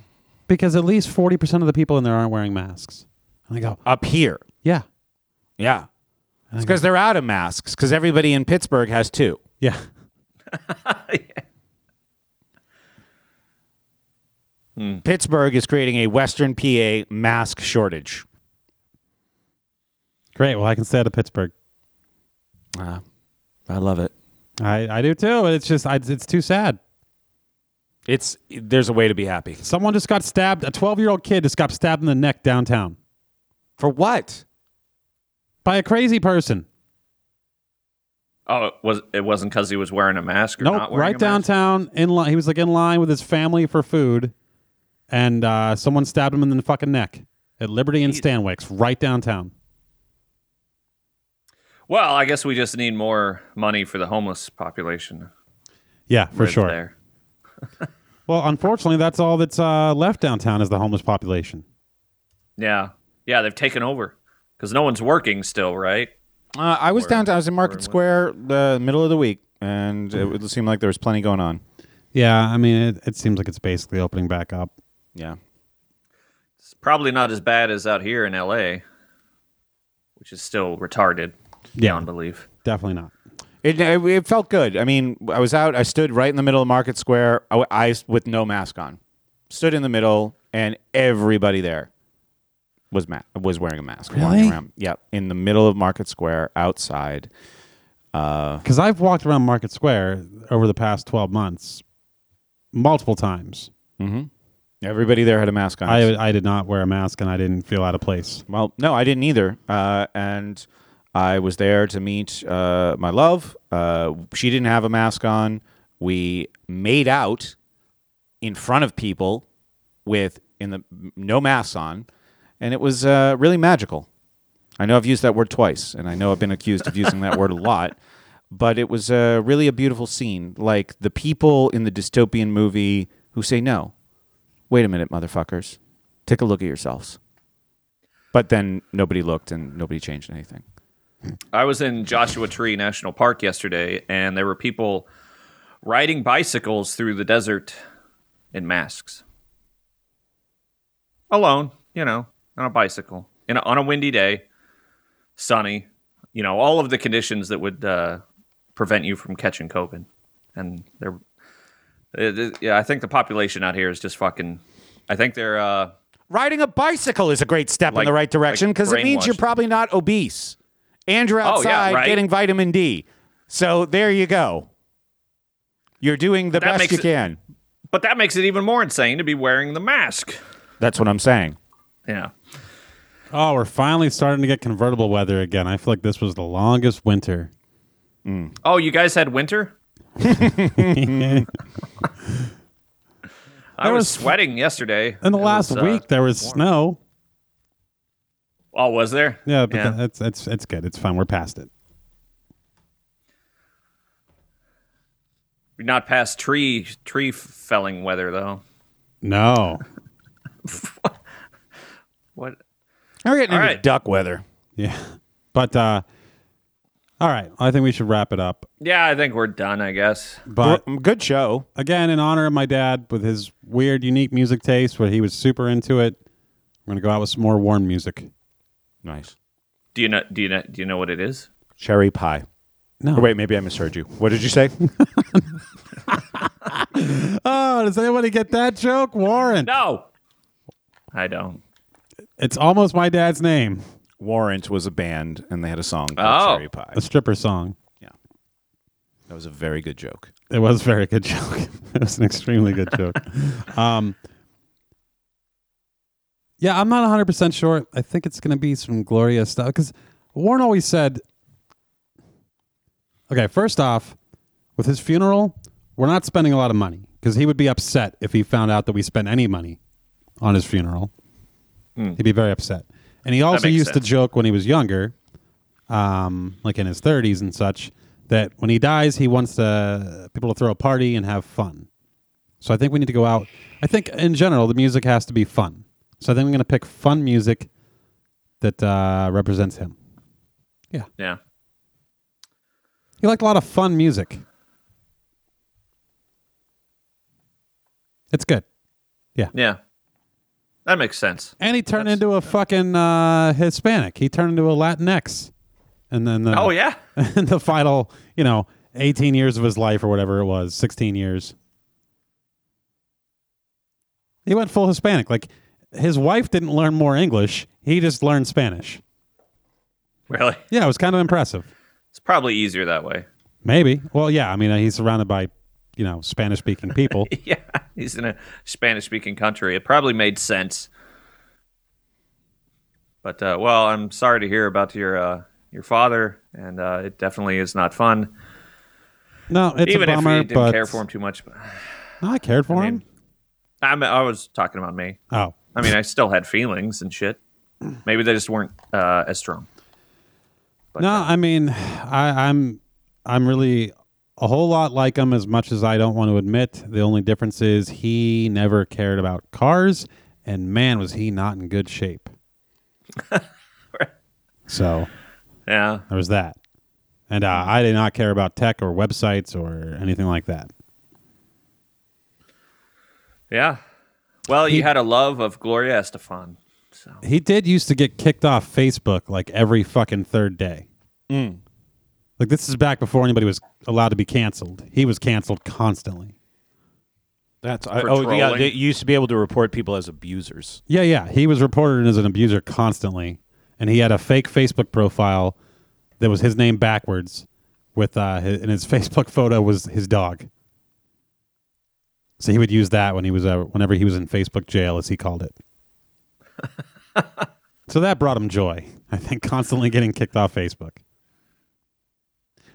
A: Because at least 40% of the people in there aren't wearing masks. And I go,
E: Up here.
A: yeah,
E: Yeah. It's because they're out of masks because everybody in Pittsburgh has two.
A: yeah.
E: Pittsburgh is creating a Western PA mask shortage.
A: Great. Well, I can stay out of Pittsburgh.
E: Ah, I love it.
A: I, I do too. It's just, I, it's too sad.
E: It's there's a way to be happy.
A: Someone just got stabbed. A 12 year old kid just got stabbed in the neck downtown.
D: For what?
A: by a crazy person.
C: Oh, it was it wasn't because he was wearing a mask or
A: Nope,
C: not wearing
A: right
C: a mask?
A: downtown in line. He was like in line with his family for food, and uh, someone stabbed him in the fucking neck at Liberty and Stanwix, right downtown.
C: Well, I guess we just need more money for the homeless population.
A: Yeah, for
C: lives
A: sure.
C: There.
A: Well, unfortunately, that's all that's uh, left downtown is the homeless population.
C: Yeah, yeah, they've taken over because no one's working still, right?
E: Uh, I was
C: Where-
E: downtown. I was in
C: where-
E: Market Square the middle of the week, and it would seem like there was plenty going on.
A: Yeah, I mean, it, it seems like it's basically opening back up.
E: Yeah.
C: It's probably not as bad as out here in L.A., which is still retarded beyond belief.
A: Definitely not.
E: It, it, it felt good. I mean, I was out. I stood right in the middle of Market Square. I, I- with no mask on, stood in the middle, and everybody there was ma- was wearing a mask.
A: Really?
E: Walking around. Yeah, in the middle of Market Square, outside.
A: Because I've walked around Market Square over the past 12 months multiple times.
E: Everybody there had a mask on.
A: I, I did not wear a mask and I didn't feel out of place.
E: well, no, I didn't either. Uh, and I was there to meet uh, my love. Uh, she didn't have a mask on. We made out in front of people with in the no masks on, and it was uh, really magical. I know I've used that word twice, and I know I've been accused of using that word a lot, but it was uh, really a beautiful scene. Like the people in the dystopian movie who say no, wait a minute, motherfuckers, take a look at yourselves. But then nobody looked and nobody changed anything.
C: I was in Joshua Tree National Park yesterday, and there were people riding bicycles through the desert in masks, alone. You know, on a bicycle, in a, on a windy day, sunny. You know, all of the conditions that would uh, prevent you from catching COVID, and they're. it- it- yeah, I think the population out here is just fucking. I think they're. Uh,
E: Riding a bicycle is a great step
C: Like-
E: in the right direction
C: like
E: because it means you're
C: brainwashed. Oh,
E: probably not obese and you're
C: yeah,
E: outside
C: right.
E: getting vitamin D. So there you go. You're doing the
C: That
E: best
C: makes
E: you
C: it-
E: can.
C: but that makes it even more insane to be wearing the mask.
E: That's what I'm saying.
C: Yeah.
A: Oh, we're finally starting to get convertible weather again. I feel like this was the longest winter.
C: Oh, you guys had winter? I
A: There
C: was
A: was-
C: sweating yesterday.
A: In the
C: It
A: last
C: was, uh,
A: week, there was snow.
C: Oh, was there?
A: Yeah, but
C: yeah.
A: that's that's it's good. It's fine. We're past it.
C: You're not past tree tree felling weather though.
A: No.
C: What?
E: Now we're getting
C: All
E: into
C: right.
E: duck weather.
A: yeah. But uh all right. I think we should wrap it up.
C: Yeah, I think we're done. I guess.
A: But
E: Gr- Mm, Good show.
A: again, in honor of my dad with his weird, unique music taste, where he was super into it, we're gonna go out with some more warm music.
E: Nice.
C: Do you know? Do you know? Do you know what it is?
E: Cherry pie.
A: No.
E: Or wait, maybe I misheard you. What did you say?
A: Oh, does anybody get that joke, Warren?
C: No, I don't.
A: It's almost my dad's name.
E: Warrant was a band and they had a song
C: Oh.
E: called Cherry Pie.
A: A stripper song.
E: That was a very good joke.
A: It was a very good joke. it was an extremely good joke. Um, yeah, I'm not 100% sure. I think it's going to be some Gloria stuff because Warren always said, okay, first off, with his funeral, we're not spending a lot of money because he would be upset if he found out that we spent any money on his funeral. He'd be very upset. And he also
C: Hmm. makes
A: used to
C: sense.
A: joke when he was younger, um, like in his 30s and such, that when he dies, he wants to, people to throw a party and have fun. So I think we need to go out. I think in general, the music has to be fun. So I think I'm going to pick fun music that uh, represents him.
C: Yeah.
A: He liked a lot of fun music. It's good.
C: Yeah. That makes sense.
A: And he turned into a fucking uh, Hispanic. He turned into a Latinx. And then the,
C: Oh yeah.
A: in the final, you know, 18 years of his life or whatever it was, 16 years. He went full Hispanic. Like his wife didn't learn more English, he just learned Spanish.
C: Really?
A: Yeah, it was kind of impressive.
C: It's probably easier that way.
A: Maybe. Well, yeah, I mean, he's surrounded by, you know, Spanish speaking people.
C: Yeah. He's in a Spanish-speaking country. It probably made sense. But uh, well, I'm sorry to hear about your uh, your father, and uh, it definitely is not fun.
A: No, it's
C: Even
A: a bummer,
C: if you didn't
A: but
C: care for him too much,
A: No, I cared for
C: I
A: him.
C: mean, I'm, I was talking about me.
A: Oh,
C: I mean, I still had feelings and shit. Maybe they just weren't uh, as strong. But,
A: no,
C: uh,
A: I mean, I, I'm I'm really a whole lot like him as much as I don't want to admit. The only difference is he never cared about cars, and man, was he not in good shape. so
C: yeah.
A: there was that, and uh, I did not care about tech or websites or anything like that.
C: Yeah. Well, you had a love of Gloria Estefan. So
A: He did used to get kicked off Facebook like every fucking third day. Like this is back before anybody was allowed to be canceled. He was canceled constantly.
E: That's I,
C: For
E: oh yeah.
C: trolling.
E: They, you used to be able to report people as abusers.
A: Yeah, yeah. He was reported as an abuser constantly, and he had a fake Facebook profile that was his name backwards. With uh, his, and his Facebook photo was his dog. So he would use that when he was uh, whenever he was in Facebook jail, as he called it. so that brought him joy, I think. Constantly getting kicked off Facebook.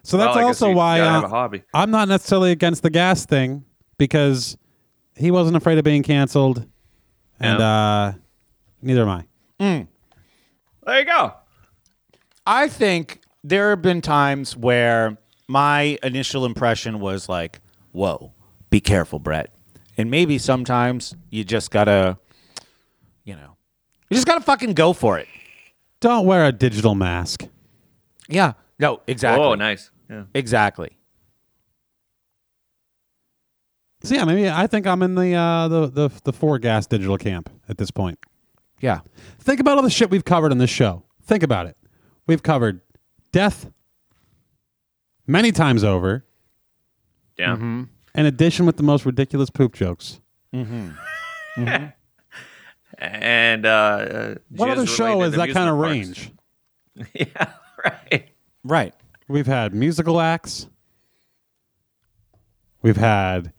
A: So that's
C: Well, I guess
A: also
C: you
A: why
C: gotta
A: uh,
C: have a hobby.
A: I'm not necessarily against the gas thing because he wasn't afraid of being canceled, and
C: Yeah.
A: uh, neither am I.
C: There you go.
E: I think there have been times where my initial impression was like, "Whoa, be careful, Brett." And maybe sometimes you just gotta, you know, you just gotta fucking go for it.
A: Don't wear a digital mask.
E: Yeah. No. Exactly.
C: Oh, nice. Yeah.
E: Exactly.
A: So yeah, maybe I think I'm in the uh, the the the four gas digital camp at this point.
E: Yeah.
A: Think about all the shit we've covered on this show. Think about it. We've covered death many times over,
C: Yeah.
A: in addition with the most ridiculous poop jokes.
C: And uh, uh,
A: What other show is that kind of range?
C: yeah. Right.
E: Right.
A: We've had musical acts. We've had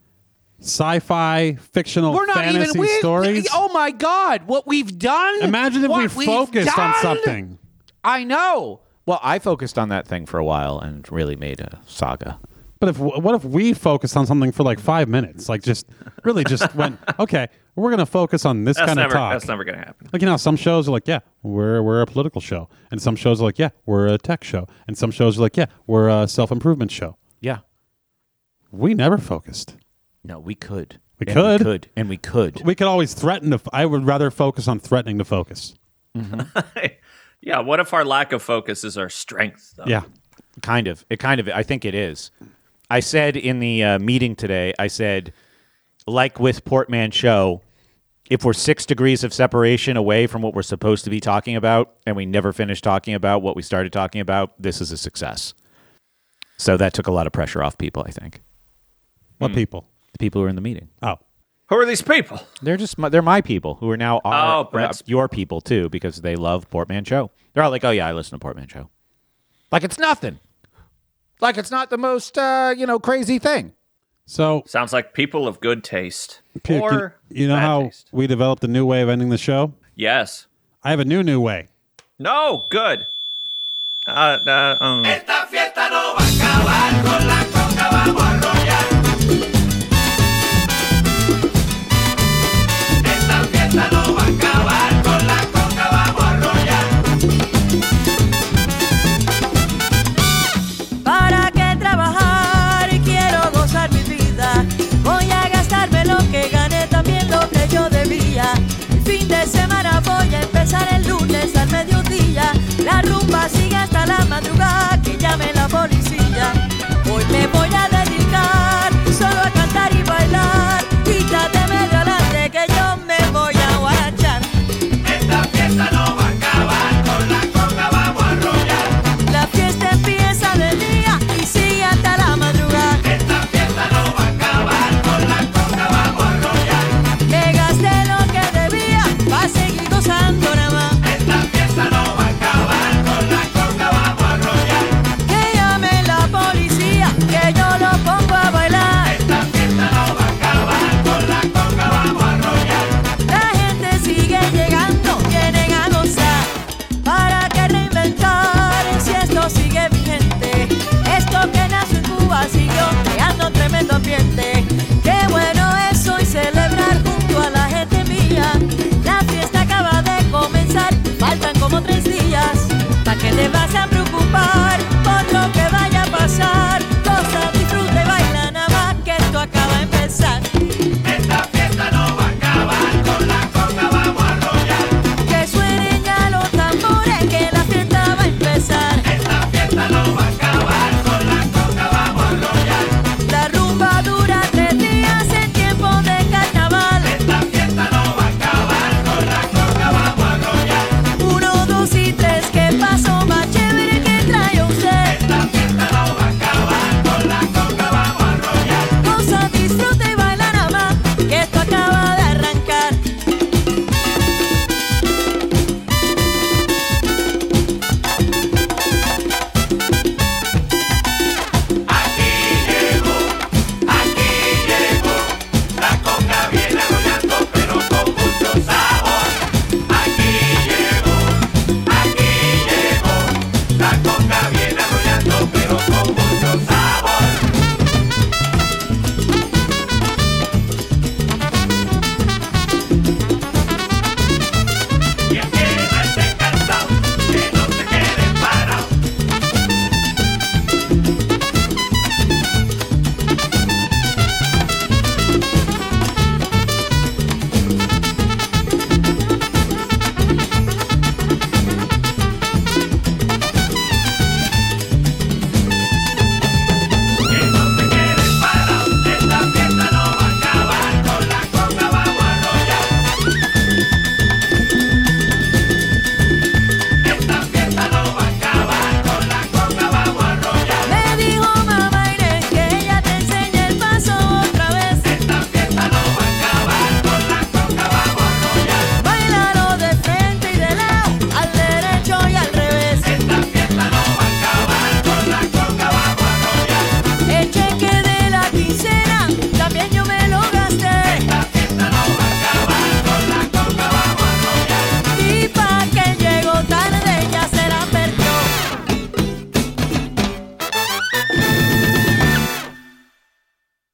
A: sci-fi fictional
E: We're not
A: Oh, fantasy
E: even. We,
A: stories.
E: Oh my God! What we've done.
A: Imagine if
E: What
A: we
E: we've
A: focused on
E: done!
A: something.
E: I know. Well, I focused on that thing for a while and really made a saga.
A: But if what if we focused on something for like five minutes? Like just really just went okay. We're gonna focus on this
C: That's
A: kind
C: never.
A: of talk.
C: That's never gonna happen.
A: like you know, some shows are like, yeah, we're we're a political show, and some shows are like, yeah, we're a tech show, and some shows are like, yeah, we're a self improvement show.
E: Yeah.
A: We never focused.
E: No, we could.
A: We
E: And
A: could.
E: We could. And we could.
A: We could always threaten to. F- I would rather focus on threatening to focus.
C: yeah. What if our lack of focus is our strength? Though?
A: Yeah.
E: Kind of. It kind of. I think it is. I said in the uh, meeting today. I said, like with Portman Show, if we're six degrees of separation away from what we're supposed to be talking about, and we never finish talking about what we started talking about, this is a success. So that took a lot of pressure off people. I think
A: What
C: Hmm.
A: people?
E: the people who are in the meeting.
A: Oh,
C: Who are these people?
E: They're just my, they're my people who are now our,
C: Oh, Brett's-
E: uh, your people too because they love Portman Show. They're all like, oh yeah, I listen to Portman Show. Like it's nothing. Like it's not the most uh, you know crazy thing.
A: so
C: Sounds like people of good taste.
A: Peter, can-
C: or
A: you know
C: bad
A: how
C: taste.
A: we developed a new way of ending the show?
C: Yes.
A: I have a new new way.
C: No. Good. Uh, uh, um.
H: Esta fiesta no va